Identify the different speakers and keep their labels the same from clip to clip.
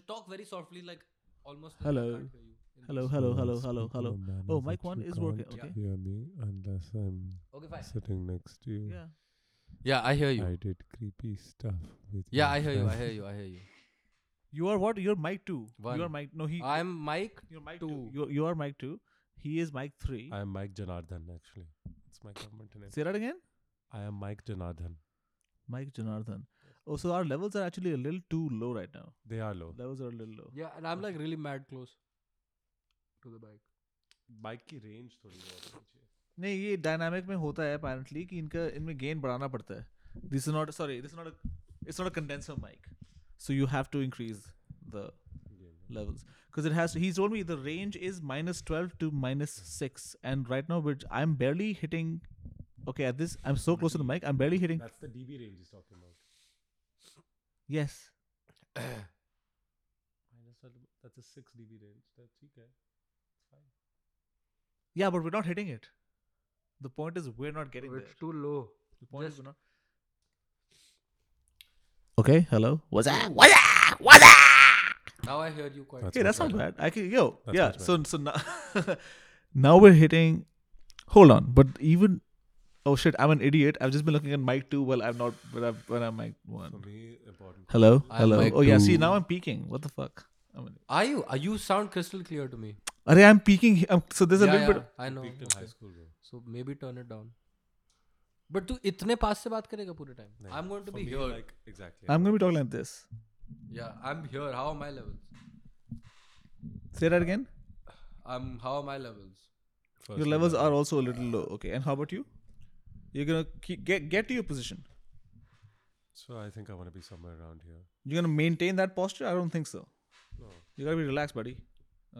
Speaker 1: talk very softly, like almost. like I
Speaker 2: Hello.
Speaker 1: can't hear you in
Speaker 2: Hello,
Speaker 1: this.
Speaker 2: hello,
Speaker 3: So
Speaker 2: hello,
Speaker 3: I'm
Speaker 2: hello,
Speaker 3: speaking
Speaker 2: hello.
Speaker 3: now,
Speaker 2: Oh,
Speaker 3: so
Speaker 2: mic
Speaker 3: that
Speaker 2: one
Speaker 3: you
Speaker 2: is working,
Speaker 3: can't
Speaker 1: okay.
Speaker 3: Hear me unless I'm
Speaker 1: Okay, fine.
Speaker 3: sitting next to you.
Speaker 2: Yeah.
Speaker 1: Yeah, I hear you.
Speaker 3: I did creepy stuff with.
Speaker 1: yeah,
Speaker 3: my
Speaker 1: I hear you. I
Speaker 3: friends.
Speaker 1: hear you. I hear you.
Speaker 2: You are what? You're mic two.
Speaker 1: One.
Speaker 2: You are mic. No, he.
Speaker 1: I'm Mike.
Speaker 2: you're mic
Speaker 1: two.
Speaker 2: two. You you are mic two. He is mic three.
Speaker 3: I am Mike Janardhan. Actually, it's my government name.
Speaker 2: Say that again.
Speaker 3: I am Mike Janardhan.
Speaker 2: Mike Janardhan. Oh, so our levels are actually a little too low right now.
Speaker 3: They are low.
Speaker 2: Levels are a little low.
Speaker 1: Yeah, and I'm like really mad close to the bike.
Speaker 3: Mike की range थोड़ी बहुत होनी चाहिए.
Speaker 2: नहीं ये dynamic में होता है apparently कि इनका इनमें गेन बढ़ाना पड़ता है this is not sorry this not it's not a condenser mic so you have to increase the levels because it has he's told me the range is minus 12 to minus 6 and right now which i'm barely hitting okay at this i'm so close to the mic i'm barely hitting
Speaker 3: That's the dB range he's talking about.
Speaker 2: yes
Speaker 3: Minus twelve- That's a six dB range. That's ठीक है. It's fine.
Speaker 2: yeah but we're not hitting it the point is we're not getting
Speaker 1: It's
Speaker 2: there
Speaker 1: too low.
Speaker 2: the point is
Speaker 1: just-
Speaker 2: we're not okay hello what's that what's that what's that
Speaker 1: Now I hear you quite.
Speaker 3: That's
Speaker 2: Hey,
Speaker 3: much
Speaker 2: that's not
Speaker 3: better.
Speaker 2: bad. I can yo,
Speaker 3: That's
Speaker 2: yeah.
Speaker 3: much
Speaker 2: So so now, now we're hitting. Hold on, but even oh shit, I'm an idiot. I've just been looking at mic two. Well, I'm not. But I'm, when I'm mic
Speaker 3: For
Speaker 2: one.
Speaker 3: me, important.
Speaker 2: Hello,
Speaker 1: I'm
Speaker 2: hello.
Speaker 1: mic
Speaker 2: Oh yeah. See
Speaker 1: two.
Speaker 2: now I'm peaking. What the fuck? I'm an,
Speaker 1: Are you? Are you sound crystal clear to me?
Speaker 2: Arey, I'm peaking. he- I'm, so there's a
Speaker 1: yeah,
Speaker 2: little
Speaker 1: yeah,
Speaker 2: bit.
Speaker 1: I know.
Speaker 3: Peaked in
Speaker 1: Okay.
Speaker 3: high school, bro.
Speaker 1: So maybe turn it down. But तू इतने पास से बात करेगा पूरे time.
Speaker 3: No,
Speaker 1: I'm going to
Speaker 3: for
Speaker 1: be
Speaker 3: me,
Speaker 1: here.
Speaker 3: Like exactly.
Speaker 2: I'm gonna be talking like this.
Speaker 1: yeah, I'm here. How are my levels?
Speaker 2: Say that again.
Speaker 1: I'm how are my levels?
Speaker 3: First
Speaker 2: Your levels are also a little low. Okay, and how about you? You're gonna keep, get get to your position.
Speaker 3: So I think I want to be somewhere around here.
Speaker 2: You're gonna maintain that posture. I don't think so.
Speaker 3: No.
Speaker 2: You gotta be relaxed, buddy.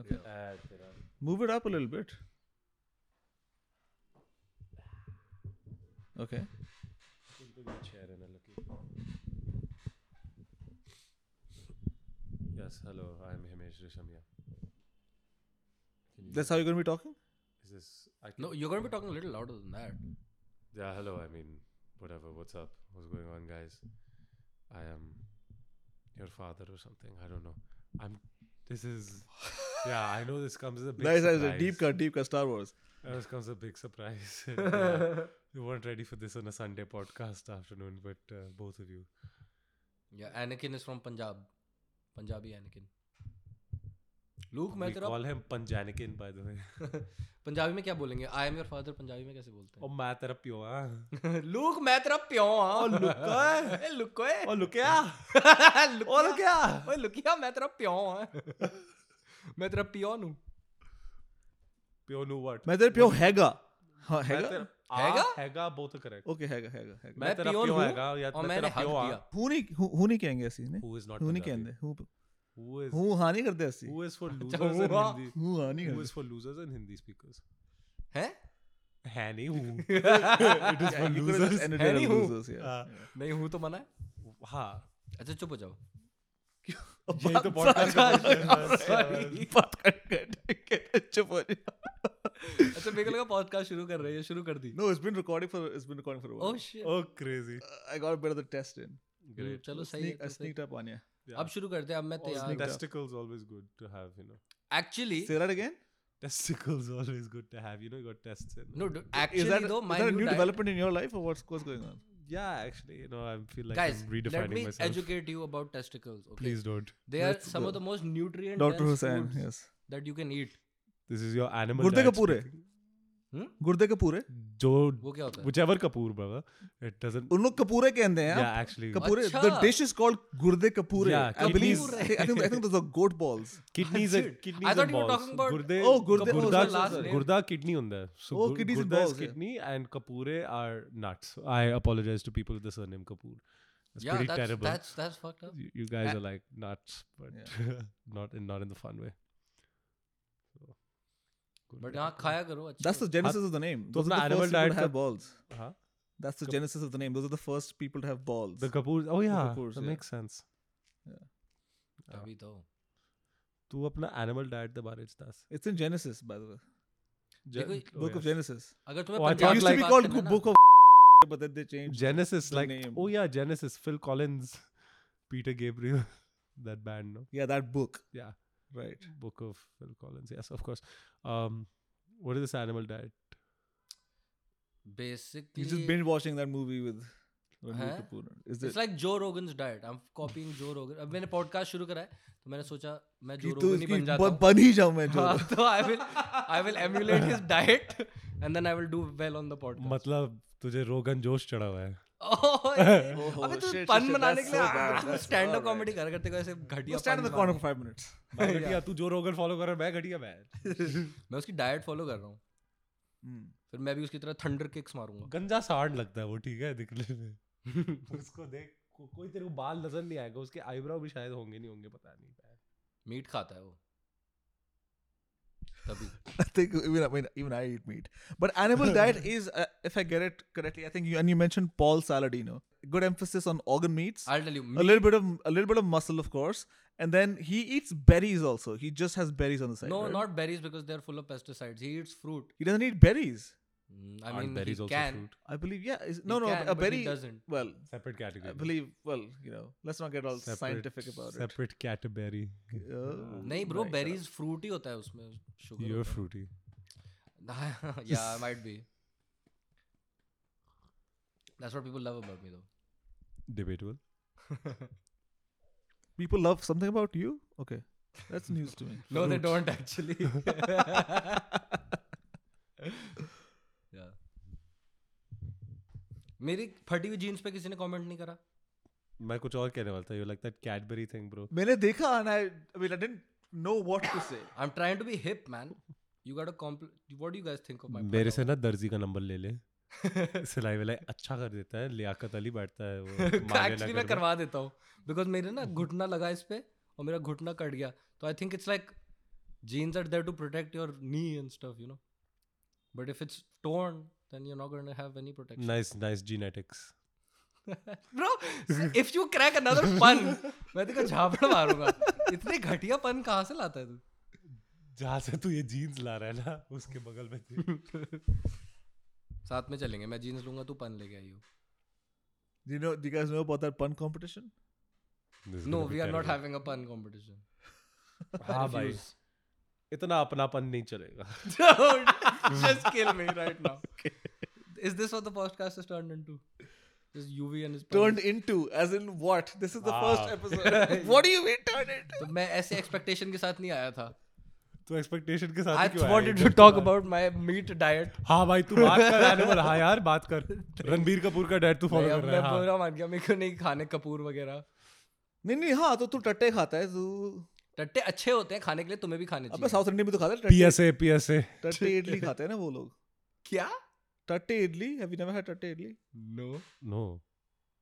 Speaker 2: Okay.
Speaker 3: Ah,
Speaker 2: Move it up a little bit. Okay.
Speaker 3: Yes, hello. I'm Himesh Rishamya. Can you-
Speaker 2: That's how you're going to be talking?
Speaker 3: is this? I can,
Speaker 1: No, you're gonna be talking a little louder than that.
Speaker 3: Yeah, hello. I mean, whatever. What's up? What's going on, guys? I am your father or something. I don't know. I'm. This is. yeah, I know this comes as a big
Speaker 2: Nice, nice.
Speaker 3: surprise.
Speaker 2: nice. Deep cut, deep cut Star Wars.
Speaker 3: Uh, This comes as a big surprise. and, uh, you weren't ready for this on a Sunday podcast afternoon, but uh, both of you.
Speaker 1: Yeah, Anakin is from Punjab. Punjabi Anakin. Luke, मैं
Speaker 3: we
Speaker 1: तेरा
Speaker 3: call him Panjanikin, by the way.
Speaker 1: Punjabi में क्या बोलेंगे? I am your father. Punjabi में कैसे बोलते
Speaker 3: Oh, मैं तेरा प्यो हाँ।
Speaker 1: हैं? Luke, मैं तेरा प्यो हाँ.
Speaker 2: Oh, लुक्का है।
Speaker 1: ए, लुक्का है।
Speaker 2: Oh, look yeah.
Speaker 1: लुकिया
Speaker 2: Oh, look yeah.
Speaker 1: ओए लुकिया मैं तेरा प्यों हां मैं तेरा पियोन हूं
Speaker 3: प्यो नो what?
Speaker 2: मैं तेरे प्यो हैगा हाँ
Speaker 3: मैं
Speaker 2: हैगा
Speaker 3: तेरा- आ,
Speaker 1: हैगा?
Speaker 3: हैगा both are correct.
Speaker 2: ओके हैगा हैगा हैगा
Speaker 3: मैं
Speaker 1: मैं
Speaker 3: तेरा
Speaker 1: पियोन
Speaker 3: प्यो
Speaker 1: हूं
Speaker 3: हैगा या
Speaker 1: और
Speaker 3: मैं
Speaker 1: मैंने
Speaker 3: तेरा
Speaker 1: हक
Speaker 3: प्यो आ।
Speaker 1: दिया
Speaker 2: हू नहीं हू- हू नहीं कहेंगे ऐसी ने
Speaker 3: Who is not
Speaker 2: हू नहीं
Speaker 3: Punjabi?
Speaker 2: कहते हू
Speaker 3: Who is
Speaker 2: हू हाँ नहीं करते ऐसी
Speaker 3: who is for losers and
Speaker 1: हुआ।
Speaker 3: Hindi?
Speaker 2: हू हाँ नहीं
Speaker 3: Who
Speaker 2: करते
Speaker 3: is for losers and Hindi speakers?
Speaker 1: हैं
Speaker 3: है नहीं हूँ।
Speaker 2: It is for losers and it
Speaker 1: है
Speaker 2: is
Speaker 1: नहीं
Speaker 2: for
Speaker 1: हूँ।
Speaker 2: losers, yeah.
Speaker 3: हाँ,
Speaker 1: नहीं हूं तो मना है
Speaker 3: हाँ।
Speaker 1: अच्छा चुप हो जाओ
Speaker 3: यही तो podcast का question है।
Speaker 1: Sorry.
Speaker 2: बात कर कर चुप हो जा
Speaker 1: अच्छा मेरे को लगा पॉडकास्ट शुरू कर रहे हैं शुरू कर दी
Speaker 2: No, it's been recording for it's been recording for a while.
Speaker 1: Oh shit
Speaker 3: Oh, crazy.
Speaker 2: I got a bit of the test in.
Speaker 3: Great.
Speaker 1: चलो सही है
Speaker 2: Sneak, Oh, I
Speaker 1: तो सही
Speaker 2: sneaked up on you.
Speaker 3: Yeah.
Speaker 1: अब शुरू करते हैं अब मैं
Speaker 3: Also,
Speaker 1: तैयार
Speaker 2: up.
Speaker 3: testicles always good to have, you know.
Speaker 1: Actually
Speaker 2: Say that again.
Speaker 3: Testicles always good to have. You know, you got tests in.
Speaker 1: No
Speaker 2: Is that,
Speaker 1: actually though
Speaker 2: is
Speaker 1: my
Speaker 2: that a new development in your life or what's, what's going on?
Speaker 3: Yeah, actually, you know, I feel like
Speaker 1: guys
Speaker 3: I'm
Speaker 1: let
Speaker 3: redefining
Speaker 1: me
Speaker 3: myself.
Speaker 1: educate you about testicles okay
Speaker 3: Please don't.
Speaker 1: they are
Speaker 2: Let's
Speaker 1: some
Speaker 2: go.
Speaker 1: of the most nutrient
Speaker 2: Doctor
Speaker 1: dense
Speaker 2: Hussain.
Speaker 1: foods
Speaker 2: Yes.
Speaker 1: that you can eat
Speaker 3: This is your animal.
Speaker 2: गुर्दे
Speaker 3: diet
Speaker 2: Kapoor है?
Speaker 3: speaking.
Speaker 2: गुर्दे कपूर है?
Speaker 3: जो
Speaker 1: वो क्या होता है
Speaker 3: whichever Kapoor, brother. It doesn't.
Speaker 2: उन लोग कपूरे कहते हैं
Speaker 3: yeah,
Speaker 2: यार।
Speaker 3: actually,
Speaker 2: कपूरे
Speaker 1: अच्छा।
Speaker 2: the dish is called gurde kapoore
Speaker 3: Yeah,
Speaker 2: I believe I
Speaker 1: kapoore.
Speaker 2: think I think those are goat balls
Speaker 3: kidneys
Speaker 1: That's
Speaker 3: and
Speaker 1: it.
Speaker 3: kidneys
Speaker 1: I thought
Speaker 3: and
Speaker 1: you were
Speaker 3: balls.
Speaker 1: talking about-
Speaker 3: gurde,
Speaker 2: Oh, gurde-
Speaker 1: oh,
Speaker 3: gurda,
Speaker 1: sorry, last name.
Speaker 3: gurda kidney on there. So
Speaker 2: Oh,
Speaker 3: gur-
Speaker 2: kidneys and
Speaker 3: gurda is
Speaker 2: balls, yeah.
Speaker 3: kidney and Kapoor are nuts. I apologize to people with the surname Kapoor. That's
Speaker 1: yeah
Speaker 3: pretty
Speaker 1: that's
Speaker 3: terrible.
Speaker 1: that's that's fucked up
Speaker 3: you, you guys
Speaker 1: Uh,
Speaker 3: are like nuts, but not in not in the fun way. So,
Speaker 1: but
Speaker 3: gurda
Speaker 1: यहाँ
Speaker 3: Kapoor.
Speaker 1: खाया करो अच्छा
Speaker 2: that's the genesis of the name
Speaker 3: तो
Speaker 2: those
Speaker 3: अपना
Speaker 2: are the
Speaker 3: animal
Speaker 2: first people
Speaker 3: diet
Speaker 2: to
Speaker 3: का-
Speaker 2: have balls
Speaker 3: हाँ,
Speaker 2: that's the
Speaker 3: कप-
Speaker 2: genesis of the name those are the first people to have balls
Speaker 3: the Kapoor. Oh yeah,
Speaker 2: Kapoors,
Speaker 3: that
Speaker 2: yeah.
Speaker 3: makes sense.
Speaker 1: तभी तो
Speaker 3: तू अपना animal diet के बारे में दस.
Speaker 2: it's in Genesis by the way
Speaker 3: Gen-
Speaker 1: देखो,
Speaker 3: oh,
Speaker 2: book of
Speaker 3: yeah.
Speaker 2: Genesis
Speaker 1: अगर तुम्हें
Speaker 3: Oh, I
Speaker 2: it
Speaker 3: thought
Speaker 1: Punjab
Speaker 2: used
Speaker 1: की
Speaker 2: to be
Speaker 1: बात
Speaker 2: called
Speaker 1: करना है
Speaker 2: book
Speaker 1: ना,
Speaker 2: of but then they changed
Speaker 3: Genesis,
Speaker 2: the
Speaker 3: like
Speaker 2: name.
Speaker 3: oh yeah, Genesis. Phil Collins, Peter Gabriel. that band, no?
Speaker 2: Yeah, that book.
Speaker 3: Yeah.
Speaker 2: Right.
Speaker 3: Book of Phil Collins. Yes, of course. Um, what is this animal diet?
Speaker 2: He's just
Speaker 1: Basically,
Speaker 2: binge watching that movie with Ranbir
Speaker 1: Huh?
Speaker 2: Kapoor. Is
Speaker 1: it's
Speaker 2: it?
Speaker 1: like Joe Rogan's diet. I'm copying Joe Rogan. अब मैंने podcast शुरू करा है तो मैंने सोचा मैं
Speaker 2: कि
Speaker 1: Joe
Speaker 2: तो
Speaker 1: Rogan ही
Speaker 2: इसकी
Speaker 1: बन जाता
Speaker 2: ब-
Speaker 1: हूँ।
Speaker 2: बन ही जाऊं मैं जो
Speaker 1: हाँ, तो I will I will emulate his diet and then I will do well on the podcast.
Speaker 3: मतलब तुझे रोगन जोश चढ़ा हुआ है
Speaker 1: Oh,
Speaker 2: Oh,
Speaker 1: अबे तू
Speaker 2: shit,
Speaker 1: पन
Speaker 2: shit,
Speaker 1: बनाने
Speaker 2: that's
Speaker 1: के लिए
Speaker 2: so bad,
Speaker 1: तू
Speaker 2: that's
Speaker 1: stand up
Speaker 2: alright.
Speaker 1: Comedy कर करते को ऐसे घटिया
Speaker 2: stand in
Speaker 1: puns
Speaker 2: the
Speaker 1: मारना।
Speaker 2: corner for five minutes.
Speaker 3: मैं घटिया तू जो रोगन फॉलो कर रहा है मैं घटिया मैं
Speaker 1: मैं उसकी डाइट फॉलो कर रहा हूँ
Speaker 2: Hmm.
Speaker 1: फिर मैं भी उसकी तरह थंडर किक्स मारूंगा
Speaker 3: गंजा सांड लगता है वो ठीक है दिखने में उसको देख को, कोई तेरे को बाल नजर नहीं आएगा उसके आईब्रो भी शायद होंगे नहीं होंगे पता नहीं
Speaker 1: मीट खाता है वो तभी
Speaker 2: I think even I mean, even I eat meat. But animal diet is, uh, if I get it correctly, I think you and you mentioned Paul Saladino. Good emphasis on organ meats,
Speaker 1: I'll tell you
Speaker 2: a little bit of a little bit of muscle, of course, and then he eats berries also. He just has berries on the side.
Speaker 1: no
Speaker 2: right?
Speaker 1: not berries because they're full of pesticides he eats fruit
Speaker 2: he doesn't eat berries.
Speaker 1: Mm, I
Speaker 3: Aren't
Speaker 1: mean
Speaker 3: berries
Speaker 1: he
Speaker 3: also
Speaker 1: can
Speaker 3: fruit?
Speaker 2: I believe, yeah. Is,
Speaker 1: He
Speaker 2: no, no,
Speaker 1: can,
Speaker 2: a
Speaker 1: but he
Speaker 2: berry
Speaker 1: doesn't.
Speaker 2: Well,
Speaker 3: Separate category
Speaker 2: I believe. Well, you know, let's not get all
Speaker 3: Separate-
Speaker 2: scientific about it.
Speaker 3: separate category
Speaker 2: Oh,
Speaker 1: नहीं bro
Speaker 2: right, shut
Speaker 1: berries fruit ही होता है उसमें
Speaker 3: you're
Speaker 1: sugar
Speaker 3: fruity
Speaker 1: या might be that's what people love about me though
Speaker 3: debatable
Speaker 2: up. People love something about you. Okay, that's news to me.
Speaker 1: No they don't actually या मेरी फटी हुई jeans पे किसी ने कमेंट नहीं करा
Speaker 3: मैं कुछ और कहने वाला था you like that Cadbury thing bro
Speaker 2: मैंने देखा and I, I mean I didn't know what to say.
Speaker 1: I'm trying to be hip, man. You got to compl. What do you guys think of my?
Speaker 3: मेरे से
Speaker 1: palav?
Speaker 3: ना दर्जी का number ले ले सिलाई विलाई अच्छा कर देता है लियाकत अली बैठता है वो
Speaker 1: Actually, मैं करवा देता हूँ because मेरे ना घुटना लगा इस पे और मेरा घुटना कट गया तो I think it's like jeans are there to protect your knee and stuff you know but if it's torn then you're not going to have any protection
Speaker 3: nice nice genetics
Speaker 1: bro if you crack another pun मैं तेरे को झापड़ मारूंगा इतने घटिया pun कहाँ से लाता है तू
Speaker 3: जहाँ से तू ये जीन्स ला रहा है ना उसके बगल में थी
Speaker 1: साथ में चलेंगे मैं jeans लूंगा तू pun लेके आई हो
Speaker 2: Do you know? Do you guys know about that pun competition?
Speaker 1: no we are not having a pun competition
Speaker 3: हाँ
Speaker 1: I
Speaker 3: भाई
Speaker 1: refuse.
Speaker 3: इतना अपनापन नहीं चलेगा
Speaker 1: Don't just kill me right now. Is this what the podcast has turned into? Just UV and his
Speaker 2: Turned into, as in what? This is the first
Speaker 3: Wow.
Speaker 2: episode. what do you mean turned into?
Speaker 1: तो मैं ऐसे expectation के साथ नहीं आया था
Speaker 3: तो expectation के साथ
Speaker 1: आई
Speaker 3: ही क्यों आया
Speaker 1: वांटेड
Speaker 3: ये
Speaker 1: टू
Speaker 3: दस
Speaker 1: टॉक
Speaker 3: बार?
Speaker 1: अबाउट माय मीट डाइट
Speaker 3: हाँ भाई तू बात कर एनिमल हाँ यार बात कर रणबीर कपूर का डैड तू फॉलो
Speaker 1: मैं
Speaker 3: कर रहा है हाँ।
Speaker 1: पूरा मान गया मेरे को नहीं खाने कपूर वगैरह
Speaker 2: नहीं नहीं हाँ तो तू टट्टे खाता है तू
Speaker 1: टट्टे अच्छे होते हैं खाने के लिए तुम्हें भी खाने
Speaker 2: अबे
Speaker 1: चाहिए
Speaker 2: साउथ इंडिया में तो खाता है टट्टे
Speaker 3: PSA PSA
Speaker 2: टट्टे इडली खाते हैं ना वो लोग
Speaker 1: क्या
Speaker 2: tatte idli have you never had tatte idli
Speaker 1: no
Speaker 3: no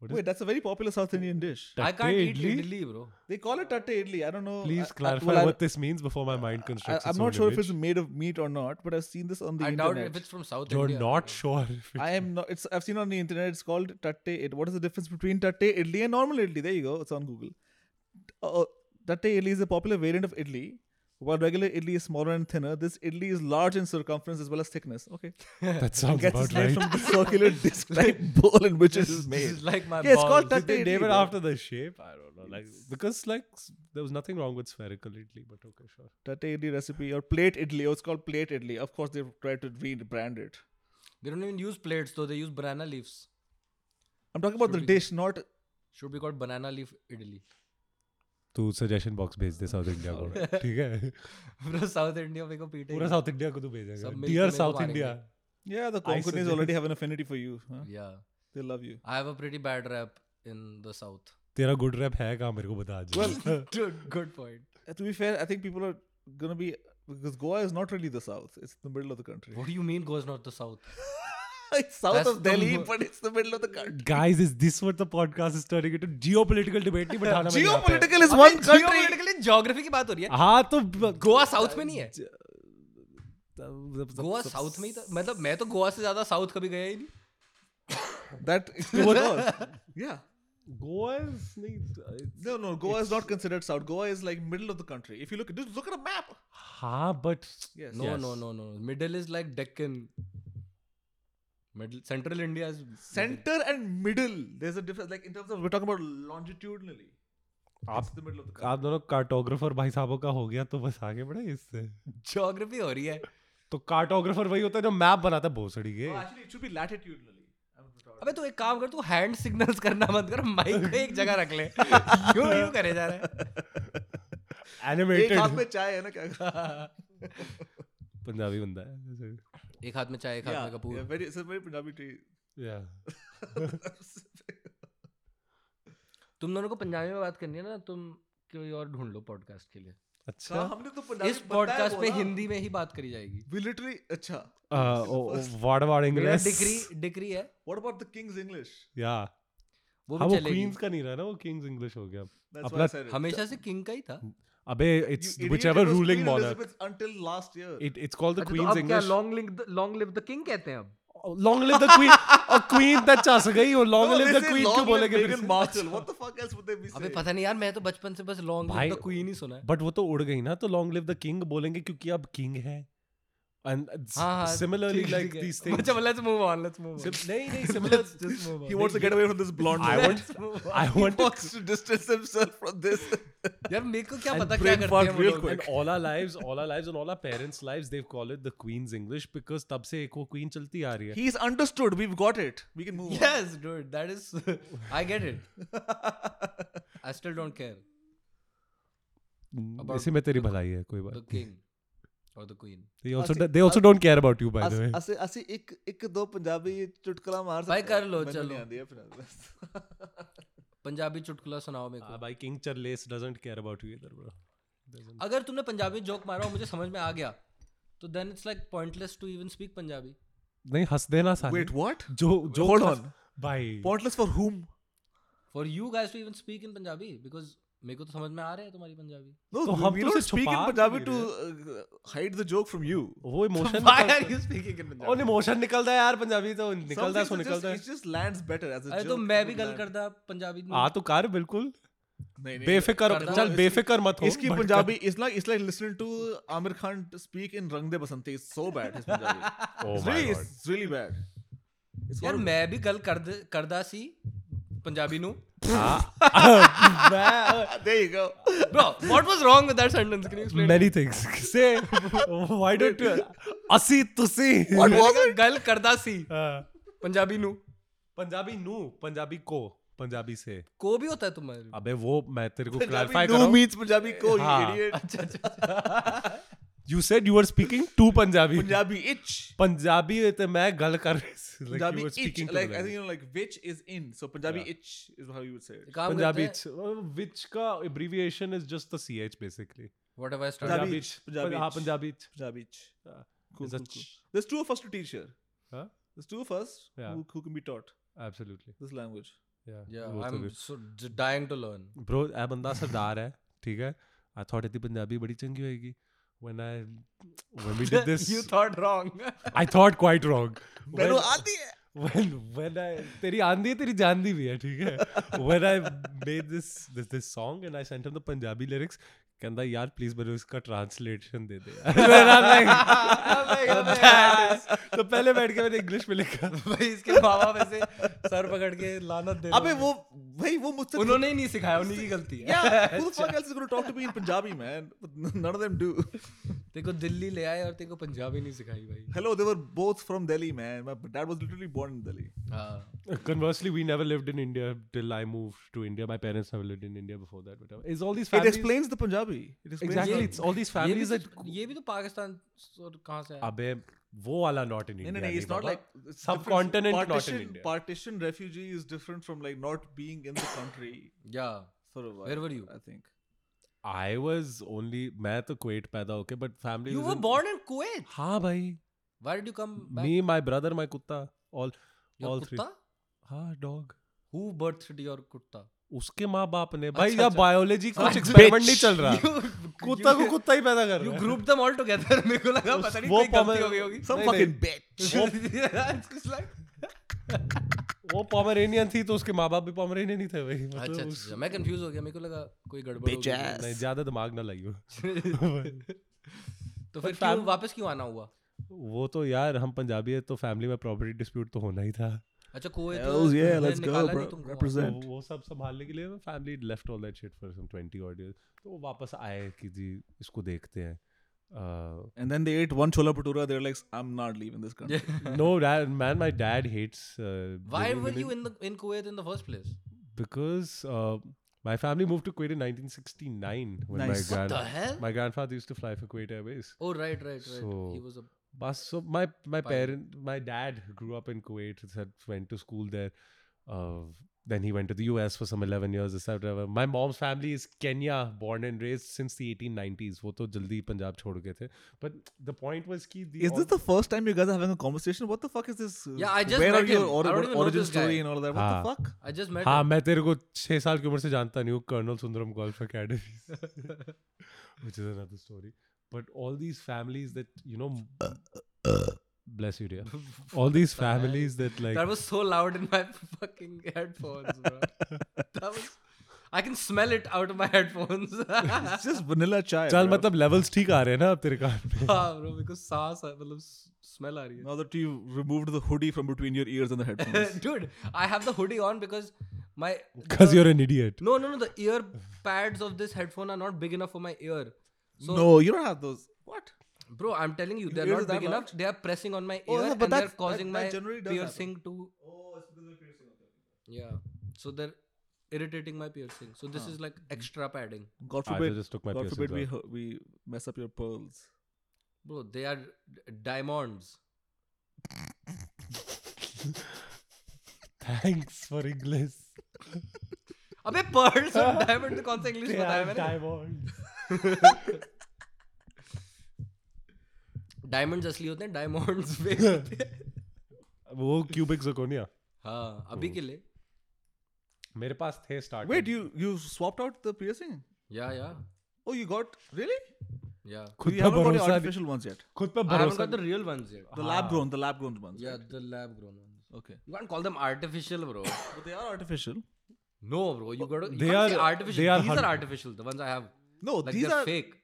Speaker 3: What is-
Speaker 2: wait that's a very popular South Indian dish
Speaker 1: I
Speaker 3: tatte
Speaker 1: can't eat
Speaker 3: idli?
Speaker 1: Idli bro
Speaker 2: they call it tatte idli I don't know
Speaker 3: Please clarify what this means before my mind constructs
Speaker 2: I'm
Speaker 3: its
Speaker 2: not
Speaker 3: own
Speaker 2: sure if
Speaker 3: image.
Speaker 2: it's made of meat or not, but I've seen this on the
Speaker 1: I doubt if
Speaker 2: internet.
Speaker 1: It's from South
Speaker 3: You're
Speaker 1: India
Speaker 3: not sure. If it,
Speaker 2: I am not. It's I've seen on the internet. It's called tatte. It, what is the difference between tatte idli and normal idli? There you go. It's on Google. Uh, tatte idli is a popular variant of idli. While regular idli is smaller and thinner, this idli is large in circumference as well as thickness. Okay,
Speaker 3: that sounds
Speaker 2: gets
Speaker 3: about
Speaker 2: its name
Speaker 3: right.
Speaker 2: from the circular disc-like bowl in which it is made.
Speaker 1: Is like my
Speaker 2: Yeah, it's called
Speaker 3: Did
Speaker 2: tatte
Speaker 3: they
Speaker 2: idli.
Speaker 3: name it
Speaker 2: bro.
Speaker 3: after the shape? I don't know. Like because like s- there was nothing wrong with spherical idli, but okay, sure.
Speaker 2: Tatte idli recipe or plate idli. Oh, it's called plate idli. Of course, they've tried to rebrand it.
Speaker 1: They don't even use plates दो दे use banana leaves
Speaker 2: I'm talking about the dish, not
Speaker 1: should be called banana leaf idli
Speaker 3: तू suggestion box भेज दे south India को ठीक है
Speaker 1: bro South India मेरे को पीटे
Speaker 3: पूरा साउथ इंडिया को तू भेजेगा
Speaker 1: सब मिलके
Speaker 3: डियर
Speaker 1: मेरे को
Speaker 3: साउथ
Speaker 1: मारेंगे।
Speaker 3: India
Speaker 2: yeah. The Konkani's
Speaker 3: suggest-
Speaker 2: already have an affinity for you. huh?
Speaker 1: yeah
Speaker 2: They love you.
Speaker 1: I have a pretty bad rap in the south.
Speaker 3: तेरा गुड रैप है कहाँ मेरे को बता आज
Speaker 1: Dude, good point.
Speaker 2: Uh, to be fair, I think people are gonna be because Goa is not really the south; it's the middle of the country.
Speaker 1: What do you mean goes not the south?
Speaker 2: it's south
Speaker 1: That's
Speaker 2: of Delhi,
Speaker 1: the-
Speaker 2: but it's the middle of the country.
Speaker 3: Guys, is this what the podcast is turning into? Geopolitical debate नहीं बैठाना मैंने यहाँ पे।
Speaker 2: Geopolitical is one country. Ah,
Speaker 1: Geographically geography की बात हो रही है.
Speaker 3: हाँ तो
Speaker 1: गोवा साउथ में नहीं है.
Speaker 3: गोवा
Speaker 1: गोवा साउथ में ही था मतलब मैं तो गोवा से ज्यादा साउथ कभी गया ही नहीं.
Speaker 2: That explains all. Yeah.
Speaker 3: Goa is नहीं तो-
Speaker 2: No, no. Goa is not considered south. Goa is like middle of the country. If you look, just look at a map.
Speaker 3: हाँ but
Speaker 2: Yes.
Speaker 1: No,
Speaker 3: Yes.
Speaker 1: no, no, no. Middle is like Deccan. Middle Central India is
Speaker 2: Center and middle. There's a difference. Like in terms of, we're talking about longitudinally.
Speaker 3: आप
Speaker 2: the middle of the cup.
Speaker 3: आप दोनों cartographer भाई साहबों का हो गया तो बस आगे बढ़े इससे
Speaker 1: ज्योग्राफी हो रही है
Speaker 3: तो कार्टोग्राफर वही होता है जो मैप बनाता है भोसड़ी के
Speaker 2: Oh,
Speaker 1: हाँ।
Speaker 2: actually, it should be latitudinally. I'm proud.
Speaker 1: अबे तू एक काम कर तू हैंड सिग्नल्स करना मत कर माइक को एक जगह रख ले क्यों यूं करे जा रहा है
Speaker 2: एक हाथ
Speaker 3: एनिमेटेड
Speaker 2: में चाय है ना क्या
Speaker 3: पंजाबी बंदा है
Speaker 1: एक हाथ में चाय एक हाथ में
Speaker 2: yeah, yeah,
Speaker 1: Kapoor
Speaker 2: very, it's a very Punjabi tree.
Speaker 3: या
Speaker 1: तुम दोनों को पंजाबी में बात करनी है ना तुम कोई और ढूंढ लो पॉडकास्ट के लिए
Speaker 2: हाँ,
Speaker 3: अच्छा
Speaker 2: हमने तो पंजाबी
Speaker 1: इस
Speaker 2: बताया
Speaker 1: पॉडकास्ट
Speaker 2: वो
Speaker 1: में
Speaker 2: ना।
Speaker 1: हिंदी में ही बात करी जाएगी
Speaker 2: We literally अच्छा.
Speaker 3: वार्ड
Speaker 1: मेरा
Speaker 3: वार्ड इंग्लिश
Speaker 1: डिग्री डिग्री है
Speaker 2: What about the King's English?
Speaker 3: या
Speaker 1: वो
Speaker 3: हाँ
Speaker 1: भी
Speaker 3: वो
Speaker 1: चलेगी
Speaker 3: क्वींस का नहीं रहा ना वो किंग्स इंग्लिश हो गया
Speaker 2: That's why I
Speaker 3: अपना-
Speaker 2: said it.
Speaker 1: हमेशा से किंग का ही था
Speaker 3: अबे
Speaker 2: You
Speaker 3: it's
Speaker 2: idiot,
Speaker 3: whichever
Speaker 2: it was
Speaker 3: ruling
Speaker 2: Queen
Speaker 3: monarch
Speaker 2: Elizabeth until last year.
Speaker 3: it it's called the
Speaker 1: अच्छा, तो
Speaker 3: queen's
Speaker 1: अब क्या
Speaker 3: english Oh,
Speaker 1: long live long live the king कहते हैं अब
Speaker 3: long live the queen और queen तक चस गई और long
Speaker 2: No,
Speaker 3: live
Speaker 2: they
Speaker 3: the
Speaker 2: say
Speaker 3: queen
Speaker 2: long
Speaker 3: क्यों
Speaker 2: live
Speaker 3: बोलेंगे फिर
Speaker 2: Meghan
Speaker 3: से?
Speaker 2: Markle. What the fuck else would they be
Speaker 1: अबे
Speaker 2: saying?
Speaker 1: पता नहीं यार मैं तो बचपन से बस लॉन्ग
Speaker 3: भाई-
Speaker 1: लिव द क्वीन ही सुना है
Speaker 3: बट वो तो उड़ गई ना तो long live the king बोलेंगे क्योंकि अब king है and s-
Speaker 1: हाँ हाँ
Speaker 3: similarly
Speaker 1: ठीक-
Speaker 3: like
Speaker 1: ठीक है।
Speaker 3: these things
Speaker 1: अच्छा let's move on let's move
Speaker 3: sim-
Speaker 1: on
Speaker 3: नहीं नहीं similar
Speaker 1: just move
Speaker 2: He wants to get away from this blonde.
Speaker 3: I
Speaker 2: woman.
Speaker 3: want I
Speaker 2: He
Speaker 3: want to
Speaker 2: wants to distance himself from this.
Speaker 1: यार मेरे को क्या
Speaker 3: And
Speaker 1: पता क्या
Speaker 2: brain
Speaker 1: करते
Speaker 2: fart
Speaker 1: हैं वो
Speaker 2: real
Speaker 1: लोग
Speaker 2: quick.
Speaker 3: and all our lives all our lives and all our parents lives they've called it the queen's english because तब से एक वो queen चलती आ रही है
Speaker 2: He's understood. We've got it. We can move on.
Speaker 1: Yes, dude, that is. I get it. I still don't care.
Speaker 3: Hmm,
Speaker 1: About
Speaker 3: इसी में तेरी भलाई है कोई
Speaker 1: The
Speaker 3: बात
Speaker 1: king or the queen.
Speaker 3: they also
Speaker 2: Asi-
Speaker 3: they also don't care about you by the
Speaker 2: ਅਸੀਂ
Speaker 3: way
Speaker 2: ਅਸੀਂ- ਅਸੀਂ ਇੱਕ ਇੱਕ ਦੋ ਪੰਜਾਬੀ ਚੁਟਕਲਾ ਮਾਰ
Speaker 1: भाई,
Speaker 2: ਸਕਦੇ ਹਾਂ।
Speaker 1: कर लो,
Speaker 2: ਮੈਨੂੰ
Speaker 1: चलो।
Speaker 2: ਨਹੀਂ ਆਉਂਦੀ ਇਹ फिलहाल।
Speaker 1: पंजाबी चुटकुला सुनाओ मेरे
Speaker 3: हाँ
Speaker 1: को
Speaker 3: भाई king Charles doesn't care about you either bro Doesn't-
Speaker 1: अगर तुमने पंजाबी जोक मारा और मुझे समझ में आ गया तो then it's like pointless to even speak Punjabi
Speaker 3: नहीं हंस देना साले
Speaker 2: Wait, what?
Speaker 3: जो जो
Speaker 2: Hold
Speaker 3: हंस-
Speaker 2: on.
Speaker 3: भाई
Speaker 2: Pointless for whom?
Speaker 1: For you guys to even speak in Punjabi because मेरे को तो समझ में आ रहा है तुम्हारी पंजाबी
Speaker 2: No, we-
Speaker 3: तो हम
Speaker 2: we
Speaker 3: तुमसे
Speaker 2: don't speak in
Speaker 3: छुपा क्यों
Speaker 2: Punjabi
Speaker 3: नहीं
Speaker 2: to uh, hide the joke from you.
Speaker 3: वो emotion
Speaker 1: Why are you speaking in
Speaker 3: और
Speaker 1: Punjabi?
Speaker 3: इमोशन निकलता है यार पंजाबी तो
Speaker 2: Some
Speaker 3: निकलता है
Speaker 2: things
Speaker 3: सो
Speaker 2: it just-
Speaker 3: निकलता
Speaker 2: It just lands better as a
Speaker 1: अरे
Speaker 2: joke.
Speaker 1: तो मैं भी
Speaker 2: It
Speaker 1: गल
Speaker 2: lands-
Speaker 1: करता पंजाबी
Speaker 3: है आ तो कर बिल्कुल
Speaker 2: नहीं, नहीं,
Speaker 3: बेफिकर
Speaker 1: करता
Speaker 3: चल
Speaker 1: हूँ।
Speaker 3: बेफिकर मत हो
Speaker 2: इसकी
Speaker 3: but
Speaker 2: Punjabi it's like it's like listening to Amir Khan to speak in Rang De Basante it's so bad his Punjabi
Speaker 3: कर- Oh
Speaker 2: it's
Speaker 3: my
Speaker 2: really
Speaker 3: God.
Speaker 2: it's really bad it's
Speaker 1: यार
Speaker 2: horrible.
Speaker 1: मैं भी गल कर करदा सी पंजाबी नु
Speaker 3: मैं-
Speaker 2: there you go
Speaker 1: bro what was wrong with that sentence can you explain
Speaker 3: many things से why don't you असी तुसी
Speaker 2: What was it?
Speaker 1: गल करदा सी
Speaker 3: हाँ,
Speaker 1: पंजाबी नु
Speaker 3: पंजाबी नू पंजाबी को पंजाबी से
Speaker 1: को भी होता है तुम्हारे
Speaker 3: अबे वो मैं तेरे को
Speaker 2: Punjabi
Speaker 3: क्लैरिफाई
Speaker 2: no
Speaker 3: कर
Speaker 2: means Punjabi ko you
Speaker 3: हाँ.
Speaker 2: idiot
Speaker 1: अच्छा अच्छा
Speaker 3: you said you are speaking to Punjabi
Speaker 2: Punjabi itch
Speaker 3: Punjabi ते मैं गल कर रही थी, like
Speaker 2: Punjabi
Speaker 3: you were
Speaker 2: itch
Speaker 3: speaking to
Speaker 2: like I
Speaker 3: them.
Speaker 2: think you know like which is in so Punjabi
Speaker 3: Yeah.
Speaker 2: itch is how you would say it
Speaker 1: काम
Speaker 3: पंजाबी
Speaker 1: करते
Speaker 3: it's, uh, which का abbreviation is just the ch basically
Speaker 1: whatever
Speaker 2: Punjabi
Speaker 1: start
Speaker 2: itch, Punjabi
Speaker 3: हाँ
Speaker 2: itch.
Speaker 3: Punjabi it's,
Speaker 2: Punjabi itch
Speaker 3: uh,
Speaker 2: cool,
Speaker 3: is a
Speaker 2: cool, cool.
Speaker 3: ch-
Speaker 2: there's two of us to teach here
Speaker 3: huh?
Speaker 2: there's two of us
Speaker 3: Yeah.
Speaker 2: who, who can be taught
Speaker 3: absolutely
Speaker 2: this language
Speaker 3: yeah,
Speaker 1: या
Speaker 3: वो
Speaker 1: I
Speaker 3: तो
Speaker 1: am
Speaker 3: भी-
Speaker 1: so dying to learn
Speaker 3: bro ये बंदा सरदार है ठीक है आई थॉट इतनी पंजाबी बड़ी चंगी होएगी when i when we did this
Speaker 1: you thought wrong
Speaker 3: i thought quite wrong
Speaker 2: Pero
Speaker 3: When-
Speaker 2: aati hai.
Speaker 3: when when I तेरी आंधी है तेरी जानदी भी है ठीक है when I made this this this song and I sent him the Punjabi lyrics कहता यार प्लीज मेरे इसका ट्रांसलेशन दे दे यार." And I'm like, "Oh, that is-" तो पहले बैठ के मैंने इंग्लिश में लिखा
Speaker 1: भाई इसके मामा वैसे सर पकड़ के लानत दे
Speaker 2: अबे वो भाई वो मुझसे
Speaker 3: तो-
Speaker 1: उन्होंने ही नहीं सिखाया उन्हीं की गलती है
Speaker 2: Yeah, who the fuck else is going to talk to me in Punjabi, man? But n- none of them do.
Speaker 1: तेरे को दिल्ली ले आए और तेरे को पंजाबी नहीं सिखाई भाई
Speaker 2: Hello, they were both from Delhi, man. My dad was literally born in Delhi.
Speaker 1: हां
Speaker 3: conversely we never lived in India till I moved to India my parents never lived in India before that whatever is all these
Speaker 2: It
Speaker 3: families
Speaker 2: explains the Punjabi. It explains
Speaker 3: exactly
Speaker 1: ये-
Speaker 3: it's all these
Speaker 1: ये भी
Speaker 3: families that
Speaker 1: तो- ये भी तो पाकिस्तान और कहां से आया
Speaker 3: अबे वो वाला not in
Speaker 2: No,
Speaker 3: India
Speaker 2: no, no. It's
Speaker 3: नहीं
Speaker 2: not
Speaker 3: बाबा।
Speaker 2: like it's different.
Speaker 3: subcontinent not in
Speaker 2: partition,
Speaker 3: India.
Speaker 2: Partition refugee is different from like not being in the country
Speaker 1: या
Speaker 2: for a while.
Speaker 1: Where were you?
Speaker 2: I think.
Speaker 3: I was only मैं तो Kuwait पैदा होके but family
Speaker 1: you
Speaker 3: was
Speaker 1: were
Speaker 3: in-
Speaker 1: born in Kuwait
Speaker 3: हाँ भाई
Speaker 1: why did you come back
Speaker 3: me my brother my kutta all all
Speaker 1: your
Speaker 3: three
Speaker 1: कुत्ता
Speaker 3: हाँ dog
Speaker 1: who बर्थड your कुत्ता
Speaker 3: उसके माँ बाप ने भाई
Speaker 1: अच्छा,
Speaker 3: या
Speaker 1: अच्छा।
Speaker 3: बायोलॉजी
Speaker 1: हाँ,
Speaker 3: कुछ एक्सपेरिमेंट
Speaker 2: bitch.
Speaker 3: नहीं चल रहा कुत्ता को कुत्ता ही पैदा कर
Speaker 1: यू
Speaker 3: रहा है
Speaker 1: ग्रुप देम ऑल टुगेदर मेरे को लगा
Speaker 3: उस-
Speaker 1: पता नहीं
Speaker 3: वो
Speaker 1: कोई गलती
Speaker 3: pomer-
Speaker 1: हो गई होगी अच्छा,
Speaker 2: Some
Speaker 3: नहीं,
Speaker 2: fucking bitch.
Speaker 3: वो पॉमरेनियन थी तो उसके माँ बाप भी पॉमरेनियन ही थे भाई मतलब
Speaker 1: अच्छा
Speaker 3: उस-
Speaker 1: अच्छा मैं कंफ्यूज हो गया मेरे को लगा कोई गड़बड़ हो
Speaker 2: Bitch
Speaker 1: गई
Speaker 2: ass.
Speaker 3: नहीं ज्यादा दिमाग ना लाइयो
Speaker 1: तो फिर क्यों वापस क्यों आना हुआ
Speaker 3: वो तो यार हम पंजाबी है तो फैमिली में प्रॉपर्टी डिस्प्यूट तो होना ही था तो
Speaker 1: अच्छा कुवैत
Speaker 2: Hells yeah,
Speaker 1: तुमने
Speaker 2: let's go,
Speaker 1: निकाला
Speaker 2: bro.
Speaker 1: नहीं तुमको वहाँ?
Speaker 2: Represent.
Speaker 3: वो वो सब संभालने के लिए मैं family left all that shit for some 20 odd years तो वो वापस आए कि जी इसको देखते हैं
Speaker 2: And then they ate one chola bhatura. They're like, I'm not leaving this country.
Speaker 3: No dad man my dad hates
Speaker 1: Why were you in the in Kuwait in the first place?
Speaker 3: because uh, my family moved to Kuwait in 1969 when
Speaker 2: Nice.
Speaker 3: my
Speaker 1: What the
Speaker 3: grand
Speaker 1: hell?
Speaker 3: my grandfather used to fly for Kuwait Airways.
Speaker 1: Oh right, right, right. he
Speaker 3: So-
Speaker 1: was a
Speaker 3: Bus. So my my
Speaker 1: Pilot.
Speaker 3: parent, my dad grew up in Kuwait. His dad went to school there. Uh, then he went to the US for some 11 years, etc. whatever. My mom's family is Kenya, born and raised since the 1890s. वो तो जल्दी पंजाब छोड़ गए थे. But the point was कि the
Speaker 2: Is this
Speaker 3: all-
Speaker 2: the first time you guys are having a conversation? What the fuck is this? uh,
Speaker 1: Yeah, I just
Speaker 2: Where
Speaker 1: met
Speaker 2: are your
Speaker 1: him. I don't even know
Speaker 2: origin
Speaker 1: this
Speaker 2: story
Speaker 1: guy.
Speaker 2: and all of that? What the
Speaker 3: Ah.
Speaker 2: fuck?
Speaker 1: I just met
Speaker 3: हाँ
Speaker 1: him.
Speaker 3: मैं तेरे को छह साल की उम्र से जानता नहीं हूँ colonel Sundaram golf academy which is another story but all these families that you know bless you dear all these
Speaker 1: the hell?
Speaker 3: families that like
Speaker 1: That was so loud in my fucking headphones, bro. that was I can smell it out of my headphones. हाँ,
Speaker 2: It's just vanilla chai.
Speaker 3: चल
Speaker 2: bro.
Speaker 3: मतलब levels ठीक आ रहे हैं ना अब तेरे कान में
Speaker 1: हाँ, bro, मेरे को सांस आ- मतलब smell आ रही है.
Speaker 2: Now that you removed the hoodie from between your ears and the headphones.
Speaker 1: Dude, I have the hoodie on because my
Speaker 3: because you're an idiot
Speaker 1: no no no the ear pads of this headphone are not big enough for my ear. So
Speaker 2: no, you don't have those. What?
Speaker 1: Bro, I'm telling you, they're
Speaker 2: ear is
Speaker 1: not
Speaker 2: that
Speaker 1: big enough.
Speaker 2: large?
Speaker 1: They are pressing on my
Speaker 2: Oh,
Speaker 1: ear
Speaker 2: yeah, but
Speaker 1: and they're
Speaker 2: that's- that-
Speaker 1: causing
Speaker 2: that
Speaker 1: my
Speaker 2: generally does
Speaker 1: piercing
Speaker 2: happen.
Speaker 1: to.
Speaker 2: Oh, it's because of piercing.
Speaker 1: Yeah. So they're irritating my piercing. So this is like extra padding.
Speaker 2: God
Speaker 3: I
Speaker 2: forbid.
Speaker 3: just took my
Speaker 2: God
Speaker 3: piercings
Speaker 2: forbid we,
Speaker 3: out.
Speaker 2: hu- we mess up your pearls.
Speaker 1: Bro, they are d- diamonds.
Speaker 3: thanks for English
Speaker 1: अबे pearls और diamond में कौन सा English
Speaker 3: They
Speaker 1: बताया
Speaker 3: are
Speaker 1: मैंने
Speaker 3: diamonds
Speaker 1: diamonds असली होते हैं डायमंड्स fake होते हैं
Speaker 3: वो cubic zirconia
Speaker 1: हाँ अभी के लिए
Speaker 3: मेरे पास थे start
Speaker 2: Wait, you you swapped out the piercing?
Speaker 1: या या
Speaker 2: Oh, you got really?
Speaker 1: या
Speaker 3: खुद
Speaker 2: you
Speaker 3: पे
Speaker 2: haven't got the
Speaker 3: भरोसा नहीं-
Speaker 2: artificial ones yet.
Speaker 3: खुद पे
Speaker 1: I haven't
Speaker 3: भरोसा
Speaker 1: got the real ones yet.
Speaker 3: Ah.
Speaker 2: The lab grown, the lab grown ones.
Speaker 1: Yeah, हाँ, the lab grown ones.
Speaker 2: Okay.
Speaker 1: You can't call them artificial, bro.
Speaker 2: But they are artificial.
Speaker 1: No, bro. You gotta. You
Speaker 3: They
Speaker 1: can't say
Speaker 3: are-
Speaker 1: artificial.
Speaker 3: they are
Speaker 1: These
Speaker 3: hun-
Speaker 1: are artificial. The ones I have.
Speaker 2: No,
Speaker 1: Like
Speaker 2: these
Speaker 1: they're
Speaker 2: are
Speaker 1: fake.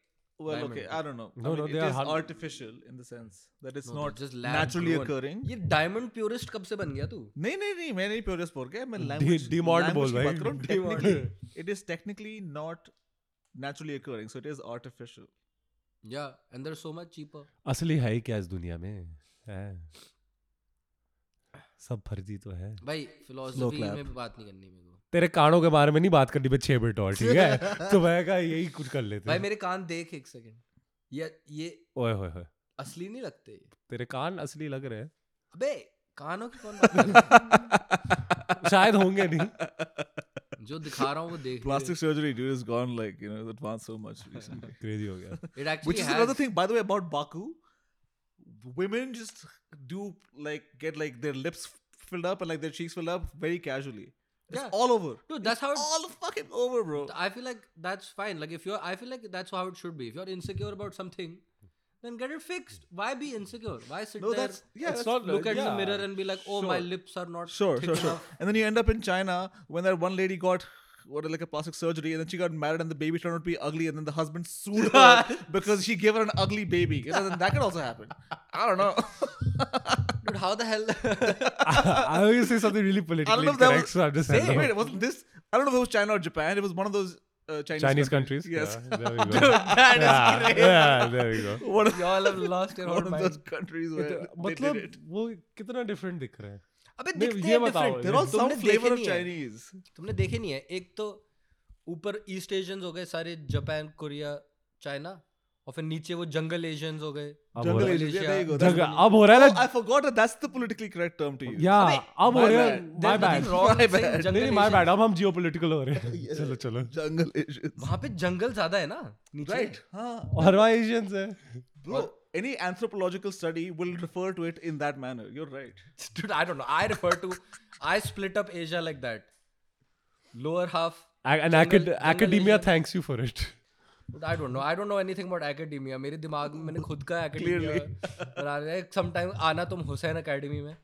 Speaker 2: Well,
Speaker 1: diamond.
Speaker 2: okay, I don't know. I
Speaker 3: No, no,
Speaker 2: mean,
Speaker 3: they
Speaker 2: it
Speaker 3: are
Speaker 2: is
Speaker 3: hun-
Speaker 2: artificial in the sense that it's
Speaker 1: No,
Speaker 2: not
Speaker 1: they're just lab
Speaker 2: naturally
Speaker 1: grown.
Speaker 2: occurring.
Speaker 1: ये diamond purist कब से बन गया तू
Speaker 2: नहीं नहीं नहीं मैं नहीं purist बोल के मैं language
Speaker 3: demoted
Speaker 2: language
Speaker 3: बोल
Speaker 2: की बात
Speaker 3: भाई,
Speaker 2: कर रहा हूँ
Speaker 3: demoted.
Speaker 2: technically it is technically not naturally occurring so it is artificial
Speaker 1: या and there so much cheaper
Speaker 3: असली है ही क्या इस दुनिया में है सब फर्जी तो है
Speaker 1: भाई फिलोसफी
Speaker 2: clap.
Speaker 1: में भी बात नहीं करनी मेरे को
Speaker 3: तेरे कानों के बारे में नहीं बात करनी बे छह मिनट और ठीक है तो मैं कहा यही कुछ कर लेते
Speaker 1: भाई
Speaker 3: हैं
Speaker 1: मेरे कान देख एक सेकंड ये ये
Speaker 3: ओए होए होए
Speaker 1: असली नहीं लगते ये
Speaker 3: तेरे कान असली लग रहे हैं
Speaker 1: अबे कानों की कौन बात कर रहा
Speaker 3: शायद होंगे नहीं
Speaker 1: है? जो दिखा रहा हूँ वो देख
Speaker 2: plastic surgery dude has gone like you know it's advanced so much recently
Speaker 3: crazy हो गया
Speaker 1: it
Speaker 2: which
Speaker 1: actually
Speaker 2: is another thing by the way about Baku women just do like get like their lips filled up and like their cheeks filled up very casually it's
Speaker 1: Yeah.
Speaker 2: all over
Speaker 1: Dude, that's how it-
Speaker 2: all fucking over bro
Speaker 1: I feel like that's fine. Like if you're, I feel like that's how it should be. If you're insecure about something, then get it fixed. Why be insecure? Why sit
Speaker 2: no
Speaker 1: there,
Speaker 2: that's yeah
Speaker 3: It's
Speaker 2: that's-
Speaker 3: not
Speaker 1: look at the
Speaker 3: yeah,
Speaker 1: mirror and be like, oh, my
Speaker 2: sure.
Speaker 1: lips are not
Speaker 2: Sure,
Speaker 1: thick
Speaker 2: sure, sure.
Speaker 1: enough."
Speaker 2: And then you end up in China when that one lady got what like a plastic surgery, and then she got married, and the baby turned out to be ugly, and then the husband sued her because she gave her an ugly baby. You know, then that could also happen. I don't know.
Speaker 1: Dude, how the hell?
Speaker 3: I was gonna say something really
Speaker 2: I don't
Speaker 3: politically
Speaker 2: know if that
Speaker 3: incorrect,
Speaker 2: was.
Speaker 3: so I'm just saying.
Speaker 2: Wait, wasn't this? I don't know if it was China or Japan. It was one of those uh, Chinese,
Speaker 3: Chinese countries.
Speaker 2: Yes,
Speaker 3: Yeah, there we go.
Speaker 1: that is
Speaker 3: yeah, yeah, there we go.
Speaker 2: one, of,
Speaker 1: Y'all have lost your whole
Speaker 2: one of those
Speaker 1: mind.
Speaker 2: countries where they did
Speaker 3: मतलब
Speaker 2: it.
Speaker 3: वो कितना different दिख रहा है
Speaker 1: अबे
Speaker 3: नहीं,
Speaker 1: दिखते
Speaker 3: ये
Speaker 1: हैं
Speaker 3: बताओ,
Speaker 1: different.
Speaker 2: They're all some
Speaker 1: तुमने
Speaker 2: flavor
Speaker 1: देखे
Speaker 2: of
Speaker 1: नहीं है
Speaker 2: Chinese.
Speaker 1: तुमने देखे नहीं है एक तो ऊपर ईस्ट एशियंस हो गए सारे जापान कोरिया चाइना और फिर नीचे वो जंगल एशियंस हो गए
Speaker 3: अब हो
Speaker 2: Jungle
Speaker 3: रहा है
Speaker 2: Asians. Yeah, there you go. That's
Speaker 3: जगह-
Speaker 2: the
Speaker 3: अब हो रहा
Speaker 2: name.
Speaker 3: है
Speaker 2: Oh, I
Speaker 3: ना
Speaker 2: forgot that that's the politically correct term to use.
Speaker 3: या
Speaker 1: अबे,
Speaker 3: अब हो
Speaker 2: my
Speaker 3: रहा है
Speaker 2: bad.
Speaker 3: My
Speaker 1: There's
Speaker 3: bad
Speaker 1: nothing wrong
Speaker 2: My
Speaker 1: in saying
Speaker 2: bad.
Speaker 1: jungle
Speaker 3: नहीं माय
Speaker 1: Asians.
Speaker 3: बैड अब हम जियो हो रहे हैं चलो चलो
Speaker 2: Jungle Asians.
Speaker 1: वहाँ पे जंगल ज्यादा है ना नीचे
Speaker 2: Right. Huh.
Speaker 3: और वहाँ Asians हैं
Speaker 2: Bro, any anthropological study will refer to it in that manner. You're right.
Speaker 1: Dude, I don't know. I refer to I split up Asia like that. Lower half.
Speaker 3: A- and
Speaker 1: Jungle-
Speaker 3: acad-
Speaker 1: jungle
Speaker 3: academia
Speaker 1: Asian.
Speaker 3: thanks you for it
Speaker 1: But I don't know. I don't know anything about academia. मेरे दिमाग में मैंने खुद का academia बना लिया sometime आना तुम हुसैन academy में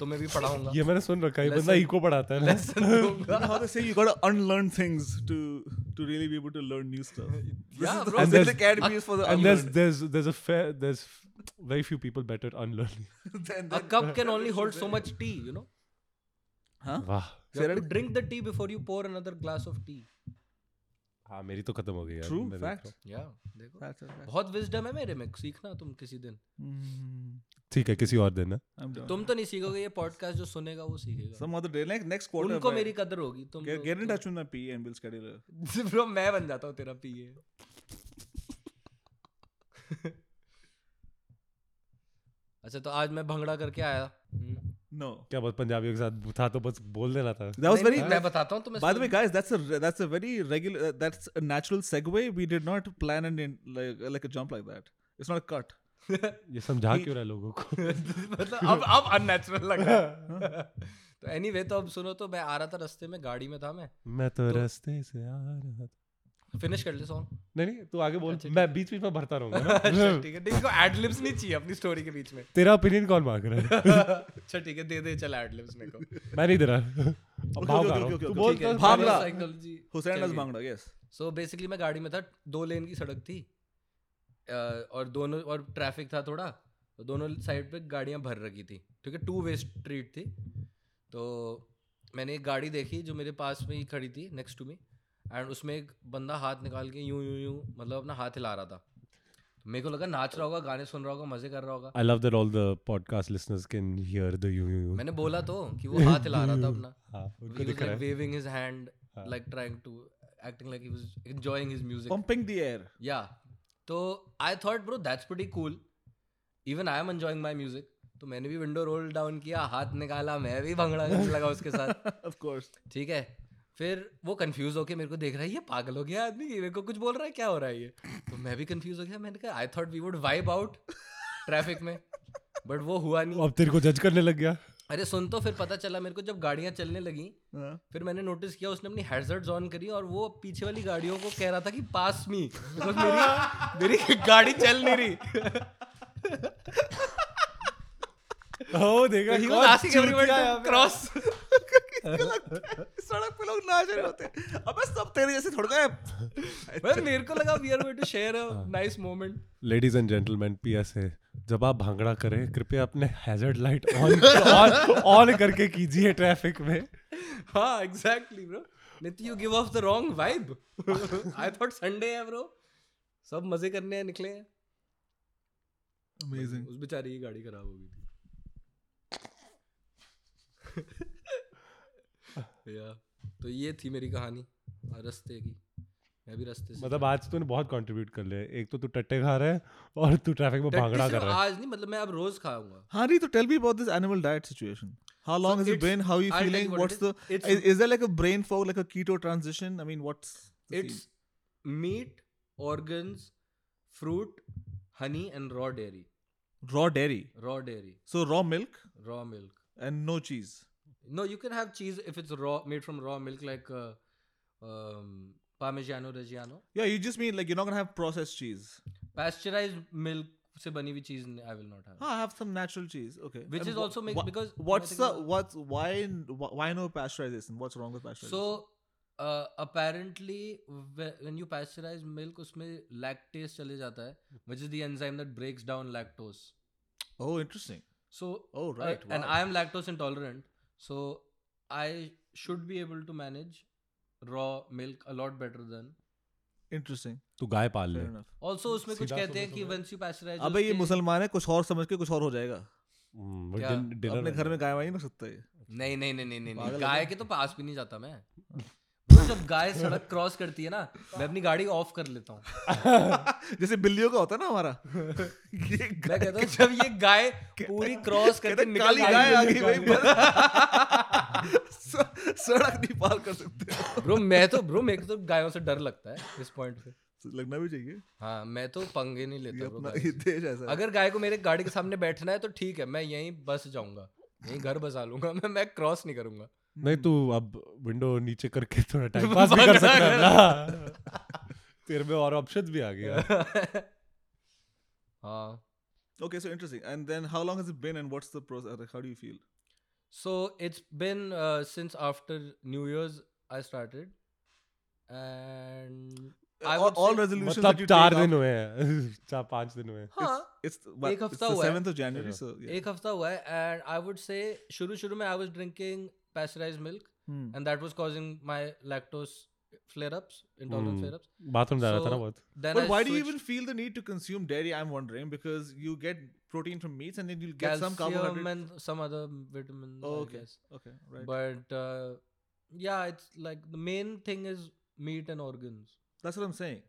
Speaker 1: तुम्हें भी पढ़ाऊंगा
Speaker 3: ये मैंने सुन रखा है ये बंदा
Speaker 1: Lesson-
Speaker 3: इको पढ़ाता है ना
Speaker 1: lesson दूंगा
Speaker 2: You know how they say you gotta unlearn things to to really be able to learn new stuff. This
Speaker 1: Yeah,
Speaker 2: is the
Speaker 1: bro.
Speaker 2: this
Speaker 3: there's-
Speaker 2: academy is for the
Speaker 3: and there's
Speaker 2: unlearned.
Speaker 3: there's there's a fair there's very few people better at unlearning
Speaker 2: Then
Speaker 1: a
Speaker 2: that-
Speaker 1: cup can only hold so much tea you know
Speaker 2: Huh?
Speaker 3: वाह
Speaker 1: You have to
Speaker 2: Sarah-
Speaker 1: drink the tea before you pour another glass of tea.
Speaker 3: हाँ मेरी तो खत्म हो गई यार
Speaker 2: True
Speaker 3: मैं
Speaker 2: facts.
Speaker 3: देखता
Speaker 1: Yeah, देखो
Speaker 2: That's a fact.
Speaker 1: बहुत विजडम है मेरे में सीखना तुम किसी दिन
Speaker 2: Mm,
Speaker 3: हूँ। ठीक है किसी और दिन ना
Speaker 2: I'm done.
Speaker 1: तुम तो नहीं सीखोगे ये पॉडकास्ट जो सुनेगा वो सीखेगा
Speaker 2: Some other day, like next quarter.
Speaker 1: उनको
Speaker 2: bhai.
Speaker 1: मेरी कदर होगी तुम
Speaker 2: Get,
Speaker 1: लोग-
Speaker 2: get in
Speaker 1: तुम-
Speaker 2: touch with my PE and we'll schedule it.
Speaker 1: Bro मैं बन जाता हूँ तेरा पीए अच्छा तो आज मैं भंगड़ा करके आया हम्म।
Speaker 2: No.
Speaker 3: क्या बस पंजाबियों के साथ था तो बस बोल देना था
Speaker 2: That was
Speaker 1: नहीं,
Speaker 2: very.
Speaker 1: नहीं, मैं बताता हूँ तुम्हें
Speaker 2: By the way, guys, that's a that's a very regular. Uh, that's a natural segue. We did not plan and in, like like a jump like that. It's not a cut.
Speaker 3: ये समझा क्यों रहा है लोगों को
Speaker 1: मतलब अब अब अननेचुरल लग रहा है तो एनीवे तो अब सुनो तो मैं आ रहा था रास्ते में गाड़ी में था मैं
Speaker 3: मैं तो रास्ते से आ रहा था
Speaker 1: फिनिश कर ले सॉन्ग
Speaker 3: नहीं नहीं तू आगे बोल मैं बीच बीच में भरता रहूंगा ना।
Speaker 1: अच्छा ठीक है ठीक है एडलिब्स नहीं चाहिए अपनी स्टोरी के बीच में
Speaker 3: तेरा ओपिनियन कौन मांग रहा है
Speaker 1: अच्छा ठीक है दे दे चल एडलिब्स मेरे को
Speaker 3: मैं नहीं दे रहा अब भाव
Speaker 2: okay,
Speaker 3: खा रहा
Speaker 2: okay,
Speaker 3: हूँ।
Speaker 2: okay,
Speaker 3: तू
Speaker 2: okay,
Speaker 3: बोल
Speaker 1: ठीक है,
Speaker 3: तो-
Speaker 2: भाग
Speaker 1: भागला
Speaker 2: रहा।
Speaker 1: psychology
Speaker 2: Hussein does
Speaker 1: चलिए।
Speaker 2: bangda. Yes.
Speaker 1: सो बेसिकली मैं गाड़ी में था दो लेन की सड़क थी अ, और दोनों और ट्रैफिक था थोड़ा तो दोनों साइड पे गाड़ियाँ भर रखी थी ठीक है टू वे स्ट्रीट थी तो मैंने एक गाड़ी देखी जो मेरे पास में ही खड़ी थी नेक्स्ट टू मी एंड उसमें एक बंदा हाथ निकाल के यूं यूं यूं मतलब अपना हाथ हिला रहा था तो मेरे को लगा नाच रहा होगा गाने सुन रहा होगा मज़े कर रहा होगा
Speaker 3: I love that all the podcast listeners can hear the you you you.
Speaker 1: मैंने बोला तो कि वो हाथ हिला रहा था अपना
Speaker 3: हाँ, उनको दिख रहा है।
Speaker 1: Waving his hand like trying to acting like he was enjoying his music
Speaker 2: Pumping the air.
Speaker 1: Yeah. So I thought, bro, that's pretty cool. Even I am enjoying my music. तो मैंने भी विंडो रोल डाउन किया हाथ निकाला मैं भी भंगड़ा करने लगा उसके साथ
Speaker 2: of course.
Speaker 1: ठीक है फिर वो कंफ्यूज होके मेरे को देख रहा है ये पागल हो गया आदमी ये मेरे को कुछ बोल रहा है क्या हो रहा है ये तो मैं भी कंफ्यूज हो गया मैंने कहा I thought we would vibe out traffic में बट वो हुआ नहीं
Speaker 3: अब तेरे को जज करने लग गया
Speaker 1: अरे सुन तो फिर पता चला मेरे को जब गाड़ियां चलने लगी
Speaker 2: Uh,
Speaker 1: फिर मैंने नोटिस किया उसने अपनी हेडसेट्स ऑन करी और वो पीछे वाली गाड़ियों को कह रहा था कि पास मी बिकॉज मेरी मेरी गाड़ी चल नहीं रही
Speaker 3: ओ देखा
Speaker 1: he
Speaker 3: he
Speaker 1: was
Speaker 3: was
Speaker 1: asking everyone to cross
Speaker 2: सड़क पे लोग नाच रहे होते हैं। अबे सब तेरे जैसे थोड़ा है
Speaker 1: well, मेरे को लगा we are going to share a nice moment
Speaker 3: ladies and gentleman PS है जब आप भांगड़ा करें कृपया अपने hazard light on on on करके कीजिए ट्रैफिक में
Speaker 1: हाँ एग्जैक्टली ब्रो नहीं तो you give off the wrong vibe I thought Sunday है ब्रो सब मजे करने हैं, निकले हैं
Speaker 2: Amazing.
Speaker 1: उस बेचारी की गाड़ी खराब हो गई थी या तो ये थी मेरी कहानी हाँ, रास्ते की मैं भी रास्ते से
Speaker 3: मतलब आज तूने बहुत कंट्रीब्यूट कर लिया एक तो तू टट्टे खा रहा है और तू ट्रैफिक में
Speaker 1: टट्टी
Speaker 3: भांगड़ा
Speaker 1: सिर्फ
Speaker 3: कर रहा है तो
Speaker 1: आज नहीं मतलब मैं अब रोज खाऊंगा
Speaker 2: Hari, so हाँ तो tell me about this animal diet situation. How long has it
Speaker 1: it's-
Speaker 2: been? How are you
Speaker 1: I'll tell
Speaker 2: feeling?
Speaker 1: you what
Speaker 2: What's
Speaker 1: it is.
Speaker 2: the
Speaker 1: It's-
Speaker 2: is, is there like a brain fog, like a keto transition? I mean, what's the scene?
Speaker 1: It's meat organs fruit honey and raw dairy
Speaker 2: raw dairy?
Speaker 1: Raw dairy
Speaker 2: So raw milk
Speaker 1: raw milk
Speaker 2: and no cheese.
Speaker 1: No you can have cheese if it's raw made from raw milk like uh, um, parmigiano reggiano
Speaker 2: Yeah, you just mean like you're not gonna have processed cheese.
Speaker 1: Pasteurised milk से बनी हुई चीज I will not have
Speaker 2: Ah, I have some natural cheese. Okay,
Speaker 1: Which is also make-
Speaker 2: wha-
Speaker 1: because when I
Speaker 2: what's
Speaker 1: think
Speaker 2: the
Speaker 1: about-
Speaker 2: what's why n- wh- why no pasteurization? What's wrong with pasteurization?
Speaker 1: So uh, apparently when you pasteurise milk उसमें lactase चले जाता है which is the enzyme that breaks down lactose
Speaker 2: oh, interesting.
Speaker 1: So
Speaker 2: Oh, right.
Speaker 1: Uh, and
Speaker 2: wow.
Speaker 1: I am lactose intolerant, so I should be able to manage raw milk a lot better than.
Speaker 2: interesting.
Speaker 3: तू गाय पाल
Speaker 2: Fair
Speaker 3: ले
Speaker 2: enough.
Speaker 1: Also, उसमें कुछ
Speaker 3: सीधा
Speaker 1: कहते हैं
Speaker 3: सुबह
Speaker 1: कि
Speaker 3: सुबह।
Speaker 1: once you pasteurize,
Speaker 2: अबे ये
Speaker 1: उसके-
Speaker 2: मुसलमान है कुछ और समझ के कुछ और हो जाएगा
Speaker 1: क्या?
Speaker 3: डिनर
Speaker 2: अपने घर में गाय वाय नहीं रख सकता ये
Speaker 1: नहीं नहीं नहीं नहीं नहीं नहीं,
Speaker 2: पागल है
Speaker 1: गाय
Speaker 2: क्या?
Speaker 1: के तो पास भी नहीं जाता मैं वो जब गाय सड़क क्रॉस करती है ना मैं अपनी गाड़ी ऑफ कर लेता हूँ
Speaker 2: जैसे बिल्लियों का होता है ना हमारा ये
Speaker 1: मैं कहता हूँ जब ये गाय पूरी क्रॉस करके
Speaker 2: कहते
Speaker 1: निकल
Speaker 2: काली गाय आ गई
Speaker 1: जाएगी,
Speaker 2: भाई मतलब पर- स- सड़क नहीं पार कर सकते
Speaker 1: ब्रो मैं तो ब्रो मेरे को तो गायों से डर लगता है इस पॉइंट पे
Speaker 2: लगना भी चाहिए
Speaker 1: हाँ मैं तो पंगे नहीं
Speaker 2: ये
Speaker 1: लेता bro,
Speaker 2: अपना
Speaker 1: गाय
Speaker 2: ये
Speaker 1: से।
Speaker 2: देश ऐसा है
Speaker 1: अगर गाय को मेरे गाड़ी के सामने बैठना है तो ठीक है मैं यहीं बस जाऊंगा यहीं घर बसा लूंगा मैं मैं क्रॉस नहीं करूंगा
Speaker 3: नहीं तू अब विंडो नीचे करके थोड़ा टाइम पास भी कर सकता है ना तेरे में और ऑप्शंस भी आ गया
Speaker 1: हाँ
Speaker 2: okay so interesting and then how long has it been and what's the process like, how do you feel
Speaker 1: so it's been since after new years I started and I
Speaker 2: all,
Speaker 1: would
Speaker 2: all
Speaker 1: say-
Speaker 2: resolutions that
Speaker 3: मतलब
Speaker 2: you
Speaker 3: चार
Speaker 2: take
Speaker 3: दिन
Speaker 2: up-
Speaker 3: हुए हैं चार पाँच दिन हुए हैं
Speaker 1: हाँ
Speaker 2: it's but
Speaker 1: एक
Speaker 2: it's
Speaker 1: हफ्ता
Speaker 2: the
Speaker 1: हुआ है।
Speaker 2: 7th of january so yeah.
Speaker 1: एक हफ्ता हुआ है एंड आई वुड से शुरू शुरू में I was drinking pasteurized milk,
Speaker 2: Hmm.
Speaker 1: and that was causing my lactose flare-ups, intolerance
Speaker 3: Hmm.
Speaker 1: flare-ups.
Speaker 3: Bathroom जा रहा था ना
Speaker 1: So-
Speaker 3: बहुत
Speaker 1: Then
Speaker 2: But
Speaker 1: I
Speaker 2: why do you even
Speaker 1: switched
Speaker 2: feel the need to consume dairy? I'm wondering because you get protein from meats and then you'll get
Speaker 1: calcium
Speaker 2: some carbohydrate.
Speaker 1: and some other vitamins?
Speaker 2: Oh,
Speaker 1: I
Speaker 2: okay.
Speaker 1: guess.
Speaker 2: Okay, right.
Speaker 1: But uh, yeah, it's like the main thing is meat and organs,
Speaker 2: That's what I'm saying.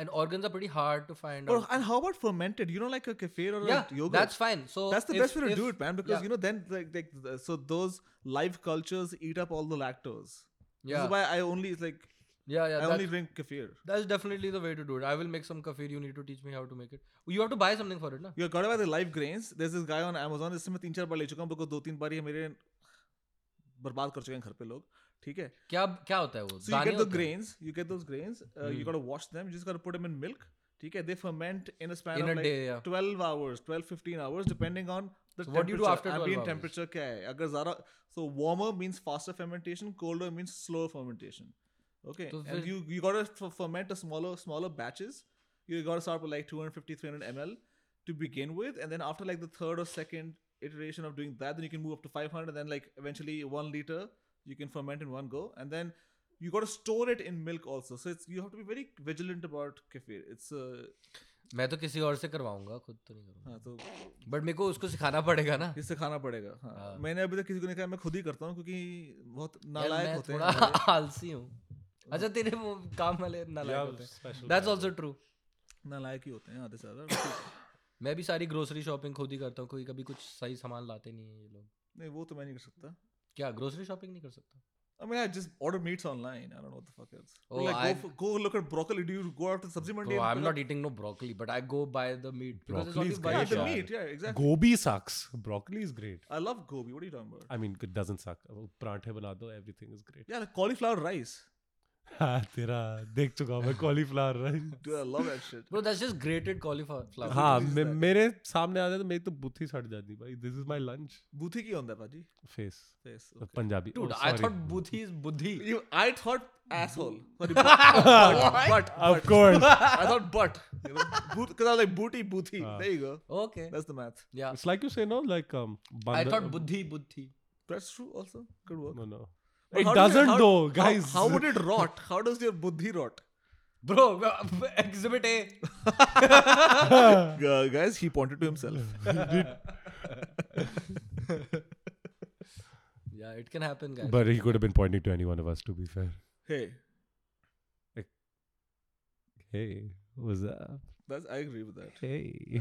Speaker 1: and organs are pretty hard to find.
Speaker 2: Or,
Speaker 1: out.
Speaker 2: and how about fermented? You know, like a kefir or
Speaker 1: yeah,
Speaker 2: a yogurt.
Speaker 1: that's fine. So
Speaker 2: That's the
Speaker 1: if-
Speaker 2: best way to
Speaker 1: if-
Speaker 2: do it, man. Because
Speaker 1: yeah.
Speaker 2: you know, then like, like the- so those live cultures eat up all the lactose. This
Speaker 1: Yeah,
Speaker 2: is why I only it's like
Speaker 1: yeah, yeah.
Speaker 2: I only
Speaker 1: That's,
Speaker 2: drink kefir.
Speaker 1: that's definitely the way to do it. I will make some kefir. You need to teach me how to make it. You have to buy something for it, na?
Speaker 2: You got about the live grains. There's this guy on Amazon जिससे मैं तीन चार बार ले चुका हूँ because दो तीन बार ये मेरे बर्बाद कर चुके हैं घर पे लोग ठीक है
Speaker 1: क्या क्या होता है वो
Speaker 2: So you get the
Speaker 1: होते हैं।
Speaker 2: grains, you get those grains, uh, you gotta wash them, you just gotta put them in milk. Okay, they ferment in a span
Speaker 1: In
Speaker 2: of
Speaker 1: a
Speaker 2: like
Speaker 1: day, yeah.
Speaker 2: 12 hours, 12 15 hours, depending on the
Speaker 1: So
Speaker 2: temperature.
Speaker 1: what do you do after 12
Speaker 2: ambient
Speaker 1: hours?
Speaker 2: temperature क्या है अगर ज़्यादा so warmer means faster fermentation colder means slower fermentation okay
Speaker 1: तो
Speaker 2: and
Speaker 1: फिर-
Speaker 2: you you gotta f- ferment a smaller smaller batches you gotta start with like 250 300 ml to begin with and then after like the third or second iteration of doing that then you can move up to 500 and then like eventually one liter you can ferment in one go and then you got to store it in milk also so it's you have to be very vigilant about kefir it's uh, a
Speaker 1: मैं तो किसी और से करवाऊंगा खुद तो नहीं करूंगा
Speaker 2: हाँ तो
Speaker 1: बट मेरे को उसको सिखाना पड़ेगा ना
Speaker 2: इससे खाना पड़ेगा हाँ
Speaker 1: हाँ।
Speaker 2: मैंने अभी तक किसी को नहीं कहा मैं खुद ही करता हूँ क्योंकि बहुत
Speaker 1: यार,
Speaker 2: नालायक
Speaker 1: मैं
Speaker 2: होते
Speaker 1: थोड़ा
Speaker 2: हैं
Speaker 1: आलसी हूँ अच्छा तेरे वो काम वाले नालायक होते हैं
Speaker 3: स्पेशल
Speaker 1: दैट्स आल्सो ट्रू
Speaker 2: नालायक ही होते हैं आधे से ज्यादा
Speaker 1: मैं भी सारी ग्रोसरी शॉपिंग खुद ही करता हूँ कोई कभी कुछ सही सामान लाते नहीं है ये लोग
Speaker 2: नहीं वो तो मैं नहीं कर सकता
Speaker 1: क्या ग्रोसरी शॉपिंग नहीं कर सकता
Speaker 2: I mean, I just order meats online. I don't know what the fuck else. Or
Speaker 1: Oh,
Speaker 2: like,
Speaker 1: I-
Speaker 2: go, for, go look at broccoli. Do you go after the sabzi mandi?
Speaker 1: Bro, तो I'm
Speaker 2: and pick
Speaker 1: not
Speaker 2: up-
Speaker 1: eating no broccoli, but I go buy the meat because it's only
Speaker 3: Broccoli is
Speaker 1: white
Speaker 2: Yeah, the
Speaker 3: great, yeah.
Speaker 1: shop.
Speaker 2: meat. Yeah, exactly.
Speaker 3: Gobi sucks broccoli is great
Speaker 2: I love gobi. What are you talking about?
Speaker 3: I mean it doesn't suck पराठे बना दो everything is great
Speaker 2: Yeah, like cauliflower rice.
Speaker 3: हाँ तेरा देख चुका हूँ मैं cauliflower rice
Speaker 2: Dude, I love that shit.
Speaker 1: Bro, that's just grated cauliflower. flower.
Speaker 3: हाँ
Speaker 2: is
Speaker 3: मे-
Speaker 2: that?
Speaker 3: मेरे सामने आ जाए तो मेरी तो बुद्धि सट जाती भाई this is my lunch
Speaker 2: Bhuthi ki on that, Paji.
Speaker 3: Face
Speaker 2: Face.
Speaker 3: Punjabi
Speaker 1: Dude,
Speaker 3: Oh,
Speaker 1: I
Speaker 3: sorry.
Speaker 1: thought buddhi is buddhi.
Speaker 2: You, I thought asshole. Sorry, but, but, but,
Speaker 3: of course
Speaker 2: I thought butt. You know, because I was like booty, booty.
Speaker 1: Ah.
Speaker 2: there you go.
Speaker 1: Okay.
Speaker 2: That's the math.
Speaker 1: Yeah.
Speaker 3: it's like you say no like um
Speaker 1: I
Speaker 3: bandar-
Speaker 1: thought buddhi buddhi.
Speaker 2: That's true. Also, good work.
Speaker 3: no no
Speaker 2: But
Speaker 3: it
Speaker 2: how does
Speaker 3: doesn't
Speaker 2: how-
Speaker 3: though
Speaker 2: how-
Speaker 3: guys
Speaker 2: How, would it rot? How does your buddhi rot?
Speaker 1: Bro, exhibit A.
Speaker 2: Uh, guys, he pointed to himself.
Speaker 1: Yeah, it can happen, guys.
Speaker 3: but he could have been pointing to any one of us to be fair
Speaker 2: hey,
Speaker 3: hey was that
Speaker 2: that's I agree with that.
Speaker 3: hey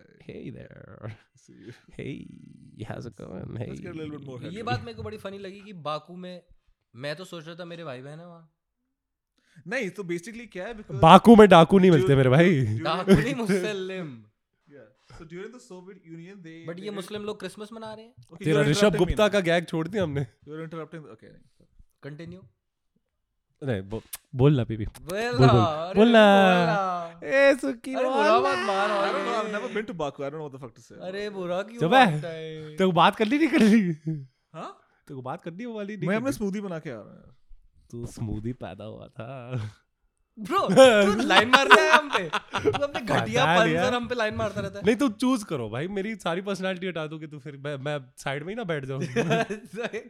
Speaker 2: I
Speaker 3: hey there
Speaker 2: see you.
Speaker 3: hey how's it going hey
Speaker 2: Let's get a little bit more head.
Speaker 1: ये बात मेरे को बड़ी funny लगी कि Baku में मैं तो सोच रहा था मेरे भाई बहन है वहाँ
Speaker 2: नहीं तो बेसिकली क्या है because
Speaker 3: बाकू में डाकू नहीं मिलते
Speaker 2: Dude,
Speaker 3: मेरे भाई
Speaker 1: डाकू नहीं Muslim
Speaker 2: yeah so during the soviet union they
Speaker 1: but ये मुस्लिम लोग क्रिसमस मना रहे हैं
Speaker 2: okay,
Speaker 3: तेरा ऋषभ गुप्ता का गैग छोड़ दिया हमने
Speaker 2: you're interrupting okay नहीं.
Speaker 1: कंटिन्यू
Speaker 3: नहीं बो, बोलना बीबी
Speaker 1: बोला
Speaker 3: बोल, बोल।
Speaker 1: अरे
Speaker 3: बोला।
Speaker 1: बोला।
Speaker 3: ए सुकी
Speaker 1: अरे बुरा मत मान
Speaker 2: i don't know i've
Speaker 1: और
Speaker 2: never been to baku i don't know what the fuck to say
Speaker 1: अरे बुरा क्यों
Speaker 3: जब है?
Speaker 1: मानता है?
Speaker 3: तेरे को बात करनी नहीं करनी तेरे
Speaker 1: हाँ?
Speaker 2: हां
Speaker 3: को बात करनी है वो वाली
Speaker 2: मैं
Speaker 3: नहीं
Speaker 2: अपने स्मूदी बना के आ रहा हूं
Speaker 3: तू स्मूदी पैदा हुआ था
Speaker 1: Bro, तू लाइन मार रहा है हम पे तू अपने घटिया
Speaker 3: पता नहीं
Speaker 1: पंसर
Speaker 3: यार।
Speaker 1: हम पे लाइन मारता रहता
Speaker 3: नहीं तू चूज करो भाई मेरी सारी पर्सनालिटी हटा दो कि तू फिर मैं मैं साइड में ही ना बैठ जाऊं
Speaker 1: है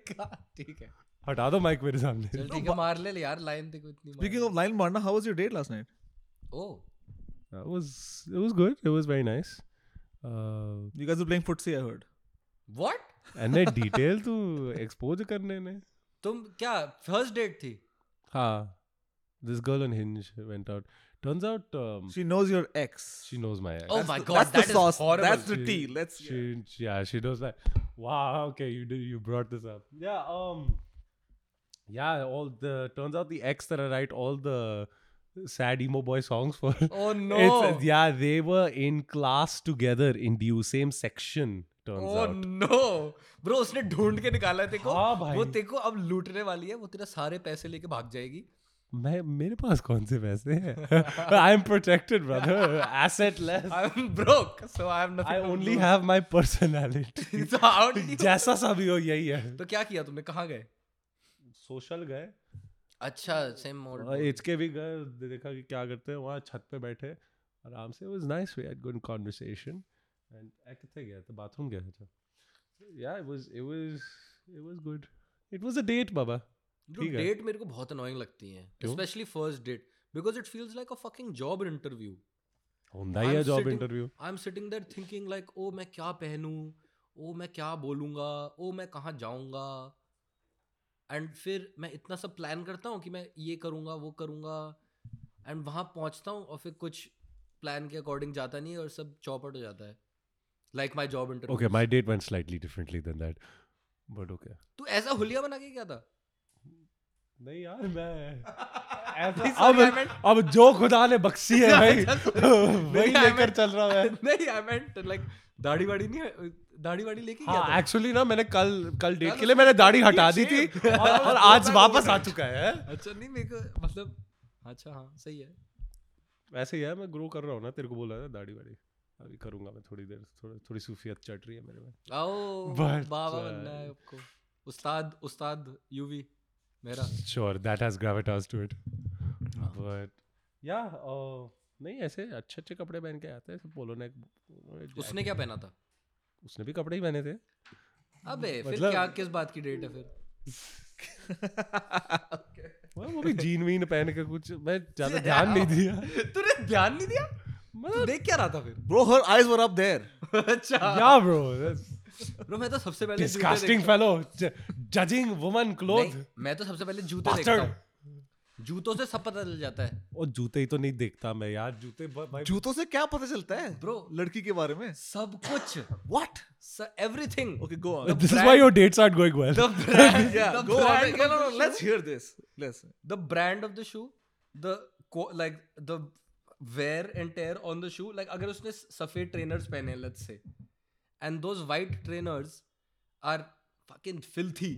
Speaker 1: ठीक है
Speaker 3: हटा दो माइक मेरे सामने
Speaker 1: चल ठीक है मार ले यार लाइन देखो इतनी Oh, मार
Speaker 2: speaking of line marna how was your date last night
Speaker 1: oh
Speaker 3: It was it was good. It was very nice. Uh,
Speaker 2: you guys were playing footsie i heard
Speaker 1: what
Speaker 3: and then detail तू expose करने ने
Speaker 1: तुम क्या first date थी
Speaker 3: हाँ this girl on Hinge went out. Turns out um,
Speaker 2: she knows your ex
Speaker 3: she knows my ex.
Speaker 1: Oh
Speaker 2: That's
Speaker 1: my
Speaker 2: the-
Speaker 1: God,
Speaker 2: that's
Speaker 1: that
Speaker 2: the
Speaker 1: is
Speaker 2: sauce
Speaker 1: horrible.
Speaker 2: that's the
Speaker 3: She-
Speaker 2: tea let's
Speaker 3: she yeah she knows that. Wow. Okay, you did you brought this up. Yeah. Um. Yeah. All the turns out the ex that I write all the sad emo boy songs for.
Speaker 1: Oh no.
Speaker 3: It's, yeah, they were in class together in DU, same section. Turns
Speaker 1: Oh
Speaker 3: out.
Speaker 1: no. Bro, उसने ढूंढ के निकाला है तेरे को
Speaker 3: हाँ भाई।
Speaker 1: वो तेरे को अब लूटने वाली है वो तेरा सारे पैसे लेके भाग जाएगी
Speaker 3: मैं मेरे पास कौन से पैसे हैं आई am protected brother asset less
Speaker 1: I am broke so I have
Speaker 3: I
Speaker 1: nothing
Speaker 3: only have my personality
Speaker 1: only
Speaker 3: जैसा सभी हो यही है
Speaker 1: तो क्या किया तुमने कहाँ गए
Speaker 3: सोशल गए
Speaker 1: अच्छा सेम मोड
Speaker 3: एच के भी गए दे- देखा कि क्या करते हैं वहाँ छत पे बैठे आराम से was nice we had good conversation and कितने गया था बाथरूम गया था या it was it was it was good It was a date, Baba. ठीक है।
Speaker 1: डेट मेरे को बहुत अनोइंग लगती हैं
Speaker 3: क्यों?
Speaker 1: Specially first date because it feels like a fucking job interview
Speaker 3: होता ही है
Speaker 1: I'm
Speaker 3: job
Speaker 1: sitting-
Speaker 3: interview
Speaker 1: I am sitting there thinking like oh "Oh, मैं क्या पहनूं ओ मैं क्या बोलूंगा ओ मैं कहाँ जाऊंगा एंड फिर मैं इतना सब प्लान करता हूँ कि मैं ये करूंगा वो करूंगा एंड वहाँ पहुँचता हूँ और फिर कुछ प्लान के अकॉर्डिंग जाता नहीं है और सब चौपट हो जाता है like my job interview
Speaker 3: Okay, my date went slightly differently than that, but okay.
Speaker 1: तू ऐसा हुलिया बना के क्या था
Speaker 3: नहीं यार मैं
Speaker 1: sorry,
Speaker 3: अब
Speaker 1: I meant-
Speaker 3: अब जो खुदा ने बख्शी है भाई वही
Speaker 1: I
Speaker 3: लेकर
Speaker 1: meant-
Speaker 3: चल रहा हूँ मैं
Speaker 1: नहीं आई मेंट लाइक दाढ़ी वाड़ी नहीं दाढ़ी वाड़ी लेके क्या
Speaker 3: हाँ
Speaker 1: था
Speaker 3: एक्चुअली ना मैंने कल कल डेट
Speaker 1: कल
Speaker 3: के लिए मैंने दाढ़ी
Speaker 1: उसने
Speaker 3: हटा दी
Speaker 1: deep
Speaker 3: थी
Speaker 1: shave।
Speaker 3: और, और आज वापस आ चुका है
Speaker 1: अच्छा नहीं मेरे को मतलब अच्छा हाँ सही है
Speaker 3: वैसे ही है मैं ग्रो कर रहा हूँ ना तेरे को बोला था दाढ़ी वाड़ी अभी करूंगा मैं थोड़ी देर थोड़ा थोड़ी सूफियत चट रही है मेरे में
Speaker 1: आओ
Speaker 3: But,
Speaker 1: बाबा
Speaker 3: uh,
Speaker 1: बनना है आपको उस्ताद उस्ताद यूवी मेरा
Speaker 3: sure that has gravitas to it
Speaker 1: हाँ।
Speaker 3: बट या नहीं ऐसे अच्छे अच्छे कपड़े पहन के आते हैं पोलो नेक
Speaker 1: उसने क्या पहना था
Speaker 3: उसने भी कपड़े ही पहने थे
Speaker 1: अबे फिर
Speaker 3: मतलब-
Speaker 1: क्या किस बात की डेट है फिर
Speaker 3: वो वो भी जीन वीन पहन के कुछ मैं ज्यादा ध्यान नहीं दिया
Speaker 1: तूने ध्यान नहीं दिया तू
Speaker 3: मतलब
Speaker 1: देख क्या रहा था
Speaker 2: Bro, her eyes were up there.
Speaker 1: फिर अच्छा
Speaker 3: या ब्रो दैट्स
Speaker 1: ब्रो मैं तो सबसे पहले जूते
Speaker 3: डिस्गस्टिंग
Speaker 1: देखता-
Speaker 3: फेलो जजिंग वुमन क्लोथ
Speaker 1: नहीं, मैं तो सबसे पहले जूते देखता हूँ जूतों से सब पता चल जाता है
Speaker 3: और जूते ही तो नहीं देखता मैं यार जूते ब- भाई
Speaker 2: जूतों से क्या पता चलता है
Speaker 1: Bro.
Speaker 2: लड़की के बारे में
Speaker 1: सब कुछ
Speaker 2: What?
Speaker 1: Everything
Speaker 2: Okay, go on.
Speaker 3: This is why your dates are going well
Speaker 1: the brand
Speaker 2: yeah,
Speaker 1: the
Speaker 2: go
Speaker 1: brand
Speaker 2: on.
Speaker 1: of
Speaker 2: No,
Speaker 1: the
Speaker 2: no, no.
Speaker 1: shoe-
Speaker 2: Let's hear this. Let's.
Speaker 1: the brand of the shoe the co- like the wear and tear on the shoe like अगर उसने स- सफेद trainers पहने हैं, let's say and those white trainers are fucking filthy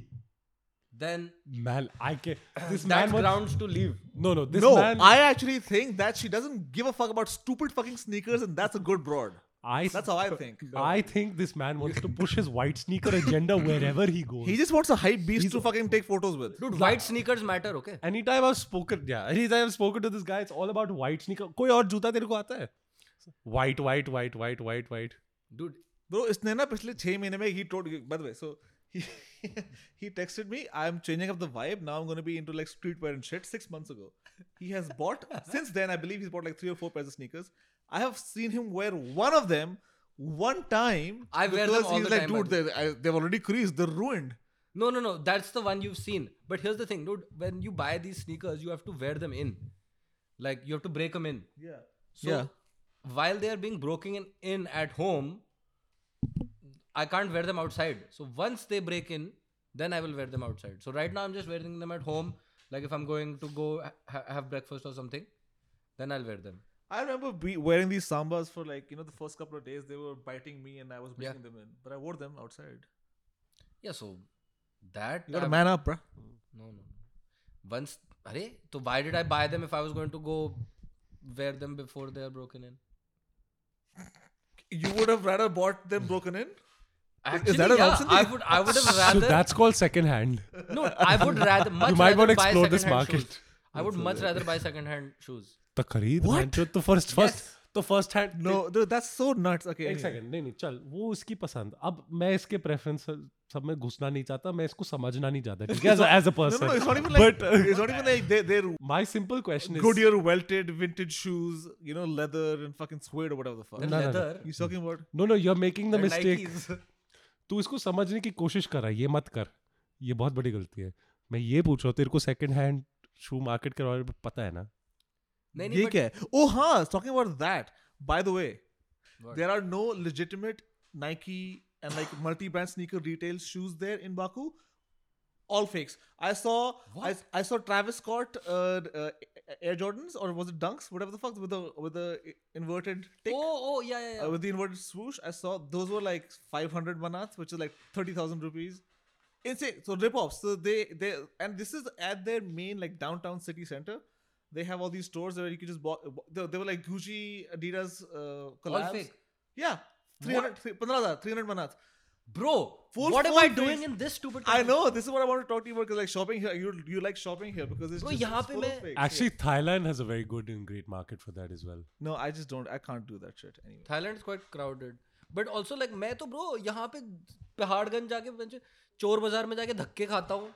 Speaker 1: then
Speaker 3: man I के this
Speaker 1: that's
Speaker 3: man
Speaker 1: grounds to leave
Speaker 3: no no this
Speaker 2: Uh, no,
Speaker 3: man
Speaker 2: I actually think that she doesn't give a fuck about stupid fucking sneakers, and that's a good broad.
Speaker 3: I
Speaker 2: That's how I think.
Speaker 3: I think this man wants to push his white sneaker agenda wherever he goes.
Speaker 2: He just wants a hype beast to fucking take photos with.
Speaker 1: dude white sneakers matter okay
Speaker 3: anytime I've spoken, yeah, anytime I've spoken to this guy, it's all about white sneaker. कोई और जूता तेरे को आता है? White, white, white, white, white, white.
Speaker 1: dude
Speaker 2: Bro, इसने ना पिछले छह महीने में he told by the way, so he he texted me, I'm changing up the vibe. Now I'm gonna be into like streetwear and shit six months ago. He has bought since then, I believe he's bought like three or four pairs of sneakers. I have seen him wear one of them one time.
Speaker 1: I wear them
Speaker 2: because
Speaker 1: all
Speaker 2: he's
Speaker 1: the
Speaker 2: like,
Speaker 1: time, by
Speaker 2: dude,
Speaker 1: the
Speaker 2: they're, I, they've already creased, they're ruined.
Speaker 1: no no no that's the one you've seen but here's the thing dude when you buy these sneakers you have to wear them in like you have to break them in
Speaker 2: Yeah.
Speaker 1: So
Speaker 2: Yeah.
Speaker 1: while they are being broken in, in at home, I can't wear them outside. So once they break in, then I will wear them outside. So right now I'm just wearing them at home. Like if I'm going to go ha- ha- have breakfast or something, then I'll wear them.
Speaker 2: I remember be wearing these sambas for like, you know, the first couple of days they were biting me and I was breaking them in. But I wore them outside.
Speaker 1: Yeah. So that
Speaker 2: You gotta
Speaker 1: I've-
Speaker 2: man up, bruh.
Speaker 1: no no. Once अरे तो why did I buy them if I was going to go wear them before they are broken in?
Speaker 2: You would have rather bought them broken in?
Speaker 1: Actually,
Speaker 2: that an
Speaker 1: yeah,
Speaker 2: option?
Speaker 1: I would I would have
Speaker 3: So
Speaker 1: rather
Speaker 3: that's called second hand.
Speaker 1: no I would rather much
Speaker 3: You might
Speaker 1: rather
Speaker 3: want to
Speaker 1: buy
Speaker 3: explore this
Speaker 1: secondhand shoes.
Speaker 3: market.
Speaker 1: I would much rather buy second hand shoes.
Speaker 3: तो खरीद
Speaker 2: What?
Speaker 3: जो तो first first तो first hand
Speaker 2: No, dude, that's so nuts. Okay.
Speaker 3: एक
Speaker 2: anyway.
Speaker 3: Second नहीं नहीं चल वो उसकी पसंद अब मैं इसके प्रेफरेंस सब में घुसना नहीं चाहता मैं इसको समझना नहीं चाहता ठीक है as a
Speaker 2: No, no, no, it's
Speaker 3: person
Speaker 2: not even like
Speaker 3: uh,
Speaker 2: it's not even like they they're
Speaker 3: my simple question is
Speaker 2: Goodyear welted vintage shoes, you know, leather and fucking suede or whatever the fuck.
Speaker 1: The
Speaker 3: no, no.
Speaker 1: leather.
Speaker 2: You talking about?
Speaker 3: No no you are making the
Speaker 1: the
Speaker 3: mistake
Speaker 1: Nikes.
Speaker 3: तू इसको समझने की कोशिश कर रहा है ये मत कर ये बहुत बड़ी गलती है मैं ये पूछ रहा हूँ तेरे को सेकंड हैंड शू मार्केट के बारे में पता है ना
Speaker 1: नहीं
Speaker 2: ये
Speaker 1: नहीं but
Speaker 2: क्या है? Oh, हाँ, it's talking about that. By the way,
Speaker 1: What?
Speaker 2: there are no legitimate Nike and like multi-brand sneaker retail shoes there in Baku. All fakes. I saw I,
Speaker 1: What?
Speaker 2: I saw Travis Scott uh, uh, Air Jordans or was it Dunks? Whatever the fuck with the with the inverted tick.
Speaker 1: oh oh yeah yeah yeah
Speaker 2: uh, with the inverted swoosh, I saw those were like 500 manats, which is like 30,000 rupees. Insane. So rip-offs. So they they and this is at their main like downtown city center. They have all these stores where you can just buy. They, they were like Gucci, Adidas, uh, collabs.
Speaker 1: fake?
Speaker 2: Yeah, 300, 300, 300 manats.
Speaker 1: bro
Speaker 2: Full-
Speaker 1: what am
Speaker 2: full
Speaker 1: I doing
Speaker 2: face.
Speaker 1: in this stupid
Speaker 2: I
Speaker 1: country?
Speaker 2: know. This is what I want to talk to you about because like shopping here, you you like shopping here because it's
Speaker 1: Bro,
Speaker 2: just
Speaker 1: यहाँ
Speaker 2: it's
Speaker 1: पे
Speaker 2: full of
Speaker 1: मैं-
Speaker 2: fakes.
Speaker 3: actually thailand has a very good and great market for that as well
Speaker 2: Yeah. no, I just don't. I can't do that shit anyway.
Speaker 1: Thailand is quite crowded but also like मैं तो bro यहाँ पे पहाड़गंज जाके bench- चोर बाजार में जाके धक्के खाता हूँ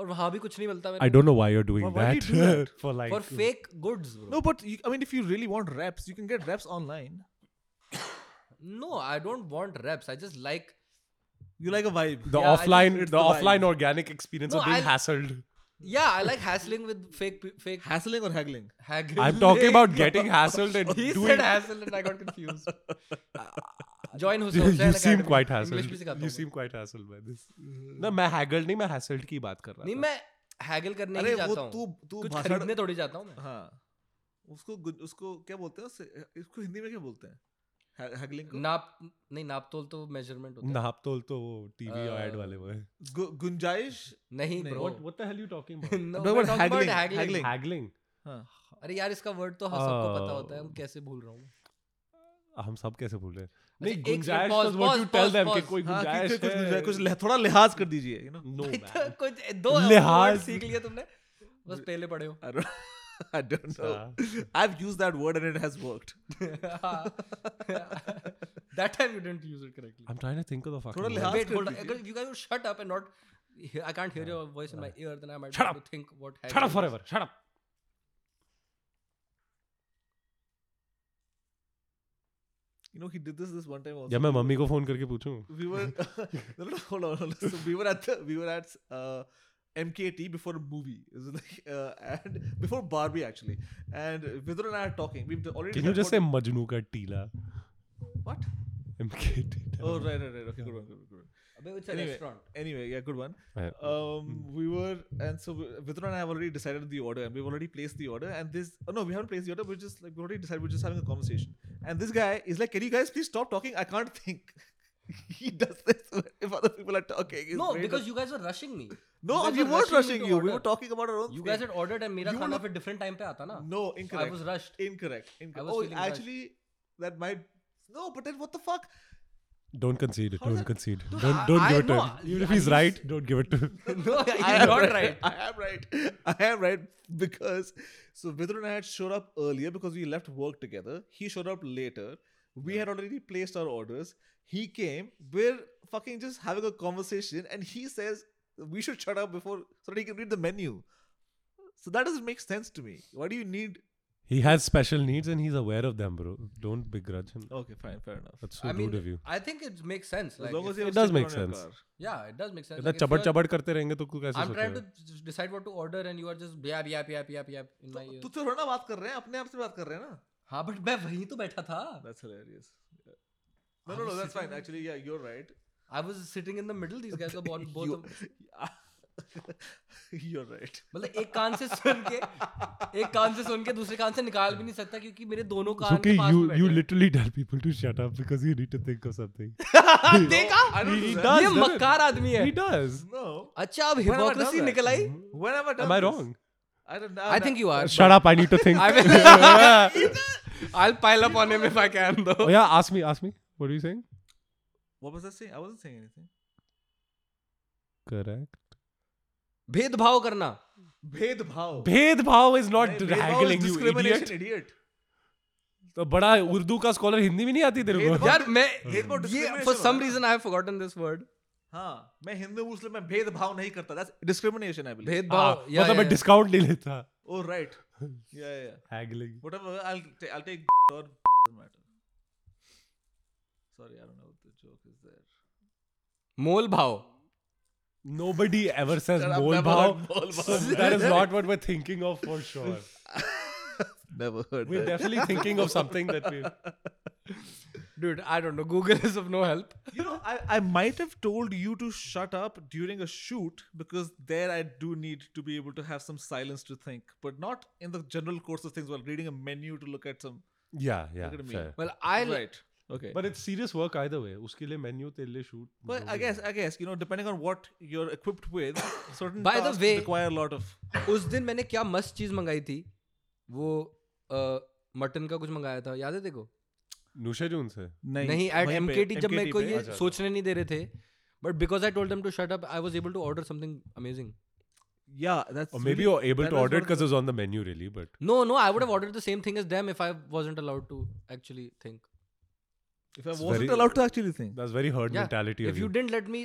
Speaker 1: और वहां भी कुछ नहीं मिलता
Speaker 3: I
Speaker 1: मेरे
Speaker 3: don't know why you're doing
Speaker 2: Why- why do
Speaker 3: that,
Speaker 2: you do that?
Speaker 3: for like
Speaker 1: को। for fake goods bro
Speaker 2: No, but you, I mean, if you really want reps, you can get reps online.
Speaker 1: no i don't want reps i just like
Speaker 2: You like a vibe.
Speaker 3: the
Speaker 1: Yeah, I just-
Speaker 3: offline
Speaker 2: it's
Speaker 3: the,
Speaker 2: the vibe.
Speaker 3: offline organic experience
Speaker 1: No,
Speaker 3: of being
Speaker 1: I'll-
Speaker 3: hassled.
Speaker 1: yeah i like hassling with fake pe- fake
Speaker 2: Hassling or haggling?
Speaker 1: haggling
Speaker 3: I'm talking about getting hassled and
Speaker 1: he
Speaker 3: doing.
Speaker 1: said hassle and i got confused join Hussein
Speaker 3: you
Speaker 1: Hussain
Speaker 3: seem
Speaker 1: Academy.
Speaker 3: quite
Speaker 1: English
Speaker 3: hassled.
Speaker 1: भी सिखाता हूँ
Speaker 3: You
Speaker 1: मैं। Hmm.
Speaker 3: seem quite hassled by this. ना मैं हैगल्ड नहीं मैं हैसल्ड की बात कर
Speaker 1: नहीं
Speaker 3: रहा था
Speaker 1: मैं हैगल करने
Speaker 2: अरे
Speaker 1: ही
Speaker 2: वो
Speaker 1: जाता
Speaker 2: तू
Speaker 1: हूँ
Speaker 2: तू
Speaker 1: कुछ
Speaker 2: भाषण
Speaker 1: खरीदने थोड़ी जाता हूँ मैं
Speaker 2: हाँ उसको गुज- उसको क्या बोलते हैं उससे- इसको हिंदी में क्या बोलते हैं है- हैगलिंग को
Speaker 1: नाप नहीं नाप तोल तो मेजरमेंट होता है
Speaker 3: नाप तोल तो वो टीवी और ad
Speaker 1: Uh,
Speaker 3: वाले वो है
Speaker 2: गु- गुंजाइश
Speaker 1: नहीं
Speaker 2: नहीं,
Speaker 1: bro
Speaker 2: what-
Speaker 3: what the hell you Oh. talking
Speaker 1: No,
Speaker 2: about
Speaker 1: we're talking about
Speaker 2: haggling,
Speaker 1: haggling.
Speaker 2: haggling.
Speaker 3: Haggling
Speaker 2: हाँ
Speaker 1: अरे यार इसका वर्ड तो हम सबको पता होता है
Speaker 3: Oh.
Speaker 1: हम कैसे भूल रहा हूँ
Speaker 3: हम सब कैसे भूल रहे हैं
Speaker 1: अच्छा,
Speaker 3: नहीं
Speaker 1: एक second,
Speaker 3: गुंजाइश
Speaker 1: pause,
Speaker 3: was what you
Speaker 1: pause,
Speaker 3: tell
Speaker 1: pause,
Speaker 3: them कि
Speaker 1: pause.
Speaker 3: कोई
Speaker 2: हाँ, कि
Speaker 3: गुंजाइश
Speaker 2: कुछ- कुछ
Speaker 3: है
Speaker 2: गुंजाइश- कुछ लह- थोड़ा लिहाज कर दीजिए you know.
Speaker 3: no
Speaker 1: तो
Speaker 3: man
Speaker 1: कुछ दो वर्ड
Speaker 3: लिहाज।
Speaker 1: सीख लिए तुमने बस पहले पढ़े हो
Speaker 2: I don't, I don't
Speaker 1: अच्छा।
Speaker 2: know.
Speaker 3: Yeah.
Speaker 2: I've used that word and it has worked.
Speaker 3: हाँ।
Speaker 1: that time you didn't use it correctly
Speaker 3: I'm trying to think of the fucking
Speaker 2: थोड़ा
Speaker 3: word.
Speaker 2: लिहाज
Speaker 1: wait
Speaker 2: कर
Speaker 1: hold on
Speaker 2: दीजिए।
Speaker 1: if you guys would shut up and not I can't hear your voice in my ear then I might
Speaker 3: हाँ। Shut
Speaker 1: have
Speaker 3: up.
Speaker 1: to think what
Speaker 3: shut up
Speaker 1: haggling is.
Speaker 3: forever shut up
Speaker 2: You know, he did this this one time also.
Speaker 3: या मैं mummy को phone करके पूछूं
Speaker 2: We were no, no, no, hold on, hold on. So we were at the we were at uh, MKT before a movie. It was like, uh, and before Barbie actually. And Vidura and I are talking. We've already.
Speaker 3: can you
Speaker 2: done
Speaker 3: just say
Speaker 2: what-
Speaker 3: majnu ka teela
Speaker 2: what?
Speaker 3: mkt
Speaker 2: Oh right, right, right. Okay, good one, good one, good one.
Speaker 1: Abhi, it's a
Speaker 2: Anyway.
Speaker 1: restaurant
Speaker 2: Anyway, yeah, good one.
Speaker 3: Right. Hmm.
Speaker 2: Um, we were, and so we- Vidura and I have already decided the order, and we've already placed the order. And this, oh no, we haven't placed the order. We're just like we already decided. We're just having a conversation. And this guy is like, "Can you guys please stop talking? I can't think." he does this if other people are talking. His
Speaker 1: no
Speaker 2: brain
Speaker 1: because
Speaker 2: does-
Speaker 1: you guys were rushing me
Speaker 2: no,
Speaker 1: guys
Speaker 2: we
Speaker 1: were
Speaker 2: weren't
Speaker 1: rushing me
Speaker 2: rushing
Speaker 1: to
Speaker 2: you. We
Speaker 1: order.
Speaker 2: were talking about our own.
Speaker 1: you
Speaker 2: thing.
Speaker 1: guys had ordered and मेरा
Speaker 2: You
Speaker 1: खाना
Speaker 2: look-
Speaker 1: फिर different time पे आता ना
Speaker 2: no
Speaker 1: I
Speaker 2: incorrect.
Speaker 1: was rushed
Speaker 2: incorrect. Incorrect.
Speaker 1: was
Speaker 2: Oh,
Speaker 1: feeling rushed.
Speaker 2: actually, that might. No, but then what the fuck?
Speaker 3: don't concede it
Speaker 2: How is
Speaker 3: don't
Speaker 2: that-
Speaker 3: concede
Speaker 1: Dude,
Speaker 3: don't
Speaker 1: I-
Speaker 3: don't
Speaker 1: I
Speaker 3: give it to
Speaker 1: know,
Speaker 3: him even if
Speaker 1: I
Speaker 3: he's
Speaker 1: just-
Speaker 3: right don't give it to him
Speaker 1: no
Speaker 2: I
Speaker 1: you're
Speaker 2: am
Speaker 1: not
Speaker 2: right.
Speaker 1: right
Speaker 2: I am right. I am right because so Vidra and I had showed up earlier because we left work together. He showed up later. We had already placed our orders. He came. We're fucking just having a conversation, and he says we should shut up before so that he can read the menu. So that doesn't make sense to me. Why do you need?
Speaker 3: he has special needs and he's aware of them bro don't begrudge him
Speaker 2: Okay, fine, fair enough.
Speaker 1: I
Speaker 3: that's so
Speaker 1: mean uh,
Speaker 3: rude of you
Speaker 1: I think it makes sense
Speaker 2: As
Speaker 1: like
Speaker 2: long as
Speaker 1: if-
Speaker 2: you have
Speaker 3: it does
Speaker 2: sticker
Speaker 3: make
Speaker 2: on your
Speaker 3: sense.
Speaker 2: car.
Speaker 1: yeah it does make sense
Speaker 3: इतना
Speaker 1: like, if
Speaker 3: चबड़
Speaker 1: you're-
Speaker 3: चबड़ करते रहेंगे तो कोई कैसे
Speaker 1: I'm
Speaker 3: सोचेगा
Speaker 1: trying to j- decide what to order and you are just yap yap yap yap yap in my ear.
Speaker 2: तू तो ना बात कर रहे हैं अपने आप से बात कर रहे हैं ना?
Speaker 1: हाँ but मैं वहीं तो बैठा था.
Speaker 2: That's hilarious. Yeah.
Speaker 1: I was
Speaker 2: No, no, no, that's
Speaker 1: sitting
Speaker 2: fine. Actually, yeah, you're right.
Speaker 1: I was sitting in the middle. These guys were both both.
Speaker 2: You-
Speaker 1: of-
Speaker 2: You're right.
Speaker 1: मतलब एक कान से सुन के एक कान से सुन के दूसरे कान से निकाल भी नहीं सकता क्योंकि मेरे दोनों
Speaker 3: It's
Speaker 1: कान
Speaker 3: okay
Speaker 1: के पास
Speaker 3: you
Speaker 1: में बैठे
Speaker 3: you
Speaker 1: हैं।
Speaker 3: literally tell people to shut up because you need to think of something
Speaker 1: हाँ, देखा
Speaker 2: I don't
Speaker 3: He
Speaker 2: do that.
Speaker 3: does.
Speaker 1: ये
Speaker 3: doesn't.
Speaker 1: मक्कार आदमी है.
Speaker 3: he does
Speaker 2: No.
Speaker 1: अच्छा अब
Speaker 2: Why have I done
Speaker 1: hypocrisy
Speaker 2: that?
Speaker 1: निकल आई.
Speaker 2: When have I done
Speaker 3: am i
Speaker 2: this?
Speaker 3: wrong
Speaker 2: I don't know.
Speaker 1: I think you are.
Speaker 3: Uh, shut up i need to think
Speaker 1: I will. I'll pile up on him if I can
Speaker 3: oh
Speaker 1: though.
Speaker 3: yeah ask me ask me what are you saying
Speaker 2: What was I saying? I wasn't saying anything.
Speaker 3: correct
Speaker 1: भेदभाव करना.
Speaker 2: भेदभाव.
Speaker 3: भेदभाव is not
Speaker 2: नहीं, भेदभाव is
Speaker 3: haggling you
Speaker 2: discrimination,
Speaker 3: idiot
Speaker 2: idiot.
Speaker 3: तो बड़ा उर्दू का scholar Hindi में नहीं आती तेरे को
Speaker 2: भेदभाव-
Speaker 1: यार मैं
Speaker 2: भेदभाव
Speaker 1: ये
Speaker 2: discrimination
Speaker 1: for
Speaker 2: होता
Speaker 1: some
Speaker 2: है ना।
Speaker 1: reason I have forgotten this word.
Speaker 2: हाँ, मैं हिंदू हूँ, इसलिए मैं भेदभाव नहीं करता. That's discrimination, I believe.
Speaker 3: हाँ,
Speaker 1: भेदभाव yeah,
Speaker 3: मतलब मैं
Speaker 1: yeah, yeah.
Speaker 3: डिस्काउंट नहीं लेता
Speaker 2: Oh, right. Yeah, yeah, yeah.
Speaker 3: Haggling
Speaker 2: Whatever. I'll ta- I'll take or doesn't matter. Sorry, I don't know what the joke is there.
Speaker 1: मोल भाव
Speaker 3: nobody ever says
Speaker 2: I've
Speaker 3: मोल
Speaker 2: never
Speaker 3: भाव
Speaker 2: heard मोल
Speaker 3: so
Speaker 2: भाव.
Speaker 3: that is not what we're thinking of for sure
Speaker 2: Never heard
Speaker 3: we're definitely thinking of something that we
Speaker 1: dude i don't know google is of no help
Speaker 2: You know, I, I might have told you to shut up during a shoot because there I do need to be able to have some silence to think, but not in the general course of things while reading a menu to look at some.
Speaker 3: yeah yeah
Speaker 2: Look at me.
Speaker 3: fair
Speaker 1: well i
Speaker 2: right. Okay. But,
Speaker 3: but it's serious work either way उसके लिए menu तेरे लिए shoot
Speaker 2: I guess I guess you know depending on what you're equipped with, certain
Speaker 1: By the
Speaker 2: tasks
Speaker 1: way-
Speaker 2: require a lot of.
Speaker 1: उस दिन मैंने क्या मस्त चीज मंगाई थी वो मटन का कुछ मंगाया था याद है देखो
Speaker 3: नुशा जून से
Speaker 1: नहीं एट
Speaker 2: वहीं
Speaker 1: एम
Speaker 2: पे,
Speaker 1: जब मेरे को
Speaker 2: पे।
Speaker 1: ये
Speaker 3: अच्छा, अच्छा।
Speaker 1: सोचने नहीं दे रहे थे but because I told them to shut up I was able to order something amazing
Speaker 2: Yeah, that's.
Speaker 3: or maybe
Speaker 2: really-
Speaker 3: you're able
Speaker 2: that
Speaker 3: to
Speaker 2: was
Speaker 3: order it
Speaker 2: one of
Speaker 3: because it's on the menu really but
Speaker 1: no no I would have ordered the same thing as them if I wasn't allowed to actually think
Speaker 2: the- If I
Speaker 3: It's
Speaker 2: wasn't
Speaker 3: very-
Speaker 2: allowed to actually think.
Speaker 3: that's very herd
Speaker 1: Yeah,
Speaker 3: mentality
Speaker 1: if
Speaker 3: of
Speaker 1: you
Speaker 3: you
Speaker 1: didn't let me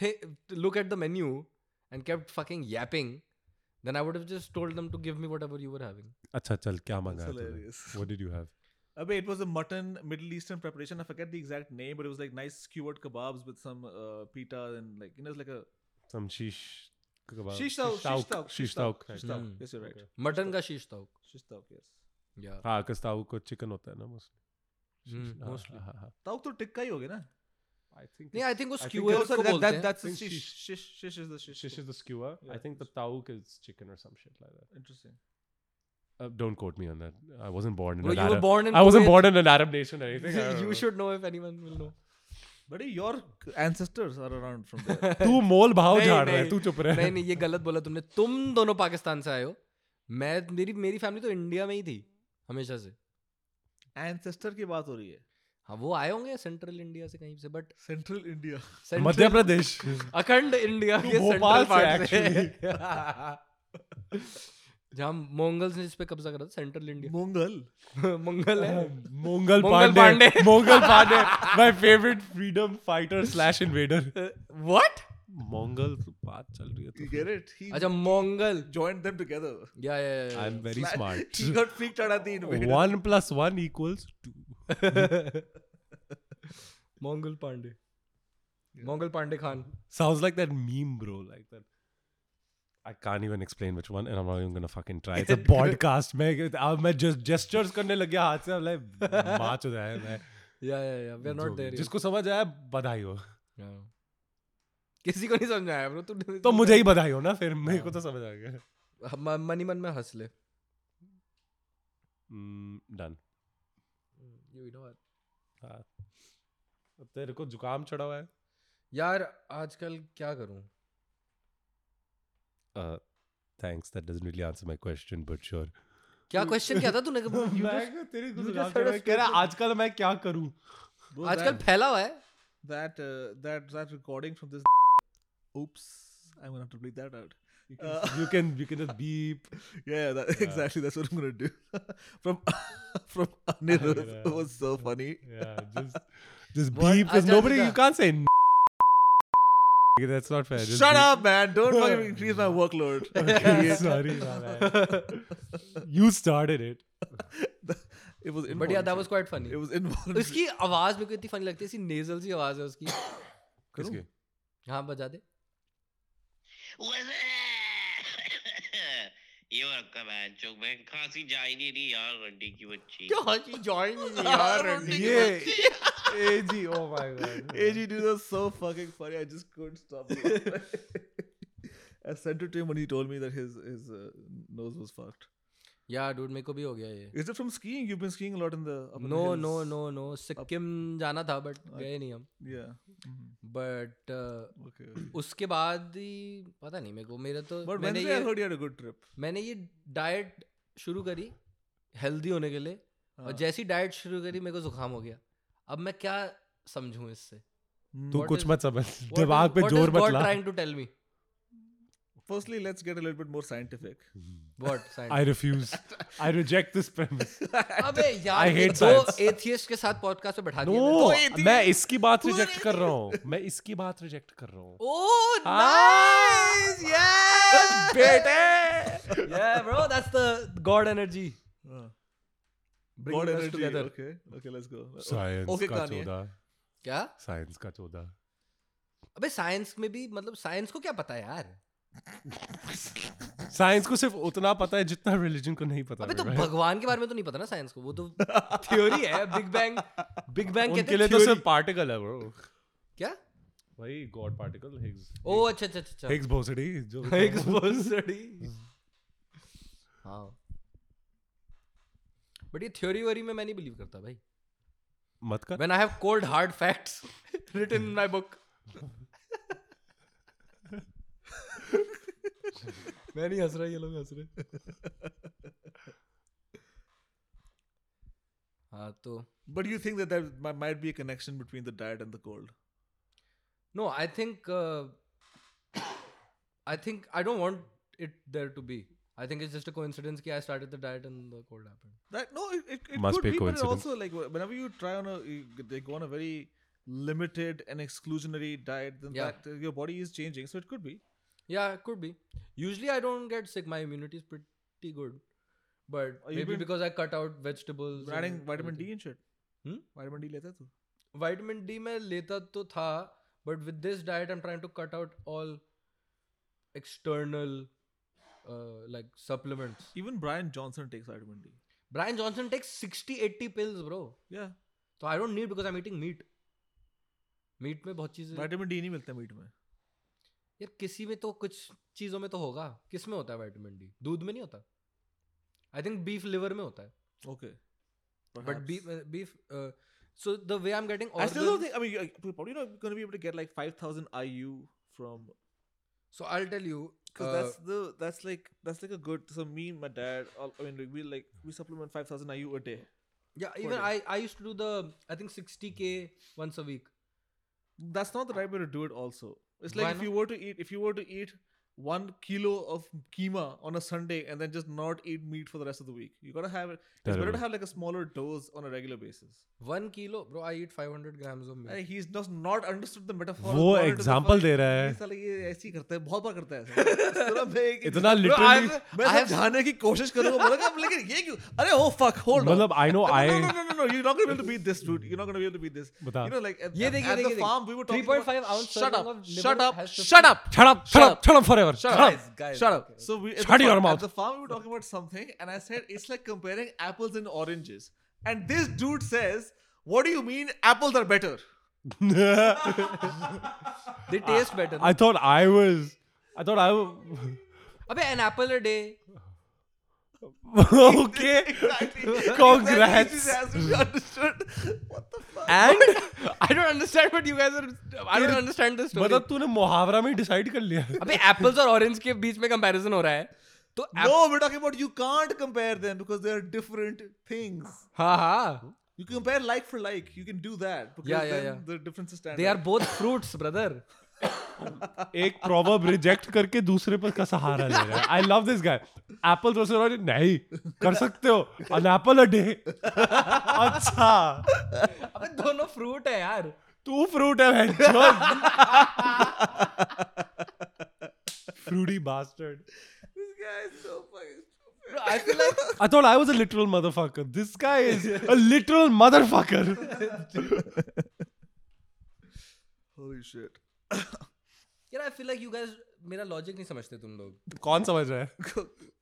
Speaker 1: th- look at the menu and kept fucking yapping, then I would have just told them to give me whatever you were having.
Speaker 3: अच्छा चल क्या
Speaker 2: That's
Speaker 3: मांगा है तूने
Speaker 2: hilarious.
Speaker 3: what did you have
Speaker 2: Abhi, it was a mutton Middle Eastern preparation. I forget the exact name, but it was like nice skewered kebabs with some uh, pita and like you know, it's like a
Speaker 3: some shish kebab-
Speaker 2: shish tauk, shish tauk,
Speaker 3: shish tauk
Speaker 2: shish
Speaker 3: right.
Speaker 2: tauk.
Speaker 1: Mm.
Speaker 2: Yes, you're right.
Speaker 1: Mutton ka shish tauk.
Speaker 2: Shish tauk, yes.
Speaker 1: Yeah.
Speaker 3: हाँ because tauk को chicken होता है ना mostly
Speaker 1: Hmm,
Speaker 3: Shish- हाँ,
Speaker 1: mostly.
Speaker 3: हाँ, हाँ,
Speaker 2: Tauk to tikka hi hoga na?
Speaker 3: हाँ. I think
Speaker 1: नहीं आई थिंक वो
Speaker 3: I think
Speaker 1: skewer
Speaker 2: Oh,
Speaker 1: को
Speaker 2: sorry, that,
Speaker 1: बोलते
Speaker 2: that,
Speaker 1: हैं
Speaker 2: that's the
Speaker 3: think
Speaker 2: shish. shish.
Speaker 3: shish.
Speaker 2: Shish is the shish.
Speaker 3: shish is the skewer
Speaker 2: Yeah,
Speaker 3: I think the tauk is chicken or some shit like that
Speaker 2: Interesting.
Speaker 3: Uh, don't quote me on that. I wasn't born in
Speaker 1: Bro,
Speaker 3: an
Speaker 1: you were
Speaker 3: Arab.
Speaker 1: born in
Speaker 3: I wasn't
Speaker 1: Kuwait.
Speaker 3: born in an Arab nation or anything. I don't
Speaker 1: you
Speaker 3: know.
Speaker 1: should know if anyone will know.
Speaker 2: Buddy, your ancestors are around from there.
Speaker 3: तू मोल भाव
Speaker 1: नहीं,
Speaker 3: झाड़ रहा है
Speaker 1: नहीं।
Speaker 3: तू चुप रह
Speaker 1: नहीं नहीं ये गलत बोला तुमने तुम दोनों पाकिस्तान से आए हो मैं मेरी मेरी फैमिली तो इंडिया में ही थी हमेशा से
Speaker 2: Ancestor की बात हो रही है.
Speaker 1: हाँ वो आए होंगे सेंट्रल इंडिया से कहीं से but
Speaker 2: Central India.
Speaker 3: Madhya Pradesh
Speaker 1: अखंड इंडिया
Speaker 3: तू
Speaker 1: के
Speaker 3: भोपाल
Speaker 1: सेंट्रल
Speaker 3: से
Speaker 1: पार्ट से जहाँ मोंगल्स ने इस पे कब्जा करा था सेंट्रल
Speaker 2: Mongol.
Speaker 1: इंडिया मंगल है
Speaker 3: Mongal
Speaker 1: Mongal
Speaker 3: Pandey
Speaker 1: Pandey.
Speaker 3: Mongol Pandey my favourite freedom fighter slash invader
Speaker 1: Uh, what
Speaker 3: Mongol बात चल रही है
Speaker 2: You
Speaker 3: तो
Speaker 2: get it? He
Speaker 1: अच्छा मोंगल
Speaker 2: joined them together.
Speaker 1: या या
Speaker 3: I am very
Speaker 2: Slash-
Speaker 3: smart
Speaker 2: He got freaked out at the invader.
Speaker 3: 1 plus 1 equals 2
Speaker 1: Mongol Pandey Mangal Pandey Khan
Speaker 3: sounds like that meme bro like that I can't even explain which one, and I'm not even gonna fucking try. It's a podcast. मैं अब मैं just gestures करने लग गया हाथ से I'm like मार चुका है मैं
Speaker 1: या या या वी आर
Speaker 3: जो
Speaker 1: नॉट
Speaker 3: भी।
Speaker 1: देयर
Speaker 3: जिसको समझ आया बधाई हो
Speaker 1: किसी हाँ। को नहीं समझ में आया ब्रो तू
Speaker 3: तो मुझे ही बधाई हो ना फिर मेरे को तो समझ आ गया
Speaker 1: म- मन ही मन में हंस ले
Speaker 3: Hmm, done
Speaker 1: You know what?
Speaker 3: तेरे को जुकाम चढ़ा हुआ है
Speaker 1: यार आजकल क्या करूं
Speaker 3: Uh, thanks that doesn't really answer my question but sure
Speaker 1: क्या क्वेश्चन क्या था तूने कब- you just- you just heard us
Speaker 3: तेरे आजकल मैं क्या करूं
Speaker 2: Bro,
Speaker 1: आजकल
Speaker 2: that-
Speaker 1: फैला हुआ है
Speaker 2: that uh, that that recording from this oops i'm gonna have to bleep that out Uh,
Speaker 3: you can you can just beep
Speaker 2: yeah, that, exactly that's what i'm gonna do from from
Speaker 3: Yeah.
Speaker 2: Anirudh, it was so funny
Speaker 3: yeah just just
Speaker 1: What?
Speaker 3: beep cuz
Speaker 1: Acha,
Speaker 3: nobody
Speaker 1: Acha.
Speaker 3: you can't say n- that's not fair just
Speaker 2: shut
Speaker 3: beep.
Speaker 2: up man don't fucking increase my workload
Speaker 3: Okay, sorry man. you started it
Speaker 2: it was
Speaker 1: but yeah that was
Speaker 2: involuntary.
Speaker 1: Quite funny
Speaker 2: it was involuntary
Speaker 1: उसकी आवाज मेरे को इतनी funny लगती है ऐसी nasal सी आवाज है उसकी
Speaker 3: किसके
Speaker 1: हाँ बजा दे
Speaker 4: What's ये और कमान चौक में खांसी जा ही नहीं रही यार रंडी की बच्ची
Speaker 1: क्या जी जॉइन
Speaker 2: हाँ,
Speaker 1: यार
Speaker 3: ये AG oh my God
Speaker 2: AG dude was so fucking funny. I just couldn't stop. laughing. I sent it to him when he told me that his his uh, nose was fucked.
Speaker 1: यार dude मेरे को भी हो गया ये
Speaker 2: Is it from skiing? You've been skiing a lot in the up in the
Speaker 1: no
Speaker 2: hills.
Speaker 1: No no no Sikkim जाना था but गए नहीं हम
Speaker 2: Yeah. Mhm.
Speaker 1: But
Speaker 2: Okay. okay.
Speaker 1: उसके बाद ही पता नहीं मेरे को मेरा तो
Speaker 2: But
Speaker 1: मैंने
Speaker 2: Wednesday, I
Speaker 1: ये
Speaker 2: heard you had a good trip.
Speaker 1: मैंने ये डाइट शुरू करी हेल्दी होने के लिए और
Speaker 2: हाँ।
Speaker 1: जैसी डाइट शुरू करी मेरे को जुकाम हो गया अब मैं क्या समझूं इससे
Speaker 3: तू
Speaker 1: What
Speaker 3: कुछ
Speaker 1: is-
Speaker 3: मत समझ दिमाग पे जोर मत ला
Speaker 1: trying to tell me
Speaker 2: Firstly, let's get a little bit more scientific.
Speaker 1: What
Speaker 3: I refuse. I reject this premise.
Speaker 1: अबे
Speaker 3: I
Speaker 1: यार ये
Speaker 3: hate
Speaker 1: दो
Speaker 3: science.
Speaker 1: एथियस्ट के साथ पॉडकास्ट पे बैठा दिया
Speaker 3: No,
Speaker 1: मैंने।
Speaker 3: मैं इसकी बात रिजेक्ट कर रहा हूँ मैं इसकी बात रिजेक्ट कर रहा हूँ
Speaker 1: Oh, nice! Yeah! Yeah, bro, that's the God energy.
Speaker 2: Uh,
Speaker 1: Bringing
Speaker 2: God
Speaker 1: us
Speaker 2: energy.
Speaker 1: together.
Speaker 2: Okay. Okay, let's go. Uh, O-
Speaker 3: science
Speaker 2: okay,
Speaker 3: का
Speaker 2: Kanye.
Speaker 3: चौदह
Speaker 1: क्या
Speaker 3: साइंस का चौदह
Speaker 1: अबे साइंस में भी मतलब साइंस को क्या पता है यार
Speaker 3: साइंस को सिर्फ उतना पता है जितना रिलीजन को नहीं पता
Speaker 1: अबे तो
Speaker 3: right?
Speaker 1: भगवान के बारे में तो नहीं पता ना साइंस को वो तो थ्योरी है बिग बैंग बिग बैंग कहते
Speaker 3: उनके
Speaker 1: हैं
Speaker 3: लिए तो
Speaker 1: theory।
Speaker 3: सिर्फ पार्टिकल है ब्रो
Speaker 1: क्या
Speaker 3: वही गॉड पार्टिकल हिग्स
Speaker 1: ओ अच्छा अच्छा अच्छा
Speaker 3: हिग्स बोसडी जो
Speaker 1: Higgs बोसडी हाँ बट ये थ्योरी वरी में मैं नहीं बिलीव करता भाई
Speaker 3: मत कर
Speaker 1: when I have cold hard facts written in my book. मैं नहीं हंस रहा ये लोग हंस रहे हाँ तो
Speaker 2: But you think that there mi- might be a connection between the diet and the cold?
Speaker 1: No I think I think I don't want it there to be I think it's just a coincidence कि I started the diet and the cold happened
Speaker 2: That no, it, it, it
Speaker 3: Must
Speaker 2: could
Speaker 3: be a
Speaker 2: be, but it
Speaker 3: coincidence.
Speaker 2: also like wh- whenever you try on a, you, g- they go on a very limited and exclusionary diet, then
Speaker 1: Yeah.
Speaker 2: that uh, your body is changing. So it could be.
Speaker 1: Yeah, it could be. Usually, I don't get sick. My immunity is pretty good, but
Speaker 2: Oh, you've
Speaker 1: maybe
Speaker 2: been
Speaker 1: because I cut out vegetables.
Speaker 2: Adding
Speaker 1: and
Speaker 2: vitamin
Speaker 1: everything.
Speaker 2: D and shit.
Speaker 1: Hmm?
Speaker 2: Vitamin D लेता है तू?
Speaker 1: Vitamin D मैं लेता तो था but with this diet I am trying to cut out all external like supplements
Speaker 2: Even Brian Johnson takes vitamin D.
Speaker 1: Brian Johnson takes 60 80 pills bro
Speaker 2: Yeah.
Speaker 1: so i don't need because i'm eating meat meat में बहुत चीजें
Speaker 2: Vitamin D नहीं मिलता meet में.
Speaker 1: यार किसी में तो कुछ चीजों में तो होगा किस में होता है विटामिन डी दूध में नहीं होता आई थिंक बीफ लिवर में होता है
Speaker 2: Okay.
Speaker 1: But
Speaker 2: Perhaps.
Speaker 1: Beef beef so the way I am getting
Speaker 2: I still don't think. I mean, you- you're probably not going to be able to get like five thousand IU from
Speaker 1: so I will tell you
Speaker 2: because
Speaker 1: uh,
Speaker 2: that's the that's like that's like a good. So me, and my dad, all, I mean, like, we like we supplement five thousand IU a day.
Speaker 1: Yeah, even
Speaker 2: day.
Speaker 1: I, I used to do the I think 60k once a week.
Speaker 2: That's not the right way to do it. Also, it's like
Speaker 1: Why
Speaker 2: if you were to eat if you were to eat one kilo of keema on a Sunday and then just not eat meat for the rest of the week. You gotta have it. It's better to
Speaker 3: Terrible.
Speaker 2: have like a smaller dose on a regular basis.
Speaker 1: One kilo, bro. I eat 500 grams of
Speaker 2: Hey,
Speaker 1: milk.
Speaker 2: he's just not understood the metaphor.
Speaker 3: वो example दे रहा है।
Speaker 2: साला ये ऐसे ही करता है बहुत बार करता है ऐसा। इस तरह मैं एक-
Speaker 3: इतना literally-
Speaker 2: मैं समझाने की कोशिश करूंगा बोला कि अब लेकिन ये क्यों अरे oh, ओ फक होल्ड
Speaker 3: मतलब I know I
Speaker 2: no, no, no, no, no. You're not going to be able to beat this, dude. You're not going to be able to beat this.
Speaker 3: बता।
Speaker 2: You know, like at,
Speaker 1: ये
Speaker 2: at,
Speaker 1: देखिए,
Speaker 2: at the
Speaker 1: देखिए,
Speaker 2: farm, we
Speaker 1: देखिए।
Speaker 2: were talking
Speaker 1: 3.5
Speaker 2: about,
Speaker 1: ounce
Speaker 2: Shut up!
Speaker 1: serving of
Speaker 2: Shut
Speaker 1: liver
Speaker 2: up!
Speaker 1: has
Speaker 2: Shut up!
Speaker 3: shut up shut
Speaker 2: Shut
Speaker 3: up shut up forever shut up
Speaker 1: Guys, guys,
Speaker 2: Shut up!
Speaker 1: okay.
Speaker 2: So we at
Speaker 3: Shut
Speaker 2: the
Speaker 3: your
Speaker 2: farm-
Speaker 3: mouth.
Speaker 2: At the farm, we were talking about something, and I said it's like comparing apples and oranges. And this dude says, "What do you mean apples are better?"
Speaker 1: They
Speaker 2: Ah,
Speaker 1: taste better.
Speaker 3: I thought I was I thought I was
Speaker 1: Abbe, an apple a day.
Speaker 3: okay
Speaker 2: Exactly.
Speaker 3: Congrats.
Speaker 2: Exactly, this has to be understood. What the fuck?
Speaker 1: And I don't understand what you guys are. I don't understand this story.
Speaker 3: मतलब तूने मुहावरा में decide कर लिया
Speaker 1: अबे apples और orange के बीच में कंपैरिजन हो रहा है तो app-
Speaker 2: No, we're talking about you can't compare them because they are different things.
Speaker 1: हाँ हाँ
Speaker 2: You compare like for like. You can do that because
Speaker 1: Yeah, yeah,
Speaker 2: then
Speaker 1: yeah.
Speaker 2: the differences stand.
Speaker 1: They are
Speaker 2: out.
Speaker 1: Both fruits brother
Speaker 3: एक proverb reject करके दूसरे पर का सहारा ले रहा है I love this guy apple versus orange नहीं कर सकते हो an apple a day अच्छा
Speaker 1: अबे दोनों फ्रूट है यार
Speaker 3: तू फ्रूट है बहन fruity bastard
Speaker 2: This guy is so fucking stupid.
Speaker 1: I feel like
Speaker 3: I thought I was a literal motherfucker. This guy is a literal motherfucker.
Speaker 2: Holy shit.
Speaker 1: यार I feel like you guys मेरा logic नहीं समझते तुम लोग
Speaker 3: कौन समझ रहा है?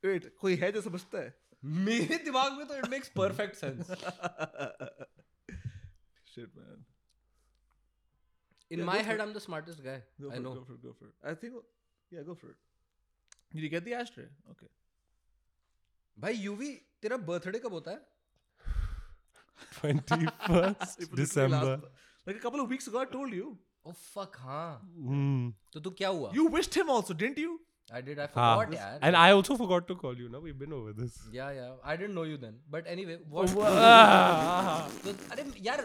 Speaker 2: Wait, कोई है जो समझता है?
Speaker 1: मेरे दिमाग में तो it makes perfect sense
Speaker 2: Shit, man.
Speaker 1: In
Speaker 2: Yeah,
Speaker 1: my
Speaker 2: go for
Speaker 1: head
Speaker 2: it.
Speaker 1: I am the smartest guy
Speaker 2: Go for
Speaker 1: I
Speaker 2: it.
Speaker 1: No
Speaker 2: Go for it. Go for it. I think. Yeah, go for it. Did you get the ashtray? Okay.
Speaker 1: भाई यूवी तेरा birthday कब होता है
Speaker 3: 21st
Speaker 2: It was literally
Speaker 3: December.
Speaker 2: last- like a couple of weeks ago, I told you.
Speaker 1: Oh fuck हां
Speaker 3: Hmm.
Speaker 1: Oh, तो तू क्या हुआ
Speaker 2: You wished him also, didn't you?
Speaker 1: I did I
Speaker 3: हाँ.
Speaker 1: फॉरगॉट यार
Speaker 3: And I also forgot to call you. Now we've been over this.
Speaker 1: Yeah या I didn't know you then but anyway what
Speaker 3: Ah.
Speaker 1: तो अरे यार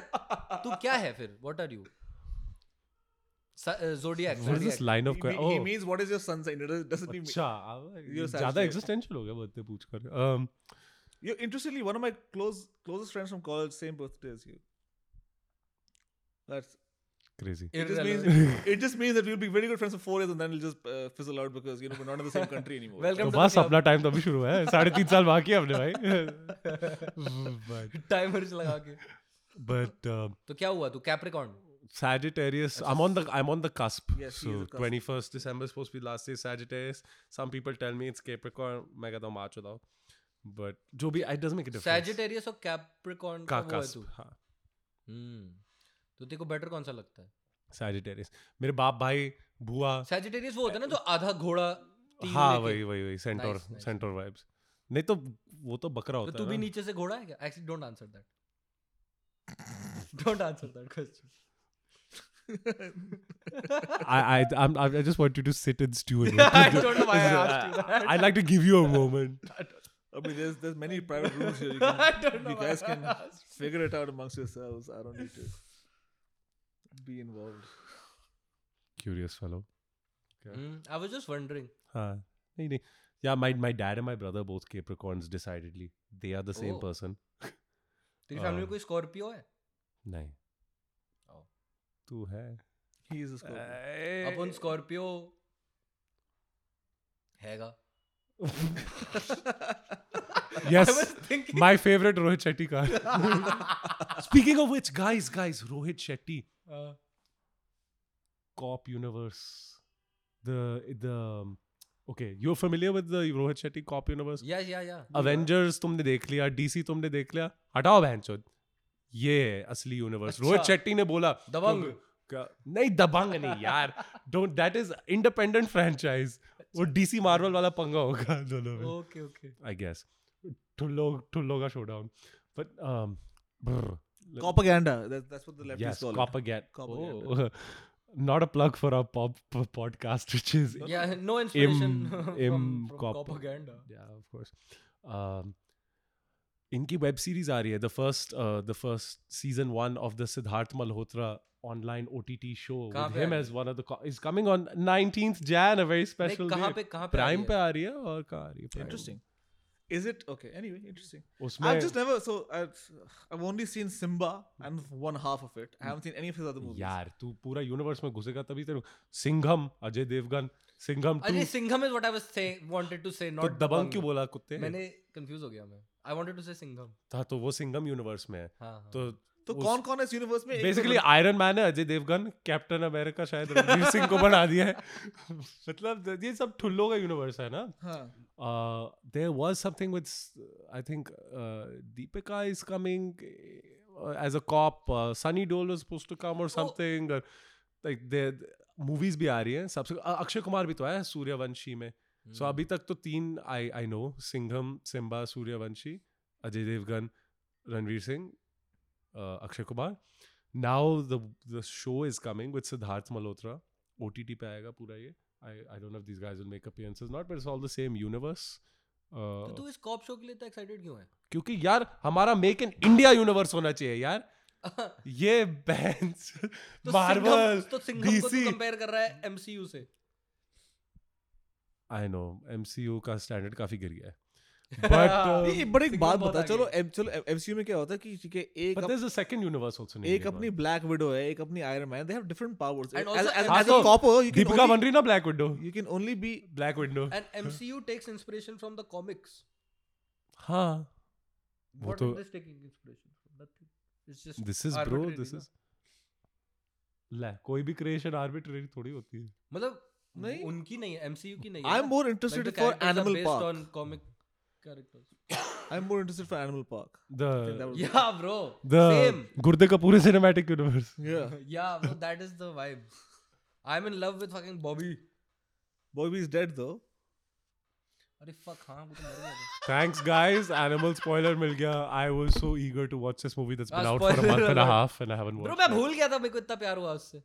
Speaker 1: तू क्या है फिर what are you uh, zodiac
Speaker 3: What is this line of
Speaker 2: He,
Speaker 3: que-
Speaker 2: me-
Speaker 3: Oh.
Speaker 2: he means what is your sun sign? It doesn't- doesn't he mean?
Speaker 3: अच्छा
Speaker 2: Your
Speaker 3: ज्यादा
Speaker 2: Saturday.
Speaker 3: existential हो गया birthday पूछ कर. Um,
Speaker 2: You interestingly, one of my close closest friends from college, same birthday as you. That's
Speaker 3: crazy.
Speaker 2: it. Just means it just means that we'll be very good friends for four years, and then it'll just uh, fizzle out because you know we're not in the same country anymore.
Speaker 1: Welcome
Speaker 3: तो
Speaker 1: to the
Speaker 3: bus
Speaker 1: club.
Speaker 3: अपना time तभी शुरू हुआ है साढ़े तीन साल बाकी है अपने भाई बट
Speaker 1: टाइमर लगा के
Speaker 3: बट
Speaker 1: तो क्या हुआ तू Capricorn
Speaker 3: uh, Sagittarius. I'm on the I'm on the cusp.
Speaker 2: Yes, he is
Speaker 3: so
Speaker 2: a cusp.
Speaker 3: twenty first December is supposed to be last day Sagittarius. Some people tell me it's Capricorn. मैं कहता हूँ मार्च बताओ. But जो भी it doesn't make a difference.
Speaker 1: Sagittarius और Capricorn का वो है
Speaker 3: का cusp.
Speaker 1: तू
Speaker 3: हाँ.
Speaker 1: हम्म तो तेरे को बेटर कौन सा लगता है
Speaker 3: Sagittarius. मेरे बाप भाई बुआ
Speaker 1: सैजिटेरियस वो होता है ना जो आधा घोड़ा तीर
Speaker 3: हाँ
Speaker 1: लेके-
Speaker 3: वही वही वही centre
Speaker 1: Nice, nice.
Speaker 3: Centre vibes नहीं तो वो तो बकरा
Speaker 1: तो
Speaker 3: होता
Speaker 1: तू
Speaker 3: है
Speaker 1: भी
Speaker 3: ना.
Speaker 1: नीचे से घोड़ा है क्या actually don't answer that don't answer that question
Speaker 3: I I I'm, I I just want you to sit and stew in it.
Speaker 1: I don't know why I asked you that
Speaker 3: I'd like to give you a moment.
Speaker 2: I mean, there's there's many private rooms here. You, can,
Speaker 1: I don't know
Speaker 2: you
Speaker 1: why
Speaker 2: guys
Speaker 1: I
Speaker 2: can figure it out amongst yourselves. I don't need to be involved.
Speaker 3: Curious fellow.
Speaker 1: I was just wondering
Speaker 3: हाँ नहीं नहीं yeah my my dad and my brother both Capricorns decidedly they are the same
Speaker 1: Oh.
Speaker 3: person
Speaker 1: तेरी family में
Speaker 3: Um,
Speaker 1: कोई Scorpio है
Speaker 3: नहीं
Speaker 1: Oh.
Speaker 3: तू है
Speaker 2: He is a Scorpio.
Speaker 1: अपन स्कॉर्पियो हैगा
Speaker 3: Yes.
Speaker 1: thinking
Speaker 3: My favorite Rohit Shetty car. Speaking of which, guys, guys, Rohit Shetty,
Speaker 1: uh,
Speaker 3: Cop Universe. The the um, okay, you're familiar with the Rohit Shetty Cop Universe?
Speaker 1: yeah yeah yeah
Speaker 3: Avengers तुमने देख लिया, DC तुमने देख लिया, हटाओ बहनचोद. ये है असली यूनिवर्स रोहित
Speaker 1: अच्छा।
Speaker 3: शेट्टी ने बोला
Speaker 1: दबंग।
Speaker 3: क्या- नहीं दबंग नहीं यार don't that is independent franchise वो डीसी मार्वल वाला पंगा होगा दोनों में
Speaker 1: okay okay
Speaker 3: I guess. Tullo, Tullo ka showdown. But um, brr,
Speaker 2: Propaganda. That, that's what the leftists
Speaker 3: yes,
Speaker 2: call
Speaker 3: copper get. Oh.
Speaker 2: Propaganda.
Speaker 3: not a plug for our pop, p- podcast, which is
Speaker 1: yeah no inspiration
Speaker 3: im
Speaker 1: from, from
Speaker 3: cop-
Speaker 1: propaganda
Speaker 3: yeah, of course. Um, इनकी web series आ रही है uh, the first the first season one of the Siddharth Malhotra online OTT show
Speaker 1: कहाँ
Speaker 3: with
Speaker 1: पे आ
Speaker 3: him
Speaker 1: रही
Speaker 3: as one of the is coming on 19th Jan a very
Speaker 1: नहीं,
Speaker 3: special
Speaker 1: कहाँ पे कहाँ पे आ
Speaker 3: प्राइम
Speaker 1: रही
Speaker 3: पे
Speaker 1: है?
Speaker 3: आ रही है और कहाँ आ रही है Prime।
Speaker 2: Interesting. Is it okay? Anyway, interesting.
Speaker 3: उसमें
Speaker 2: I've just never. So I've, I've only seen Simba and one half of it. I haven't seen any of his other movies.
Speaker 3: यार तू पूरा यूनिवर्स में घुसेगा तभी तेरे सिंघम अजय देवगन सिंघम
Speaker 1: अरे
Speaker 3: 2
Speaker 1: Singham is what I was saying wanted to say
Speaker 3: तो
Speaker 1: not
Speaker 3: दबंग क्यों बोला कुत्ते
Speaker 1: मैंने कंफ्यूज हो गया मैं I wanted to say Singham
Speaker 3: था तो वो सिंघम यूनिवर्स में है
Speaker 1: हां हां।
Speaker 3: तो
Speaker 2: तो
Speaker 3: उस-
Speaker 2: कौन कौन है इस यूनिवर्स में एक तो
Speaker 3: बेसिकली आयरन मैन है अजय देवगन कैप्टन अमेरिका शायद रणवीर सिंह को बना दिया है मतलब ये सब ठुल्लो का यूनिवर्स है ना Uh,
Speaker 2: हाँ.
Speaker 3: There was something with I think Deepika is coming as a cop Sunny Deol was supposed to come और समथिंग लाइक दे मूवीज भी आ रही हैं सबसे अ- अक्षय कुमार भी तो है सूर्यवंशी में सो
Speaker 1: हम्म।
Speaker 3: अभी तक तो तीन I I know Singham Simmba Sooryavanshi Ajay Devgan Ranveer Singh uh, Akshay Kumar now the the show is coming with Siddharth Malhotra O T T पे आएगा पूरा ये I I don't know this guys will make appearances not but it's all the same universe
Speaker 1: तो तू इस कॉप शो के लिए इतना एक्साइटेड क्यों है
Speaker 3: क्योंकि यार हमारा मेक इन इंडिया यूनिवर्स होना चाहिए यार ये बैंस
Speaker 1: तो
Speaker 3: मार्वल
Speaker 1: सिंघम- तो सिंघम को
Speaker 3: डीसी
Speaker 1: कंपेयर कर रहा है एमसीयू से
Speaker 3: आई नो एमसीयू का स्टैंडर्ड काफी गिर गया है uh, बट
Speaker 2: नहीं, बट एक
Speaker 1: सिंघम
Speaker 2: बात
Speaker 1: बहुत
Speaker 2: बता
Speaker 1: आगे
Speaker 2: चलो एम चलो एमसीयू में क्या होता है कि ठीक है एक
Speaker 3: But
Speaker 2: अप-
Speaker 3: there's a second universe also. named
Speaker 2: एक
Speaker 3: Neymar.
Speaker 2: अपनी ब्लैक विडो है एक अपनी iron man they have different powers
Speaker 1: And also
Speaker 3: हाँ,
Speaker 2: एज
Speaker 3: तो
Speaker 2: a copper you can
Speaker 3: Deepika Bandri na Black Widow.
Speaker 2: You can only be
Speaker 3: Black Widow.
Speaker 1: And MCU takes inspiration from the comics.
Speaker 3: हाँ. वो
Speaker 1: What
Speaker 3: तो-
Speaker 1: is this taking inspiration from? Nothing. It's just
Speaker 3: This is bro.
Speaker 1: arbitrary
Speaker 3: This
Speaker 1: ना।
Speaker 3: is. ले कोई भी creation arbitrary थोड़ी होती है.
Speaker 1: मतलब
Speaker 2: नहीं।
Speaker 1: उनकी नहीं है MCU की नहीं है
Speaker 2: आई एम
Speaker 1: ना।
Speaker 2: More
Speaker 1: Like the
Speaker 2: interested for
Speaker 1: characters are
Speaker 2: animal
Speaker 1: based
Speaker 2: park
Speaker 1: on comic characters.
Speaker 2: I am more interested for animal park
Speaker 3: The
Speaker 1: Yeah, bro.
Speaker 3: the
Speaker 1: Same.
Speaker 3: गुर्दे का पूरे cinematic universe.
Speaker 2: या
Speaker 1: Yeah, bro. That is the vibe. I'm in love with fucking Bobby.
Speaker 2: Bobby is dead though
Speaker 1: अरे fuck हाँ वो तो मर गया था।
Speaker 3: Thanks guys. Animal spoiler मिल गया. I was so eager to watch this movie that's been
Speaker 1: Ah,
Speaker 3: out for a
Speaker 1: spoiler
Speaker 3: month and a
Speaker 1: alert.
Speaker 3: half and I haven't
Speaker 1: Bro
Speaker 3: watched.
Speaker 1: मैं
Speaker 3: it.
Speaker 1: भूल गया था मेरे को इतना प्यार हुआ उससे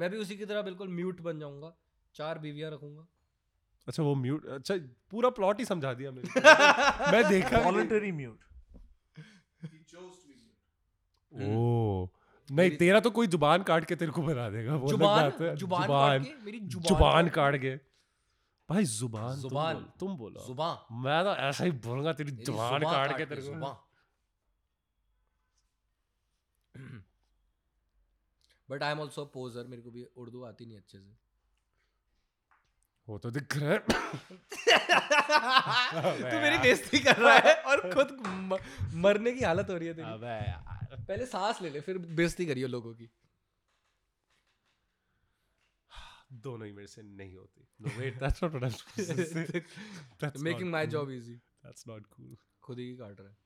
Speaker 1: मैं भी उसी की तरह बिल्कुल म्यूट बन जाऊंगा चार बीवियां रखूंगा
Speaker 3: अच्छा वो mute. अच्छा पूरा plot ही समझा दिया मैंने. मैं देखा. ही नहीं.
Speaker 2: म्यूट
Speaker 3: ओ नहीं तेरा तो कोई जुबान काट के तेरे को बना देगा वो अलग बात है।
Speaker 1: जुबान जुबान काट के मेरी
Speaker 3: जुबान
Speaker 1: जुबान
Speaker 3: काट के भाई जुबान तुम
Speaker 1: जुबान।
Speaker 3: बोलो- तुम बोलो
Speaker 1: जुबान
Speaker 3: मैं तो ऐसा ही बोलूंगा तेरी
Speaker 1: मेरी
Speaker 3: जुबान काट के तेरे को
Speaker 1: जुबान but I am also poser मेरे को भी उर्दू आती नहीं अच्छे से
Speaker 3: वो तो दिख रहा है
Speaker 1: तू मेरी बेइज्जती कर रहा है और खुद म- मरने की हालत हो रही है तेरी
Speaker 3: अबे यार
Speaker 1: पहले सांस ले ले फिर बेइज्जती करियो लोगों की
Speaker 3: दोनों ही मेरे से नहीं होती no wait that's not what I am that's
Speaker 1: making my job easy
Speaker 3: that's not cool
Speaker 1: खुद ही काट रहा है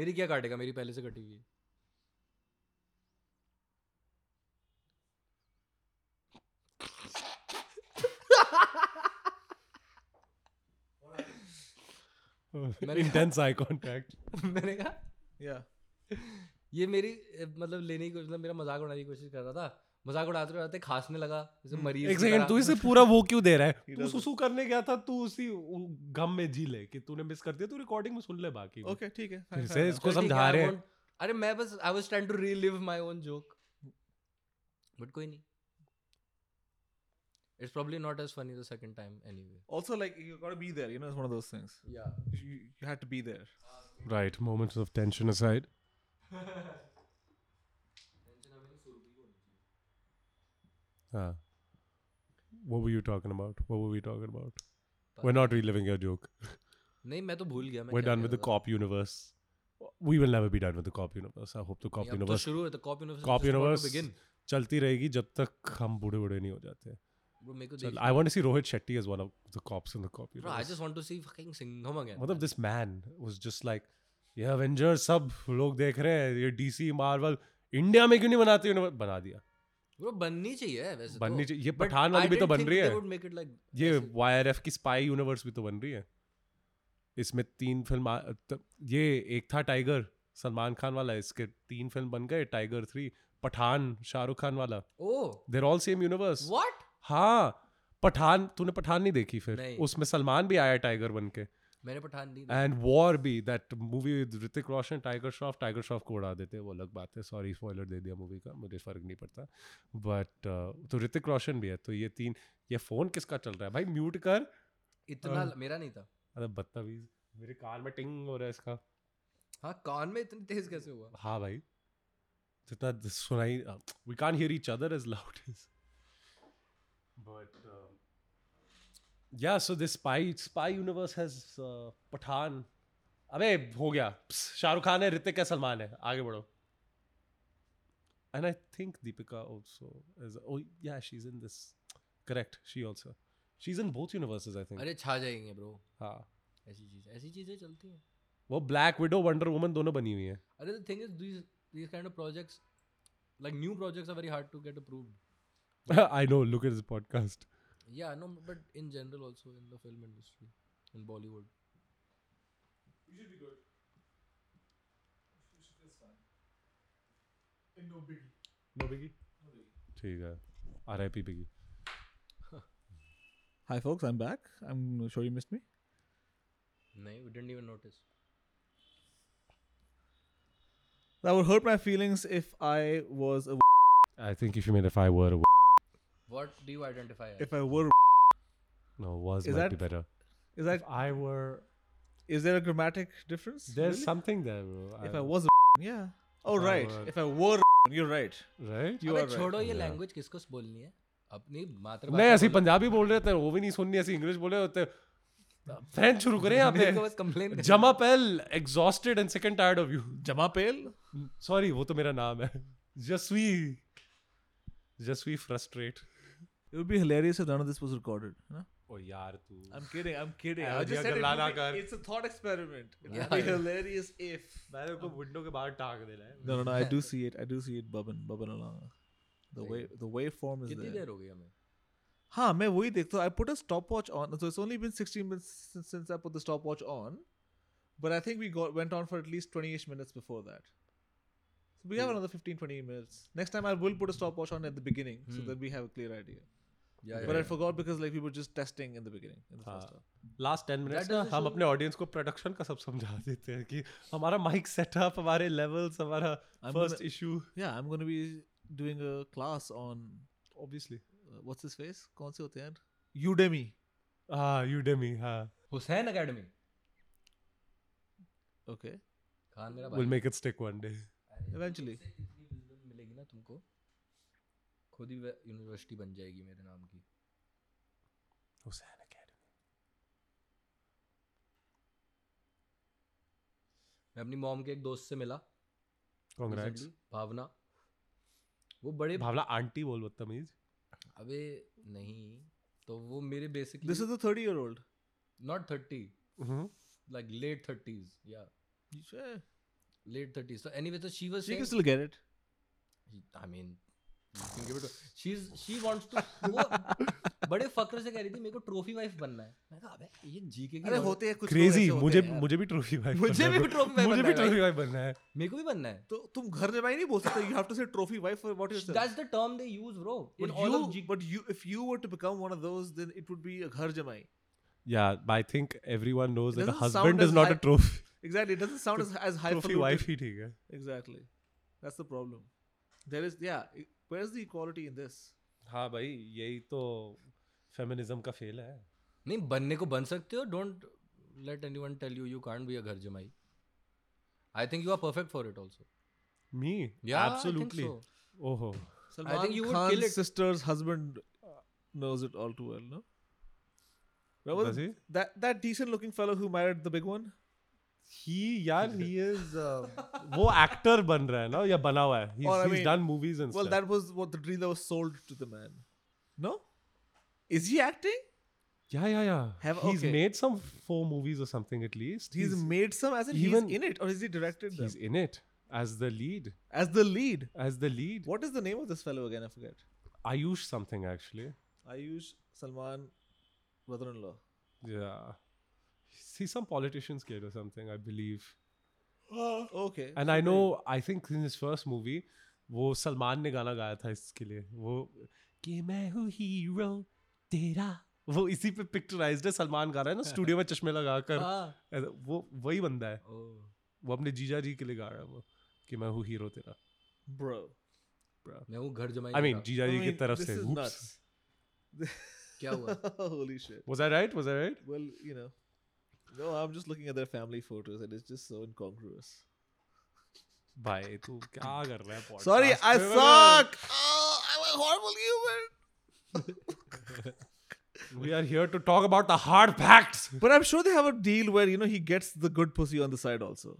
Speaker 1: मेरी क्या काटेगा मेरी पहले से कटी हुई है मैंने-
Speaker 3: इंटेंस आई कांटेक्ट
Speaker 1: मैंने कहा
Speaker 2: या
Speaker 1: ये मेरी अ, मतलब लेने की कोशिश मतलब मेरा मजाक उड़ाने की कोशिश कर रहा था मजाक उड़ाते उड़ाते खांसने लगा जैसे मरीज
Speaker 3: Hmm. एक
Speaker 1: की
Speaker 3: सेकंड
Speaker 1: तरह।
Speaker 3: तू इसे पूरा वो क्यों दे रहा है तू
Speaker 2: doesn't.
Speaker 3: सुसु करने गया था तू उसी उ- गम में जी ले कि तूने मिस कर दिया तू रिकॉर्डिंग में सुन ले बाकी को।
Speaker 2: ओके ठीक है
Speaker 3: फिर
Speaker 2: fine,
Speaker 3: से
Speaker 2: fine,
Speaker 3: इसको
Speaker 1: चल ठीक है,
Speaker 3: समझा
Speaker 1: I
Speaker 3: रहे हैं
Speaker 1: won't- अरे मैं बस I was trying to relive my own joke but कोई नहीं it's probably not as funny the second time anyway
Speaker 2: fine. also like you got to be there you know it's one of those things
Speaker 1: या
Speaker 2: you, you had to be there
Speaker 3: Right, moments of tension aside. हाँ Ah. what were you talking about? What were we talking about? We're not reliving your joke.
Speaker 1: नहीं मैं तो भूल गया मैं
Speaker 3: We're
Speaker 1: क्या
Speaker 3: done
Speaker 1: कह
Speaker 3: with the
Speaker 1: रहा था।
Speaker 3: cop universe. We will never be done with the cop universe. I hope the cop
Speaker 1: नहीं, अब तो
Speaker 3: universe
Speaker 1: शुरू है तो कॉप यूनिवर्स
Speaker 3: cop universe चलती रहेगी जब तक हम बूढ़े बूढ़े नहीं हो जाते
Speaker 1: ब्रो मेरे को
Speaker 3: So
Speaker 1: देख
Speaker 3: I want to see Rohit Shetty as one of the cops in the cop
Speaker 1: bro I
Speaker 3: universe.
Speaker 1: Just want to see fucking Singham again
Speaker 3: मतलब this man was just like ये Avengers सब लोग देख रहे हैं ये DC Marvel इंडिया में क्यों नहीं बनाते universe? बना दिया
Speaker 1: ब्रो बननी चाहिए वैसे
Speaker 3: बननी
Speaker 1: तो
Speaker 3: चाहिए ये
Speaker 1: But
Speaker 3: पठान वाली
Speaker 1: I
Speaker 3: भी तो
Speaker 1: didn't
Speaker 3: बन
Speaker 1: think
Speaker 3: रही
Speaker 1: they
Speaker 3: है
Speaker 1: would make it like
Speaker 3: ये
Speaker 1: ऐसे।
Speaker 3: YRF की स्पाई यूनिवर्स भी तो बन रही है इसमें तीन फिल्म आ- त- ये एक था टाइगर सलमान खान वाला इसके तीन फिल्म बन गए टाइगर थ्री पठान शाहरुख खान वाला
Speaker 1: oh
Speaker 3: they're all same universe
Speaker 1: what
Speaker 3: हाँ पठान तूने पठान नहीं देखी फिर
Speaker 1: नहीं।
Speaker 3: उसमें सलमान भी आया टाइगर बन के
Speaker 1: मैंने पठान नहीं देखी।
Speaker 3: एंड वॉर भी that movie with Hrithik Roshan Tiger Shroff Tiger Shroff को उड़ा देते हैं, वो अलग बात है सॉरी स्पॉइलर दे दिया मूवी का मुझे फर्क नहीं पड़ता बट तो ऋतिक रोशन भी है तो ये तीन ये फोन किसका चल रहा है भाई म्यूट कर
Speaker 1: इतना
Speaker 3: हाँ।
Speaker 1: मेरा नहीं था
Speaker 3: अरे बदतमीज मेरे कान में टिंग हो रहा है इसका
Speaker 1: हाँ कान में इतनी तेज कैसे हुआ
Speaker 3: हाँ भाई जितना द- सुनाई we can't hear each other as loud as but yeah so this spy spy universe has uh, Pathaan अबे हो गया Psst, शाहरुख खान है ऋतिक है सलमान है आगे बढ़ो and I think Deepika oh, also is oh yeah she is in this correct she also she is in both universes I think
Speaker 1: अरे छा जाएंगे ब्रो
Speaker 3: हाँ
Speaker 1: ऐसी चीज ऐसी चीजें चलती हैं
Speaker 3: वो ब्लैक विडो वंडर वुमन दोनों बनी हुई हैं
Speaker 1: अरे the thing is these these kind of projects like new projects are very hard to get approved
Speaker 3: I know. Look at this podcast.
Speaker 1: Yeah no but in general also in the film industry in Bollywood
Speaker 3: No biggie. ठीक है. R.I.P. Biggie.
Speaker 2: Hi, folks. I'm back. I'm sure you missed me.
Speaker 1: नहीं we didn't even notice
Speaker 2: That would hurt my feelings if I was a
Speaker 3: I think if you mean if I were, a w-
Speaker 1: what do you identify
Speaker 2: if I were
Speaker 3: no, was
Speaker 2: Is
Speaker 3: might
Speaker 2: that-
Speaker 3: be better.
Speaker 2: is that
Speaker 3: I were,
Speaker 2: is there a grammatic difference?
Speaker 3: there's
Speaker 2: really?
Speaker 3: something there, bro.
Speaker 2: If I was a yeah. Oh
Speaker 3: If I
Speaker 2: right.
Speaker 3: were-
Speaker 2: If I were a you're right.
Speaker 3: right?
Speaker 2: You
Speaker 1: अबे
Speaker 2: are right.
Speaker 1: छोड़ो ये
Speaker 3: Yeah.
Speaker 1: Language किसको बोलनी है अपनी मातृभाषा
Speaker 3: नहीं ऐसी
Speaker 1: बोलो।
Speaker 3: पंजाबी बोल रहे थे वो भी नहीं सुननी ऐसी इंग्लिश बोले होते फ्रेंच शुरू करे
Speaker 1: मेरे को
Speaker 2: तो
Speaker 3: आपने
Speaker 1: बस कंप्लेन
Speaker 3: जमा पहल exhausted and sick and tired of you
Speaker 2: Jama pale?
Speaker 3: sorry वो तो मेरा नाम है जसवी जसवी frustrate
Speaker 2: It would be hilarious if none of this was recorded. You know?
Speaker 3: ओ यार तू
Speaker 2: I'm kidding. I'm kidding.
Speaker 3: Yeah,
Speaker 2: I just
Speaker 3: yeah,
Speaker 2: said it
Speaker 3: Gallana
Speaker 2: would be-
Speaker 3: kar.
Speaker 2: it's a thought experiment. It would
Speaker 1: Yeah,
Speaker 2: be
Speaker 1: yeah.
Speaker 2: hilarious if.
Speaker 3: मैंने उनको window के बाहर टांग देना है
Speaker 2: No, no, no. I do see it. I do see it. Bubbin, bubbin along. The way the waveform is
Speaker 1: कितनी
Speaker 2: there.
Speaker 1: देर हो गई हमें
Speaker 2: हाँ मैं वही देखता हूँ I put a stopwatch on so it's only been 16 minutes since, since I put the stopwatch on but I think we got went on for at least 20ish minutes before that so we have another 15 20 minutes next time I will put a stopwatch on at the beginning so
Speaker 1: Hmm.
Speaker 2: that we have a clear idea
Speaker 1: yeah
Speaker 2: but I forgot because like we were just testing in the beginning in the first
Speaker 3: हाँ.
Speaker 2: half
Speaker 3: last ten minutes
Speaker 1: That
Speaker 3: ना
Speaker 1: doesn't
Speaker 3: हम
Speaker 1: show-
Speaker 3: अपने audience को production का सब समझा देते हैं कि हमारा माइक सेटअप हमारे लेवल्स हमारा
Speaker 2: I'm
Speaker 3: first
Speaker 2: gonna-
Speaker 3: issue
Speaker 2: yeah I'm going to be doing a class on
Speaker 3: obviously
Speaker 2: uh, what's his face कौन से होते हैं Udemy
Speaker 3: हाँ यूडेमी हाँ
Speaker 1: हुसैन एकेडमी
Speaker 2: okay
Speaker 1: खान मेरा भाई
Speaker 3: will make it stick one day
Speaker 1: अरे
Speaker 2: Eventually.
Speaker 1: मुझसे इतनी wisdom मिलेगी ना तुमको खुद ही यूनिवर्सिटी बन जाएगी मेरे नाम की
Speaker 3: हुसैन एकेडमी
Speaker 1: मैं अपनी मॉम के एक दोस्त से मिला
Speaker 3: कांग्रेट्स
Speaker 1: recently, भावना वो बड़े
Speaker 3: भावला आंटी बोल बदतमीज
Speaker 1: अबे नहीं तो वो मेरे
Speaker 2: this
Speaker 1: basically
Speaker 2: is the 30 year old
Speaker 1: not thirty
Speaker 3: हम्म।
Speaker 1: लाइक लेट थर्टीज या लेट थर्टीज तो एनीवे तो she was
Speaker 2: she can still get it
Speaker 1: I mean, you can give it to she's she wants to वो बड़े फकर से कह रही थी मेरे को ट्रॉफी वाइफ बनना है मैं कहा अबे ये जीके की
Speaker 2: अरे
Speaker 1: नॉलेज-
Speaker 2: होते हैं कुछ लोग
Speaker 3: क्रेजी
Speaker 2: ऐसे होते
Speaker 3: मुझे
Speaker 2: हैं यार।
Speaker 3: मुझे भी ट्रॉफी वाइफ
Speaker 1: मुझे भी ट्रॉफी वाइफ
Speaker 3: मुझे
Speaker 1: बनना है
Speaker 3: भी ट्रॉफी वाइफ बनना है
Speaker 1: भाई। मेरे को भी बनना है
Speaker 2: तो तुम घर जमाई नहीं बोल सकते you have to say trophy wife for what yourself
Speaker 1: that's the term they use bro in
Speaker 2: but
Speaker 1: all
Speaker 2: you
Speaker 1: of जी
Speaker 2: but you if you were to become one of those then it would be a घर जमाई
Speaker 3: या I think everyone knows
Speaker 2: It
Speaker 3: that
Speaker 2: doesn't sound
Speaker 3: husband
Speaker 2: as
Speaker 3: is not a
Speaker 2: high-
Speaker 3: trophy
Speaker 2: exactly it doesn't sound as
Speaker 3: trophy wife
Speaker 2: hyper wife
Speaker 3: ही ठीक है
Speaker 2: exactly that's the problem there is या where is the equality in this
Speaker 3: हाँ भाई यही तो feminism का फेल है
Speaker 1: नहीं बनने को बन सकते हो don't let anyone tell you you can't be a घर जमाई I think you are perfect for it also
Speaker 3: me
Speaker 1: या
Speaker 3: एब्सोल्युटली ओहो
Speaker 2: Salman
Speaker 1: you would kill
Speaker 2: Khan
Speaker 1: it.
Speaker 2: Sisters husband uh, knows it all too well, no? Remember
Speaker 3: Does he?
Speaker 2: that that decent looking fellow who married the big one?
Speaker 3: He, yeah, he is. Uh, वो actor बन रहा है ना या बना हुआ है? He's,
Speaker 2: Or, I
Speaker 3: he's
Speaker 2: mean-
Speaker 3: done movies and
Speaker 2: Well,
Speaker 3: stuff.
Speaker 2: that was what the dream that was sold to the man. No? Is he acting?
Speaker 3: yeah, yeah, yeah.
Speaker 2: Have-
Speaker 3: he's
Speaker 2: okay.
Speaker 3: made some four movies or something at least.
Speaker 2: He's, made some as in
Speaker 3: even-
Speaker 2: he's in it or is he directed them?
Speaker 3: he's in it as the lead.
Speaker 2: As the lead.
Speaker 3: As the lead,
Speaker 2: What is the name of this fellow again? I forget.
Speaker 3: Ayush something actually.
Speaker 2: Ayush Salman brother-in-law.
Speaker 3: Yeah. He's some politician's kid or something, I believe.
Speaker 2: Okay.
Speaker 3: And I know, I think in his first movie, वो सलमान ने गाना गाया था इसके लिए वो कि मैं हूँ हीरो तेरा वो इसी पे पिक्चराइज्ड है सलमान गा रहा है ना स्टूडियो में चश्मे लगा कर
Speaker 2: Ah.
Speaker 3: ऐसा- वो वही बंदा है वो अपने जीजा जी के लिए गा रहा है वो कि मैं हूँ हीरो तेरा
Speaker 2: Bro.
Speaker 1: मैं हूँ घर जमाई
Speaker 3: आई मीन
Speaker 2: I
Speaker 3: जीजा जी की
Speaker 2: mean,
Speaker 3: तरफ
Speaker 2: this
Speaker 3: से
Speaker 2: is
Speaker 3: oops
Speaker 2: nuts.
Speaker 1: क्या हुआ
Speaker 2: Holy shit.
Speaker 3: was I right was I right
Speaker 2: Well, you know. No, I'm just looking at their family photos and it's just so incongruous.
Speaker 3: भाई तू क्या कर रहा है podcast
Speaker 2: Sorry, I
Speaker 3: में?
Speaker 2: suck. Oh, I'm a horrible human.
Speaker 3: we are here to talk about the hard facts
Speaker 2: But I'm sure they have a deal where you know he gets the good pussy on the side also.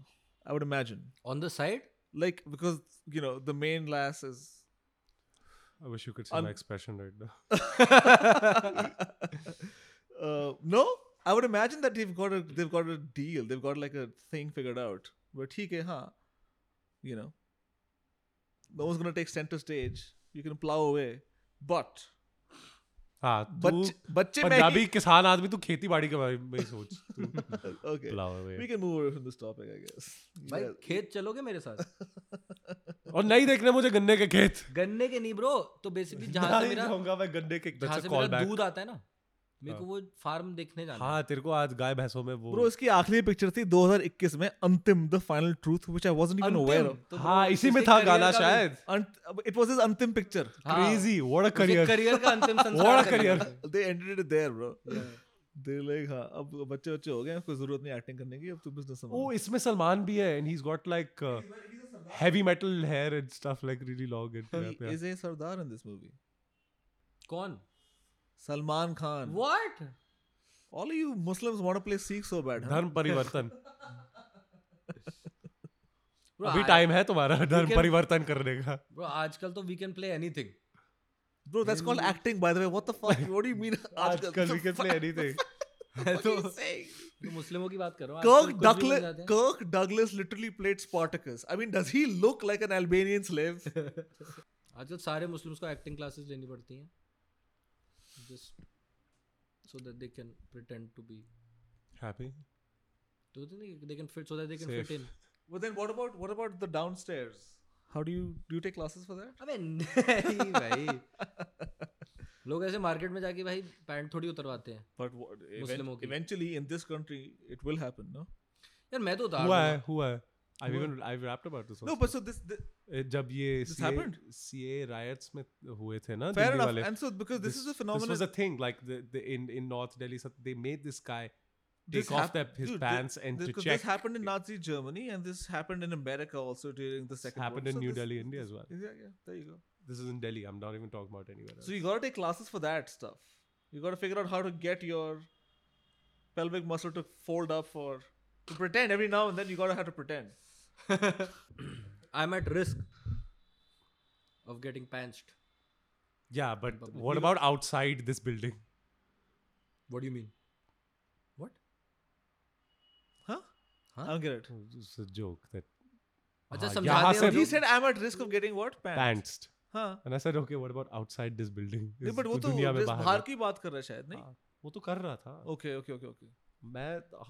Speaker 2: I would imagine,
Speaker 1: on the side
Speaker 2: like because you know the main lass is.
Speaker 3: I wish you could see
Speaker 2: Un-
Speaker 3: my expression right now
Speaker 2: Uh, no, I would imagine that they've got a they've got a deal. They've got like a thing figured out. But okay, huh? You know, no one's gonna take center stage. You can plow away, but
Speaker 3: हाँ तू
Speaker 2: बच्चे बच्चे में
Speaker 3: पंजाबी
Speaker 2: ही-
Speaker 3: किसान आदमी तू खेती बाड़ी के बारे में ही सोच तू
Speaker 2: Okay,
Speaker 3: बुलावा
Speaker 2: we
Speaker 3: हुए
Speaker 2: can move away from this topic, I guess.
Speaker 1: भाई
Speaker 2: Yeah.
Speaker 1: खेत चलोगे मेरे साथ
Speaker 3: और नहीं देखने मुझे गन्ने के खेत
Speaker 1: गन्ने के नहीं ब्रो तो बेसिकली जहाँ से
Speaker 3: नहीं
Speaker 1: मेरा
Speaker 3: जाऊंगा मैं गन्ने के अच्छा,
Speaker 1: जहाँ
Speaker 3: that's
Speaker 1: से
Speaker 3: a
Speaker 1: मेरा
Speaker 3: callback.
Speaker 1: दूध आता है ना मेरे को वो फार्म देखने जाना है।
Speaker 3: हाँ तेरे को आज गाय भैंसों में वो
Speaker 2: ब्रो इसकी आखिरी पिक्चर थी 2021 में Antim the final truth which I wasn't even aware
Speaker 1: Antim,
Speaker 2: of
Speaker 1: तो
Speaker 3: हाँ
Speaker 1: वो
Speaker 3: इसी में
Speaker 1: उसके
Speaker 3: था
Speaker 1: career
Speaker 3: गाना
Speaker 1: का भी-
Speaker 3: शायद
Speaker 2: it was his Antim picture
Speaker 1: हाँ,
Speaker 3: क्रेजी व्हाट अ
Speaker 1: उसके
Speaker 3: करियर
Speaker 1: career का अंतिम संस्कार
Speaker 3: What a
Speaker 1: करने
Speaker 3: career.
Speaker 1: वाले।
Speaker 2: They ended it there bro they like हां हाँ, अब बच्चे बच्चे हो गए हैं, कोई जरूरत नहीं एक्टिंग करने की अब तो तू बिजनेस
Speaker 3: ओ इसमें सलमान भी है and he is got like uh, heavy metal hair and stuff like really long and crap, yeah.
Speaker 2: Is a sardar in this movie
Speaker 1: कौन
Speaker 2: Salman Khan
Speaker 1: what
Speaker 2: all you Muslims want to play सीख so bad
Speaker 3: धर्म परिवर्तन अभी time है तुम्हारा धर्म
Speaker 1: can-
Speaker 3: परिवर्तन करने का
Speaker 1: ब्रो आजकल तो we can play anything
Speaker 2: bro that's called acting by the way what the fuck what do you mean
Speaker 3: आजकल वी कैन प्ले एनीथिंग
Speaker 1: तो तो मुस्लिमों की बात कर रहा हूँ
Speaker 2: Kirk
Speaker 1: आजकल कुछ भी बन जाते
Speaker 2: Douglas,
Speaker 1: हैं।
Speaker 2: Kirk Douglas literally played Spartacus. I mean, does he look like an Albanian slave?
Speaker 1: आजकल सारे मुस्लिम्स को एक्टिंग क्लासेस लेनी पड़ती हैं just so that they can pretend to be
Speaker 3: happy
Speaker 1: तो they can fit so that they can
Speaker 3: Safe.
Speaker 1: Fit in
Speaker 2: But then what about what about the downstairs? How do you do you take classes for that?
Speaker 1: अबे नहीं भाई लोग ऐसे market में जाके भाई pant थोड़ी उतरवाते हैं
Speaker 2: But what, event,
Speaker 1: Muslim होगी।
Speaker 2: eventually in this country it will happen, no?
Speaker 1: यार मैं तो उतार
Speaker 3: हुआ है
Speaker 1: दूंगा।
Speaker 3: हुआ है I've even I've rapped about this.
Speaker 2: No,
Speaker 3: also. Eh,
Speaker 2: but so this, this
Speaker 3: ए, जब ये
Speaker 2: This
Speaker 3: CA,
Speaker 2: happened?
Speaker 3: CA riots में हुए थे ना
Speaker 2: fair
Speaker 3: दिल्ली
Speaker 2: enough.
Speaker 3: वाले
Speaker 2: And so because this, is a
Speaker 3: This
Speaker 2: phenomenon.
Speaker 3: was a thing like the, the in in North Delhi so they made this guy
Speaker 2: this
Speaker 3: take off
Speaker 2: hap-
Speaker 3: their, his
Speaker 2: dude, thi-
Speaker 3: pants and
Speaker 2: this,
Speaker 3: to
Speaker 2: 'cause
Speaker 3: check
Speaker 2: This happened in Nazi Germany and this happened in America also during the second.
Speaker 3: happened
Speaker 2: World.
Speaker 3: in
Speaker 2: So
Speaker 3: New
Speaker 2: this-
Speaker 3: Delhi India as well
Speaker 2: Yeah, yeah. There you go.
Speaker 3: this is in Delhi I'm not even talking about anywhere else
Speaker 2: So you gotta take classes for that stuff. You gotta figure out how to get your pelvic muscle to fold up for to pretend every now and then. You gotta have to pretend.
Speaker 1: I am at risk of getting punched.
Speaker 3: yeah but
Speaker 1: Public.
Speaker 3: what about outside this building
Speaker 1: What do you mean? What?
Speaker 2: Huh?
Speaker 1: Huh?
Speaker 2: I don't get it.
Speaker 3: it's Oh, a joke that
Speaker 1: अच्छा
Speaker 3: हाँ,
Speaker 1: समझा
Speaker 3: यहाँ
Speaker 1: दे
Speaker 3: से
Speaker 1: और
Speaker 2: He
Speaker 3: Look-
Speaker 2: said, "I'm at risk of getting what pants."
Speaker 3: pantsed
Speaker 2: Huh?
Speaker 3: and I said okay what about outside this building
Speaker 2: नहीं
Speaker 3: इस
Speaker 2: but वो तो
Speaker 3: दुनिया में
Speaker 2: just
Speaker 3: बाहर
Speaker 2: बाहर
Speaker 3: में?
Speaker 2: की बात कर रहा है शायद नहीं?
Speaker 3: हाँ, वो तो कर रहा था
Speaker 2: Okay, okay, okay, okay.
Speaker 3: मैं तो,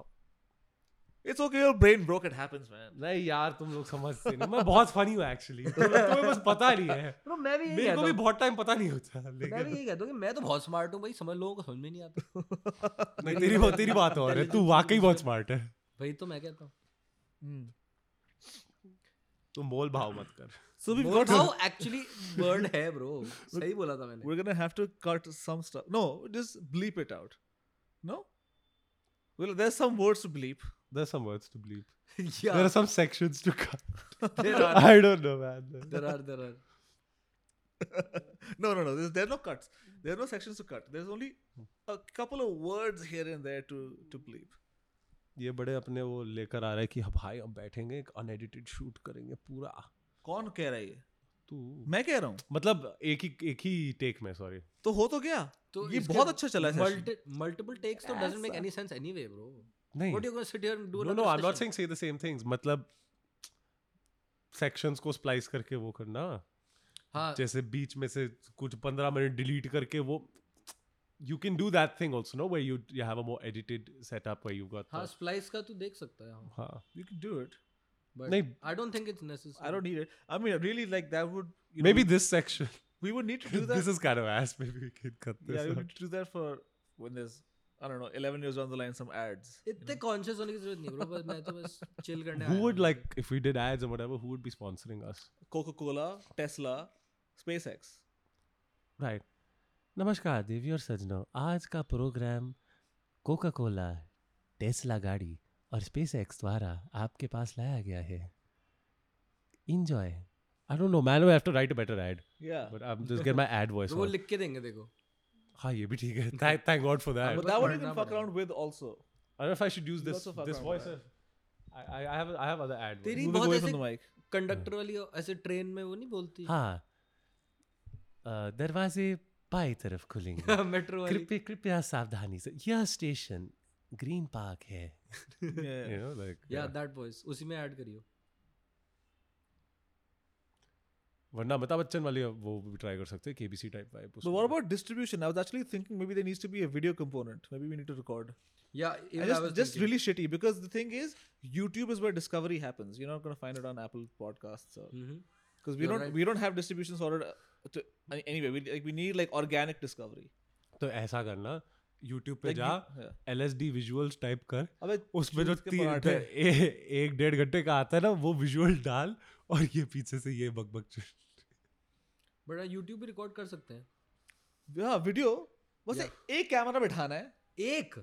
Speaker 2: It's okay. Your brain broke. It happens, man.
Speaker 3: नहीं यार तुम लोग समझते नहीं मैं बहुत फनी हूँ एक्चुअली तुम्हें बस पता नहीं है
Speaker 1: bro, मैं भी यही
Speaker 3: मेरे को
Speaker 1: कहता
Speaker 3: भी
Speaker 1: हूँ।
Speaker 3: बहुत टाइम पता नहीं होता
Speaker 1: मैं भी
Speaker 3: लेकिन
Speaker 1: यही कहता हूँ कि मैं तो बहुत स्मार्ट हूँ भाई समझ लोगों को समझ में नहीं आता
Speaker 3: नहीं तेरी बात तेरी बात और है तू वाकई बहुत स्मार्ट है
Speaker 1: भाई तो मैं कहता हूँ
Speaker 3: तू मोल भाव मत कर
Speaker 2: So we've
Speaker 1: Mold
Speaker 2: got.
Speaker 1: भाव actually word है bro सही बोला था मैंने
Speaker 2: We're gonna have to cut some stuff. No, just bleep it out. No. Well, there's some words to bleep.
Speaker 3: There are some words to bleep. There
Speaker 1: yeah
Speaker 3: are some sections to cut.
Speaker 1: there are
Speaker 3: I don't know, man.
Speaker 1: there are there are
Speaker 2: no, no, no. There's, there are no cuts. There are no sections to cut. There's only a couple of words here and there to to bleep.
Speaker 3: ये बड़े अपने वो लेकर आ रहा है कि हाँ भाई हम बैठेंगे एक अनएडिटेड शूट करेंगे पूरा
Speaker 2: कौन कह रहा है ये
Speaker 3: तू
Speaker 2: मैं कह रहा हूँ
Speaker 3: मतलब एक ही एक ही टेक में सॉरी
Speaker 2: तो हो तो गया
Speaker 1: तो
Speaker 2: ये बहुत अच्छा चला है session.
Speaker 1: मल्टीपल टेक्स तो doesn't make any sense anyway bro
Speaker 3: नहीं
Speaker 1: what you gonna sit here and do
Speaker 3: no no I am not saying say the same things मतलब सेक्शंस को स्प्लाइस करके वो करना
Speaker 1: हां
Speaker 3: जैसे बीच में से कुछ 15 मिनट डिलीट करके वो you can do that thing also no where you you have a more edited setup where you've got
Speaker 1: हां
Speaker 3: the,
Speaker 1: स्प्लाइस हाँ, का तू देख सकता है हां
Speaker 3: हाँ.
Speaker 2: हाँ, You can do it.
Speaker 1: But
Speaker 3: नहीं।
Speaker 1: I don't think it's necessary
Speaker 2: I don't need it. I mean, really, like that would you
Speaker 3: maybe
Speaker 2: know,
Speaker 3: this section
Speaker 2: we would need to do that.
Speaker 3: this is kind of ass maybe we can cut this
Speaker 2: yeah, we
Speaker 3: out.
Speaker 2: would need to do that for when there's I don't know, eleven years down the line, some ads. you
Speaker 1: इतने
Speaker 2: know.
Speaker 1: Conscious होने की जरूरत नहीं bro बस मैं तो बस chill करने
Speaker 3: who
Speaker 1: आया
Speaker 3: would
Speaker 1: हूँ।
Speaker 3: like if we did ads and whatever who would be sponsoring us
Speaker 2: Coca-Cola, Tesla, SpaceX.
Speaker 3: right नमस्कार देवी और सजनों आज का प्रोग्राम कोका कोला टेस्ला गाड़ी और स्पेस एक्स द्वारा आपके पास लाया गया है enjoy I don't know man I have to write a better ad
Speaker 2: Yeah,
Speaker 3: but I just get my add voice
Speaker 1: तो वो लिख के देंगे देखो
Speaker 3: हां हाँ, ये भी ठीक है thank thank god for that
Speaker 2: but
Speaker 1: बस
Speaker 2: that one you
Speaker 1: पढ़ना
Speaker 2: can fuck
Speaker 1: पड़ेगा।
Speaker 2: around with also.
Speaker 3: I don't know if I should use
Speaker 2: Lots
Speaker 3: this
Speaker 2: of fuck
Speaker 3: this
Speaker 2: around
Speaker 3: voice
Speaker 2: with
Speaker 3: I I I have I have other ad
Speaker 1: तेरी
Speaker 2: Moving
Speaker 1: बहुत
Speaker 2: away from
Speaker 1: ऐसे
Speaker 2: the mic.
Speaker 1: Conductor वाली ऐसे train में वो नहीं बोलती
Speaker 3: हाँ अ, दरवाजे बाई तरफ खुलेंगे
Speaker 2: हाँ।
Speaker 1: मेट्रो वाली
Speaker 3: कृपया कृपया सावधानी से यह स्टेशन ग्रीन पार्क है
Speaker 2: Yeah.
Speaker 3: you know like
Speaker 1: या दैट वॉइस उसी में ऐड करियो
Speaker 3: वरना अमिताभ बच्चन वाली वो भी ट्राई कर सकते हैं KBC type vibe
Speaker 2: But what about distribution? I was actually thinking maybe there needs to be a video component. Maybe we need to record.
Speaker 1: या
Speaker 2: I just, just really shitty because the thing is, YouTube is where discovery happens. You're not gonna find it on Apple Podcasts or
Speaker 1: hmm,
Speaker 2: because we
Speaker 1: You're
Speaker 2: don't
Speaker 1: right.
Speaker 2: we don't have distribution sorted. uh, To, any- anyway, we like we need like organic discovery.
Speaker 3: तो ऐसा करना YouTube पे
Speaker 2: Like
Speaker 3: जा
Speaker 2: you- yeah.
Speaker 3: LSD visuals type कर
Speaker 2: अबे
Speaker 3: उसमें जो
Speaker 2: चूत के
Speaker 3: तीन
Speaker 2: पराठे।
Speaker 3: ए- एक डेढ़ घंटे का आता है ना वो विजुअल डाल और ये पीछे से ये बकबक चुट-
Speaker 1: बट YouTube भी रिकॉर्ड कर सकते हैं
Speaker 2: हाँ वीडियो बस एक कैमरा बिठाना है
Speaker 1: एक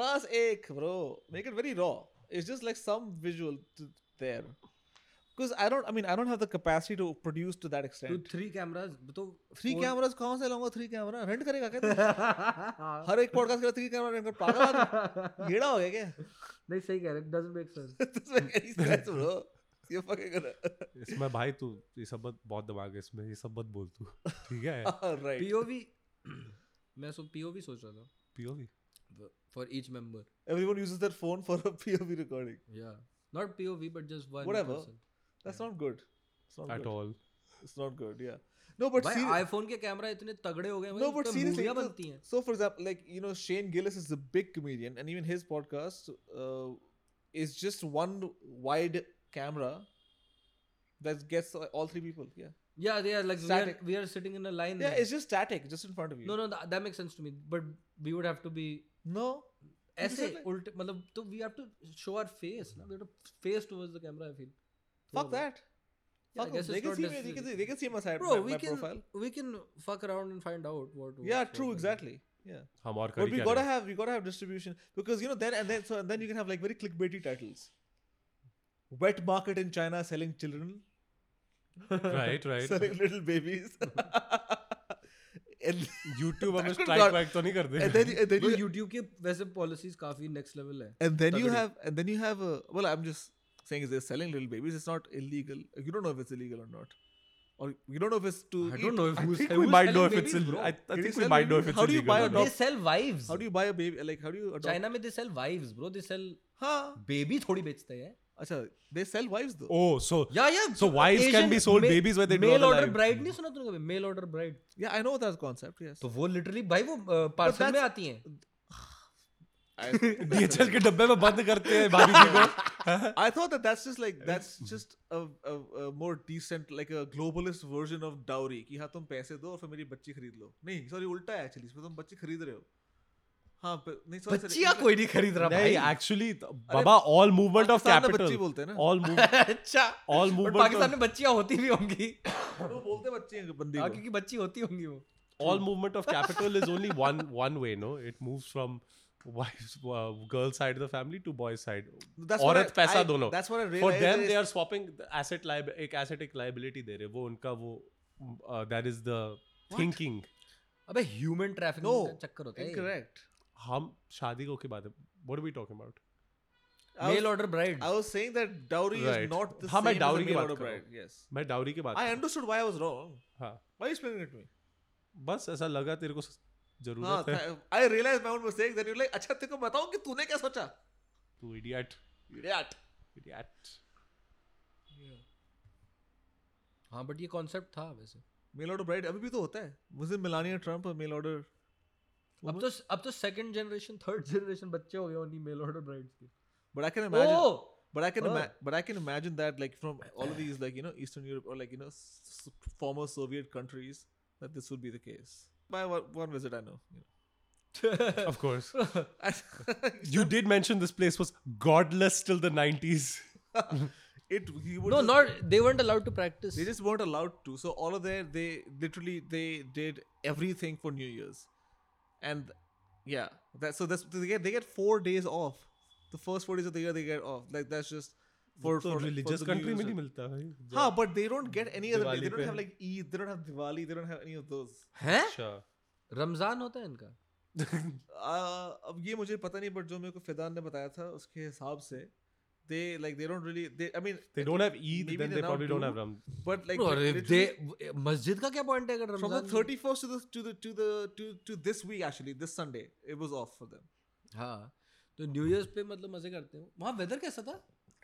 Speaker 2: बस एक bro make it very raw it's just like some visual there because i don't i mean i don't have the capacity to produce to that
Speaker 1: to
Speaker 2: extent
Speaker 1: three cameras तो
Speaker 2: three
Speaker 1: four-
Speaker 2: cameras कहाँ से लाऊंगा three camera rent करेगा क्या तू? हर एक podcast के लिए थ्री कैमरा रेंट कर पागल आदमी? येड़ा हो गया क्या
Speaker 1: नहीं सही कह रहे doesn't make sense
Speaker 2: This make any sense, bro. You're fucking gonna-
Speaker 3: इसमें भाई तू ये सब मत बहुत दिमाग है इसमें ये सब मत बोल तू ठीक है Oh
Speaker 2: All right.
Speaker 1: पीओवी मैं सो पीओवी सोच रहा था
Speaker 3: POV
Speaker 1: for each member
Speaker 2: Everyone uses their phone for a POV recording.
Speaker 1: या not POV but just one
Speaker 2: Whatever. That's not good. It's not
Speaker 3: at
Speaker 2: good.
Speaker 3: all
Speaker 2: It's not good. Yeah. No, but
Speaker 1: भाई
Speaker 2: serious-
Speaker 1: iPhone के camera इतने तगड़े हो गए हैं
Speaker 2: No,
Speaker 1: भाई,
Speaker 2: but
Speaker 1: उस पे
Speaker 2: seriously,
Speaker 1: मूवियाँ
Speaker 2: तो it was-
Speaker 1: बनती हैं
Speaker 2: So, for example, like you know, Shane Gillis is a big comedian, and even his podcast uh, is just one wide camera that gets uh, all three people. Yeah,
Speaker 1: Yeah, they are like we are,
Speaker 2: Static.
Speaker 1: we are sitting in a line.
Speaker 2: yeah,
Speaker 1: there.
Speaker 2: it's just static, just in front of you.
Speaker 1: no, no, that, that makes sense to me. But we would have to be
Speaker 2: no. Because
Speaker 1: ऐसे
Speaker 2: it's like-
Speaker 1: उल्टे मतलब तो we have to show our face. ना? We have to face towards the camera. I feel.
Speaker 2: fuck that.
Speaker 1: Yeah, I
Speaker 2: fuck
Speaker 1: guess
Speaker 2: them. They
Speaker 1: it's
Speaker 2: can
Speaker 1: not
Speaker 2: see me. They can
Speaker 1: necessary.
Speaker 2: see, they can see my side.
Speaker 1: Bro,
Speaker 2: my,
Speaker 1: we
Speaker 2: my
Speaker 1: can
Speaker 2: profile.
Speaker 1: we can fuck around and find out what.
Speaker 2: Yeah,
Speaker 1: works,
Speaker 2: true.
Speaker 1: what
Speaker 2: Exactly. Yeah.
Speaker 3: हम और
Speaker 2: But
Speaker 3: करी
Speaker 2: we
Speaker 3: क्या
Speaker 2: gotta
Speaker 3: रहे?
Speaker 2: have we gotta have distribution because you know then and then so and then you can have like very clickbaity titles. Wet market in China selling children.
Speaker 3: Right, right.
Speaker 2: Selling little babies. and,
Speaker 3: YouTube हमें
Speaker 2: That could
Speaker 3: strike
Speaker 2: got-
Speaker 3: back तो नहीं कर
Speaker 2: and
Speaker 3: देगा
Speaker 2: then you- and then
Speaker 1: Bro,
Speaker 2: you
Speaker 1: YouTube के वैसे policies काफी next level है.
Speaker 2: and then you
Speaker 1: Tagdi.
Speaker 2: have and then you have a well I'm just saying is they're selling little babies it's not illegal you don't know if it's illegal or not or you don't know if it's to
Speaker 3: I
Speaker 2: eat.
Speaker 3: don't know if
Speaker 1: I
Speaker 3: who's,
Speaker 1: think
Speaker 3: we
Speaker 1: who's
Speaker 3: might know if
Speaker 1: selling babies,
Speaker 3: it's illegal.
Speaker 1: bro.
Speaker 3: I, I
Speaker 2: It
Speaker 3: think
Speaker 2: is
Speaker 3: we might know
Speaker 2: illegal.
Speaker 3: if it's
Speaker 2: How do you
Speaker 3: illegal.
Speaker 2: buy
Speaker 3: or
Speaker 2: a
Speaker 3: not.
Speaker 1: They sell wives.
Speaker 2: how do you buy a baby like how do you adopt
Speaker 1: China में they sell wives, bro. They sell
Speaker 2: huh
Speaker 1: baby थोड़ी बेचते हैं.
Speaker 2: Achha, they sell wives though
Speaker 3: Oh, so
Speaker 1: Yeah, yeah.
Speaker 3: So wives can
Speaker 1: Asian
Speaker 3: be sold,
Speaker 1: ma-
Speaker 3: babies where they draw
Speaker 1: mail
Speaker 3: the
Speaker 1: order
Speaker 3: line.
Speaker 1: bride नहीं सुना तूने कभी mail order bride
Speaker 2: yeah I know that concept yes
Speaker 1: तो वो literally भाई वो parcel में
Speaker 2: that's-
Speaker 1: आती हैं
Speaker 2: I-
Speaker 3: DHL के डब्बे में बंद करते हैं भाभी जी को हाँ?
Speaker 2: I thought that that's just like that's
Speaker 3: Mm-hmm.
Speaker 2: just a, a, a more decent like a globalist version of dowry कि हाँ तुम पैसे दो और फिर मेरी बच्ची खरीद लो नहीं sorry उल्टा है actually इसमें तुम बच्ची खरीद रहे हो हाँ पर- नहीं sorry sorry
Speaker 1: बच्चियां कोई नहीं खरीद रहा
Speaker 3: नहीं
Speaker 1: भाई
Speaker 3: actually th- Baba all movement of
Speaker 2: Pakistan में बच्ची
Speaker 3: capital
Speaker 2: बोलते हैं ना
Speaker 3: all move
Speaker 1: अच्छा
Speaker 3: all
Speaker 1: और
Speaker 3: movement
Speaker 1: पाकिस्तान
Speaker 3: of,
Speaker 1: में बच्चियां होती भी होंगी
Speaker 2: वो बोलते हैं बच्ची हैं बंदी
Speaker 1: हाँ,
Speaker 2: को
Speaker 1: क्योंकि बच्ची होती होंगी वो
Speaker 3: all movement of capital is only one one way no it moves from wives uh, girl side of the family to boy side
Speaker 2: That's what
Speaker 3: औरत
Speaker 2: I-
Speaker 3: पैसा
Speaker 2: I-
Speaker 3: दोनों
Speaker 2: that's what I
Speaker 3: for
Speaker 2: realized
Speaker 3: them
Speaker 2: is-
Speaker 3: they are swapping the asset liability एक asset एक liability दे रहे हैं वो उनका वो uh, that is the thinking.
Speaker 1: अबे ह्यूमन ट्रैफिकिंग
Speaker 2: No,
Speaker 1: का चक्कर होता है ये।
Speaker 2: Incorrect.
Speaker 3: हम शादी को की बात है what are we talking about
Speaker 2: I
Speaker 1: mail
Speaker 2: was,
Speaker 1: order bride
Speaker 2: I was saying that dowry
Speaker 3: Right.
Speaker 2: is not the
Speaker 3: हाँ, मैं
Speaker 2: same
Speaker 3: dowry
Speaker 2: as
Speaker 3: की
Speaker 2: a mail
Speaker 3: बात
Speaker 2: order
Speaker 3: कर रहा
Speaker 2: bride. Yes.
Speaker 3: मैं डाउरी की बात
Speaker 2: I
Speaker 3: कर-
Speaker 2: understood why I was wrong.
Speaker 3: हाँ
Speaker 2: Why are you explaining it to me?
Speaker 3: बस ऐसा लगा तेरे को स-
Speaker 2: हाँ,
Speaker 3: जरूरत है
Speaker 2: tha- I realized my own mistake. Then you're like, अच्छा तेरे को बताऊं कि तूने क्या सोचा?
Speaker 3: तू idiot
Speaker 2: Idiot.
Speaker 3: idiot
Speaker 1: हाँ बट ये कॉन्सेप्ट था वैसे
Speaker 2: Mail order bride अभी भी तो होता है. मुझे मिलानिया ट्रम्प और mail order.
Speaker 1: अब तो अब तो सेकंड जनरेशन थर्ड जनरेशन बच्चे हो गए उन्हीं मेल ऑर्डर ब्राइड्स के
Speaker 2: But I can
Speaker 3: Oh!
Speaker 2: imagine.
Speaker 1: Oh
Speaker 2: But I can
Speaker 1: Oh.
Speaker 2: ima- but I can imagine that like from all of these like you know Eastern Europe or like you know s- s- former Soviet countries that this would be the case. By one, one visit I know. You
Speaker 3: of course
Speaker 2: know.
Speaker 3: you did mention this place was godless till the 90s
Speaker 2: it he would
Speaker 1: no
Speaker 2: just-
Speaker 1: not they weren't allowed to practice
Speaker 2: they just weren't allowed to. So all of their they literally they did everything for New Year's, and yeah, that so that's they get they get four days off. The first four days of the year they get off. Like that's just for
Speaker 3: तो
Speaker 2: for
Speaker 3: religious
Speaker 2: for the New
Speaker 3: country में
Speaker 2: Year's.
Speaker 3: नहीं मिलता भाई
Speaker 2: Huh, हाँ, but they don't get any other. Day.
Speaker 3: Diwali
Speaker 2: They don't
Speaker 3: पे
Speaker 2: have
Speaker 3: है।
Speaker 2: like Eid. They don't have Diwali. They don't have any of those.
Speaker 1: हैं
Speaker 3: अच्छा
Speaker 1: रमजान होता है इनका
Speaker 2: Uh, अब ये मुझे पता नहीं बट जो मेरे को फिदान ने बताया था उसके हिसाब से they like they don't really they I mean
Speaker 3: they don't have eid
Speaker 2: Maybe
Speaker 3: then
Speaker 2: they
Speaker 3: they
Speaker 2: now
Speaker 3: probably don't
Speaker 2: do.
Speaker 3: have ram
Speaker 2: but like
Speaker 1: Bro,
Speaker 2: lit-
Speaker 1: if
Speaker 2: literally-
Speaker 1: they- eh, मस्जिद का क्या point है अगर
Speaker 2: from the
Speaker 1: Ramzan
Speaker 2: 31st to the to the to the to to this week actually this sunday it was off for them
Speaker 1: हाँ तो New Year's पे मतलब मजे करते हो वहाँ वेदर कैसा था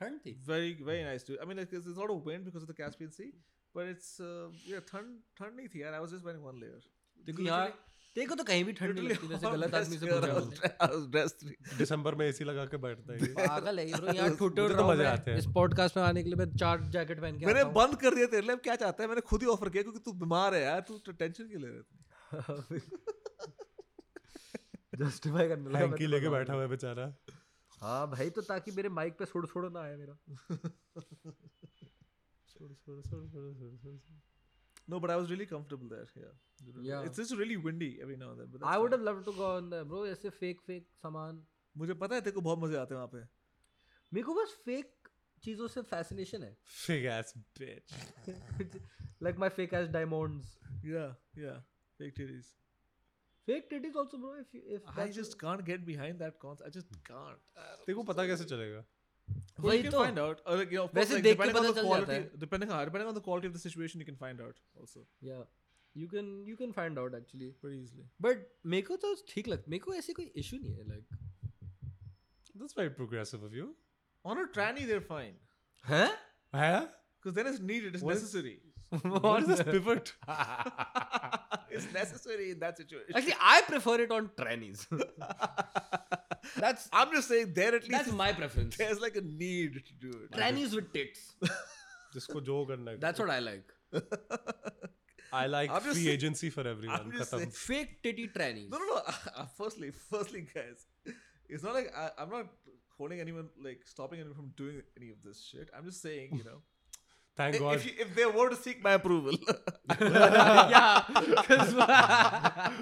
Speaker 1: ठंड थी
Speaker 2: very very nice dude i mean like, there's a lot of wind because of the caspian sea but it's uh, yeah thund thund nahi thi yaar i was just wearing one layer
Speaker 1: देखो यहाँ देखो तो कहीं भी ठंड नहीं लगती वैसे
Speaker 2: all
Speaker 1: गलत
Speaker 2: dressed
Speaker 1: आदमी से
Speaker 2: here,
Speaker 1: पूछा
Speaker 2: I was
Speaker 1: आपने।
Speaker 2: dre- I was dressed
Speaker 3: दिसंबर में एसी लगा के बैठता है ये।
Speaker 1: पागल है ये bro, यहाँ ठुटे
Speaker 3: मुझे
Speaker 1: उड़
Speaker 3: तो
Speaker 1: रहा हूँ
Speaker 3: मजे
Speaker 1: मैं।
Speaker 3: आते हैं।
Speaker 1: इस पॉडकास्ट में आने के लिए मैं चार जैकेट पहन के
Speaker 2: मैंने
Speaker 1: आता हूँ।
Speaker 2: बंद कर दिया तेरे लिए अब क्या चाहता है मैंने खुद ही ऑफर किया क्योंकि तू बीमार है यार तू टेंशन क्यों ले रहा है
Speaker 1: जस्टिफाई करने लगा
Speaker 3: हैंकी
Speaker 1: मैंने
Speaker 3: लेके
Speaker 1: बताऊँ।
Speaker 3: बैठा हुआ है बेचारा
Speaker 1: हाँ भाई तो ताकि मेरे माइक पे सुड़ सुड़ ना आए मेरा
Speaker 2: no but i was really comfortable there yeah
Speaker 1: Yeah.
Speaker 2: it's just really windy every now and then but that's
Speaker 1: I would
Speaker 2: fine.
Speaker 1: Have love to go on the bro ऐसे फेक फेक सामान
Speaker 2: मुझे पता है तेरे को बहुत मजे आते हैं वहाँ पे
Speaker 1: मेरे को बस फेक चीजों से फैसिनेशन है
Speaker 3: fig ass bitch
Speaker 1: like my fake ass diamonds.
Speaker 2: Yeah, yeah. Fake titties.
Speaker 1: Fake titties also, bro. If you, if
Speaker 2: I just can't get behind that concept. I just can't.
Speaker 3: तेरे को पता कैसे चलेगा
Speaker 2: Well, you
Speaker 1: वही
Speaker 2: can
Speaker 1: तो
Speaker 2: find out. Or like, you know, of course,
Speaker 1: वैसे
Speaker 2: like,
Speaker 1: देख के
Speaker 2: depending on
Speaker 1: पता चल जाता
Speaker 2: the quality, depending on depending on the quality of the situation, you can find out also
Speaker 1: yeah you can you can find out actually
Speaker 2: pretty easily.
Speaker 1: but मेरे को तो ठीक लग मेरे को ऐसे कोई इशू नहीं है like
Speaker 3: that's very progressive of you
Speaker 2: On a tranny, they're fine
Speaker 1: हैं
Speaker 3: है
Speaker 2: because then it's needed. It's
Speaker 3: What is-
Speaker 2: necessary.
Speaker 3: what is this pivot
Speaker 2: it's necessary in that situation.
Speaker 1: actually I prefer it on trannies that's
Speaker 2: I'm just saying there at least
Speaker 1: that's my preference
Speaker 2: there's like a need to do it.
Speaker 1: trannies with tits
Speaker 3: जिसको जो करना है
Speaker 1: that's what I like
Speaker 3: I like
Speaker 2: I'm just
Speaker 3: free
Speaker 2: saying-
Speaker 3: agency for everyone.
Speaker 2: just
Speaker 3: Khatam.
Speaker 2: saying-
Speaker 1: fake titty trannies
Speaker 2: No, no, no. Uh, firstly, firstly, guys, it's not like I, I'm not holding anyone, like stopping anyone from doing any of this shit. I'm just saying, you know,
Speaker 3: Thank
Speaker 2: if,
Speaker 3: Oh God.
Speaker 2: if, you, if they were to seek my approval,
Speaker 1: yeah 'cause-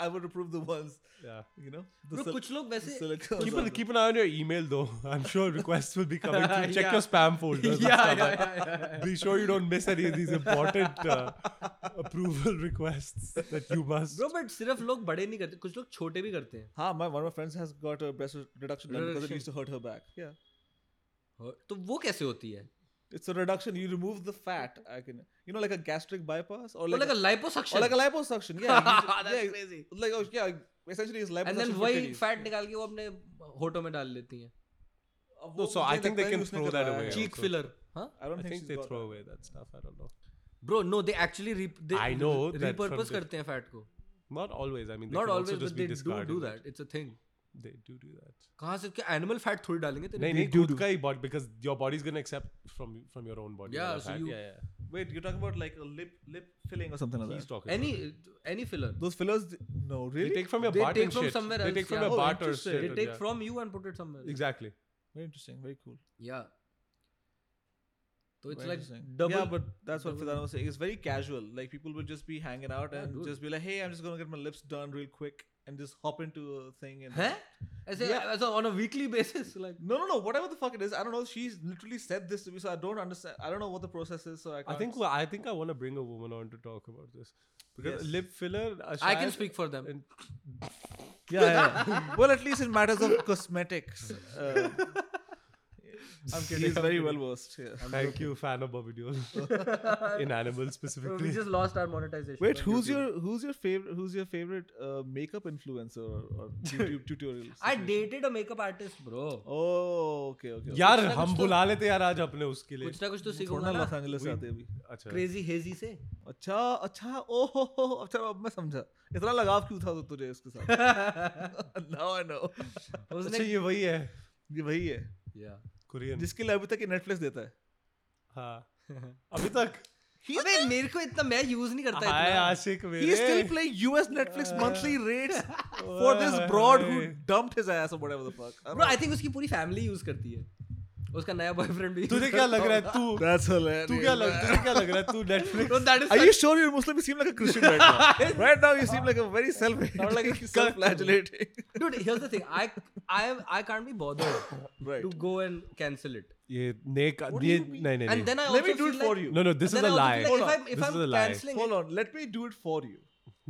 Speaker 2: I would approve the ones,
Speaker 3: yeah.
Speaker 2: you know,
Speaker 1: bro,
Speaker 2: the sil-
Speaker 1: कुछ लोग
Speaker 2: the
Speaker 1: वैसे
Speaker 2: silicone.
Speaker 3: Keep, an, keep an eye on your email though. I'm sure requests will be coming through. Check
Speaker 1: Yeah.
Speaker 3: your spam folder.
Speaker 1: yeah, yeah, yeah, yeah, yeah.
Speaker 3: Be sure you don't miss any of these important uh, approval requests that you must.
Speaker 1: bro but सिर्फ लोग बड़े नहीं करते कुछ लोग छोटे भी करते हैं
Speaker 2: Ha, my one of my friends has got a breast reduction done because it used to hurt her back. Yeah,
Speaker 1: और- तो वो कैसे होती है
Speaker 2: it's a reduction. You remove the fat. I can, you know, like a gastric bypass or
Speaker 1: Or
Speaker 2: like,
Speaker 1: like a
Speaker 2: a, or
Speaker 1: liposuction
Speaker 2: like a liposuction. Yeah, you ju-
Speaker 1: That's
Speaker 2: yeah,
Speaker 1: crazy.
Speaker 2: Like oh, yeah, essentially it's
Speaker 1: and
Speaker 2: liposuction.
Speaker 1: Then
Speaker 2: for
Speaker 1: वही
Speaker 2: titties.
Speaker 1: Fat निकाल के वो अपने होठों में डाल लेती हैं
Speaker 2: अब
Speaker 3: No,
Speaker 2: वो
Speaker 3: so I
Speaker 2: मुझे
Speaker 3: think
Speaker 2: लगता
Speaker 3: they
Speaker 2: है
Speaker 3: can
Speaker 2: कि उसने
Speaker 3: throw
Speaker 2: करवाया
Speaker 3: that
Speaker 2: है।
Speaker 3: away.
Speaker 1: चीक
Speaker 3: also.
Speaker 1: फिller हां
Speaker 2: I don't
Speaker 3: I
Speaker 2: think,
Speaker 3: think
Speaker 2: she's
Speaker 3: they
Speaker 2: got
Speaker 3: throw
Speaker 2: that.
Speaker 3: away that stuff. I don't know.
Speaker 1: Bro no they actually
Speaker 3: I know that from
Speaker 1: repurpose
Speaker 3: the-
Speaker 1: करते हैं fat को
Speaker 3: Not always. I mean, they
Speaker 1: not
Speaker 3: can also
Speaker 1: always
Speaker 3: just
Speaker 1: but they
Speaker 3: be
Speaker 1: do
Speaker 3: discarded.
Speaker 1: Do that it's a thing
Speaker 3: They do do that.
Speaker 1: कहां से क्या animal fat थोड़ी डालेंगे तो
Speaker 3: नहीं
Speaker 1: तेरे
Speaker 3: नहीं
Speaker 2: do
Speaker 3: खुद
Speaker 2: do.
Speaker 3: का ही body because your body's gonna accept from from your own body.
Speaker 1: Yeah,
Speaker 3: whatever
Speaker 1: so
Speaker 3: fat.
Speaker 1: you-
Speaker 3: yeah, yeah.
Speaker 2: Wait, you're talking about like a lip lip filling or something like
Speaker 3: He's
Speaker 2: that.
Speaker 3: talking.
Speaker 1: Any
Speaker 3: about
Speaker 1: any filler
Speaker 2: Those fillers, th- no,
Speaker 3: it.
Speaker 2: really.
Speaker 3: They take from your
Speaker 1: they
Speaker 3: butt
Speaker 1: take
Speaker 3: and
Speaker 1: from
Speaker 3: shit.
Speaker 1: somewhere
Speaker 3: They
Speaker 1: else,
Speaker 3: take from
Speaker 1: yeah.
Speaker 3: your
Speaker 2: Oh,
Speaker 3: butt or
Speaker 2: interesting.
Speaker 3: shit.
Speaker 1: they
Speaker 3: and
Speaker 1: take
Speaker 3: yeah.
Speaker 1: from you and put it somewhere
Speaker 3: Exactly.
Speaker 2: very interesting, very cool.
Speaker 1: yeah तो it's
Speaker 2: very
Speaker 1: like
Speaker 2: interesting.
Speaker 1: Double
Speaker 2: Yeah, but that's what
Speaker 1: double-
Speaker 2: Fidan was saying. It's very casual. Like people will just be hanging out
Speaker 1: Yeah,
Speaker 2: and
Speaker 1: dude.
Speaker 2: just be like, "Hey, I'm just gonna get my lips done real quick," and just hop into a thing and
Speaker 1: Huh? As a,
Speaker 2: Yeah.
Speaker 1: as a, on a weekly basis, like
Speaker 2: No, no, no. Whatever the fuck it is, I don't know. She's literally said this to me, so I don't understand. I don't know what the process is. So I,
Speaker 3: I
Speaker 2: can't
Speaker 3: think I think I want to bring a woman on to talk about this because
Speaker 2: Yes.
Speaker 3: lip filler.
Speaker 1: I can
Speaker 3: Ashad
Speaker 1: speak for them.
Speaker 3: And
Speaker 2: yeah, yeah, yeah. well, at least in matters of cosmetics, uh, I'm kidding. He's very well versed. Yeah.
Speaker 3: thank you, fan of Bobby Deol, in animals specifically.
Speaker 1: we just lost our monetization.
Speaker 2: Wait,
Speaker 1: on
Speaker 2: who's
Speaker 1: YouTube.
Speaker 2: your who's your favorite who's your favorite uh, makeup influencer or, or YouTube tutorial?
Speaker 1: I
Speaker 2: situation?
Speaker 1: dated a makeup artist, bro.
Speaker 2: Oh, okay, okay. okay.
Speaker 3: यार
Speaker 1: कुछ ना
Speaker 3: हम
Speaker 1: कुछ तो-
Speaker 3: बुला लेते यार आज अपने उसके लिए
Speaker 1: कुछ ना कुछ तो
Speaker 2: थोड़ा
Speaker 1: सीखूंगा
Speaker 2: लॉस
Speaker 1: ना
Speaker 2: एंजलिस से
Speaker 3: We-
Speaker 2: आते हैं अभी
Speaker 3: अच्छा
Speaker 1: क्रेजी हेजी से
Speaker 2: अच्छा अच्छा ओ हो हो अच्छा अब मैं समझा इतना लगाव क्यों था तो तुझे इसके साथ नाउ आई नो
Speaker 3: अच्छा
Speaker 1: उसने
Speaker 3: ये वही है
Speaker 2: ये वही है
Speaker 1: Yeah.
Speaker 3: कुरियन
Speaker 2: जिसके लिए अभी तक ये नेटफ्लिक्स देता है
Speaker 3: हाँ अभी तक
Speaker 1: अबे मेरे को इतना मैं यूज नहीं करता
Speaker 3: हाय
Speaker 1: इतना
Speaker 3: आशिक मेरे
Speaker 2: He's still playing US Netflix monthly rates for this broad who dumped his ass or whatever the fuck. I don't
Speaker 1: bro I think उसकी पूरी फैमिली यूज करती है उसका नया बॉयफ्riend भी
Speaker 3: तुझे क्या लग रहा है तू
Speaker 2: know. That's hilarious.
Speaker 3: तू क्या लग तुझे क्या लग रहा है तू Netflix
Speaker 1: bro that is
Speaker 2: Are you sure you're Muslim? You seem like a Christian right now. right now, you seem like a very self like self-flagellating.
Speaker 1: dude here's the thing i i am i can't be bothered
Speaker 2: right.
Speaker 1: to go and cancel it
Speaker 3: ये नेक
Speaker 2: What do
Speaker 3: ये
Speaker 2: you mean?
Speaker 3: नहीं नहीं
Speaker 1: and
Speaker 3: नहीं
Speaker 1: then i
Speaker 2: Let
Speaker 1: also
Speaker 2: me do
Speaker 1: feel
Speaker 2: it
Speaker 1: like,
Speaker 2: for you.
Speaker 3: no no this
Speaker 1: and
Speaker 3: is
Speaker 1: then
Speaker 3: a
Speaker 1: I also
Speaker 3: lie
Speaker 1: feel like if i'm if
Speaker 3: this
Speaker 1: i'm
Speaker 3: is a lie
Speaker 1: canceling
Speaker 2: Hold
Speaker 1: it,
Speaker 2: on. Let me do it for you.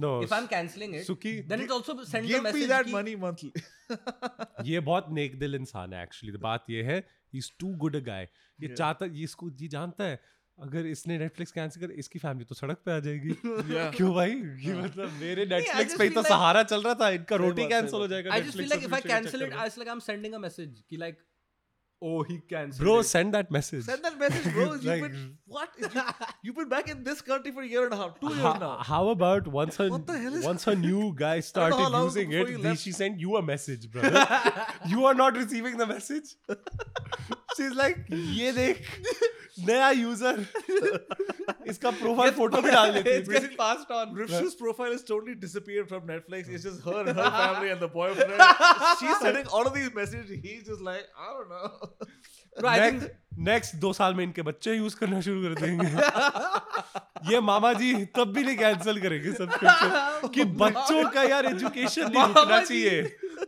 Speaker 3: no
Speaker 1: if i'm canceling it
Speaker 3: सुकी
Speaker 1: then it also sends a
Speaker 2: Give
Speaker 1: message
Speaker 2: me that
Speaker 1: ki-
Speaker 2: money monthly.
Speaker 3: ये बहुत नेक दिल इंसान है actually बात ये है ही is too good a guy ये
Speaker 2: Yeah.
Speaker 3: चाहता ये इसको ये जानता है अगर इसने नेटफ्लिक्स कैंसिल कर इसकी फैमिली तो सड़क पे आ जाएगी
Speaker 2: Yeah.
Speaker 3: क्यों भाई ये मतलब मेरे
Speaker 1: I
Speaker 3: नेटफ्लिक्स
Speaker 1: just
Speaker 3: पे ही
Speaker 1: feel
Speaker 3: तो
Speaker 1: like-
Speaker 3: सहारा चल रहा था इनका
Speaker 2: सही
Speaker 3: रोटी
Speaker 2: बात, सही
Speaker 3: कैंसिल हो
Speaker 2: बात।
Speaker 3: जाएगा
Speaker 1: i just feel
Speaker 3: Netflix
Speaker 1: like
Speaker 3: से
Speaker 1: if i
Speaker 3: future के
Speaker 1: cancel it
Speaker 3: चक्कर में।
Speaker 1: it's like i'm sending a message ki like oh he canceled
Speaker 3: bro
Speaker 1: it.
Speaker 3: send that message
Speaker 2: Send that message, bro. You've
Speaker 3: Like-
Speaker 2: been what? You, you've been back in this country for a year and a half, two years
Speaker 3: how,
Speaker 2: now.
Speaker 3: how about once her
Speaker 2: What the hell is-
Speaker 3: once her new guy
Speaker 2: know how
Speaker 3: started
Speaker 2: long
Speaker 3: using
Speaker 2: before
Speaker 3: it,
Speaker 2: you
Speaker 3: the-
Speaker 2: left.
Speaker 3: she sent you a message, brother. you are not receiving the message. She's like, ये देख नया user इसका profile photo भी डाल देती है
Speaker 2: It's getting
Speaker 3: passed on
Speaker 2: Rifshu's profile has totally disappeared from Netflix. It's just her and her family and the boyfriend. She's sending all of these messages. He's just like, I don't know.
Speaker 1: bro i think
Speaker 3: next, next दो साल में इनके बच्चे use करना शुरू कर देंगे ये मामा जी तब भी नहीं कैंसिल करेंगे
Speaker 1: Oh
Speaker 3: सब कि बच्चों का यार एजुकेशन नहीं रुकना चाहिए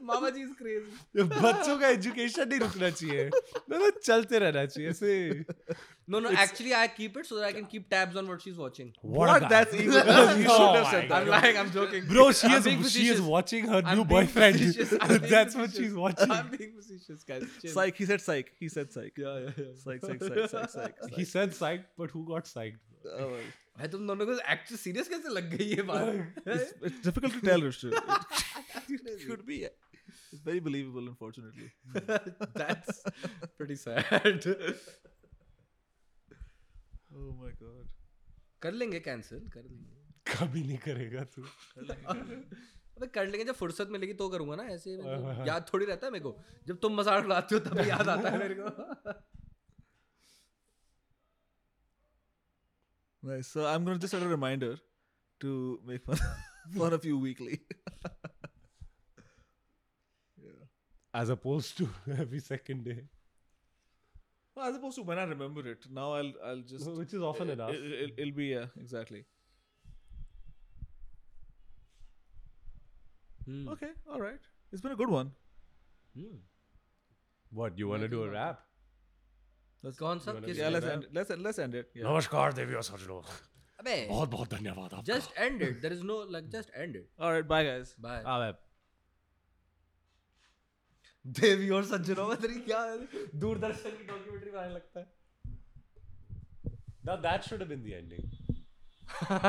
Speaker 1: mama ji is crazy
Speaker 3: बच्चों का एजुकेशन नहीं रुकना चाहिए मतलब चलते रहना चाहिए ऐसे
Speaker 1: no no actually i keep it so that i can keep tabs on what she's watching
Speaker 2: What? That's evil. you
Speaker 3: No,
Speaker 2: should have
Speaker 3: Oh my
Speaker 2: said
Speaker 1: i'm
Speaker 2: that.
Speaker 1: lying i'm joking
Speaker 3: Bro, she
Speaker 1: I'm
Speaker 3: is
Speaker 1: being
Speaker 3: she is
Speaker 1: facetious.
Speaker 3: watching her
Speaker 1: I'm
Speaker 3: new
Speaker 1: being
Speaker 3: boyfriend.
Speaker 1: facetious. I'm being
Speaker 3: That's what
Speaker 1: facetious.
Speaker 3: she's watching.
Speaker 1: i'm being facetious guys Chill.
Speaker 2: Psych. He said psych. He said psych.
Speaker 1: Yeah, yeah, yeah.
Speaker 2: Psych, psych, psych, psych, psych.
Speaker 3: He
Speaker 2: psych.
Speaker 3: said psyched, but who got psyched?
Speaker 2: Oh, well.
Speaker 1: भाई तुम दोनों तो को actually serious कैसे लग गई ये
Speaker 2: it's,
Speaker 1: बात
Speaker 2: it's difficult to tell, Rishtu. It could be. It's very believable, unfortunately.
Speaker 1: that's pretty sad
Speaker 2: Oh my god.
Speaker 1: कर लेंगे कैंसिल कर लेंगे
Speaker 3: कभी नहीं करेगा तू
Speaker 1: अबे कर लेंगे जब फुर्सत मिलेगी तो करूंगा ना ऐसे
Speaker 3: हाँ,
Speaker 1: मतलब
Speaker 3: हाँ।
Speaker 1: याद थोड़ी रहता है मेरे को जब तुम मजाक उड़ाते हो तभी याद आता है मेरे को
Speaker 2: Nice. So I'm gonna just set a reminder to make fun, fun of you weekly.
Speaker 3: As opposed to every second day,
Speaker 2: Well, as opposed to when I remember it, now I'll I'll just
Speaker 3: which is
Speaker 1: Uh,
Speaker 3: often
Speaker 2: it,
Speaker 3: enough.
Speaker 2: it, it'll be yeah exactly.
Speaker 1: Hmm.
Speaker 2: Okay, all right. It's been a good one.
Speaker 1: Hmm. uh,
Speaker 3: What you want to do a rap?
Speaker 2: Let's,
Speaker 1: कौन सा किस
Speaker 2: yeah, let's
Speaker 3: that?
Speaker 2: end. It. Let's let's end it. Yeah.
Speaker 3: नमस्कार देवी और सज्जनों
Speaker 1: अबे
Speaker 3: बहुत बहुत धन्यवाद आपका
Speaker 1: just end it there is no like just end it
Speaker 2: All right. Bye, guys.
Speaker 1: bye
Speaker 3: अबे
Speaker 1: देवी और सज्जनों में तेरी क्या दूरदर्शन की डॉक्यूमेंट्री बनाने लगता है
Speaker 3: now that should have been the ending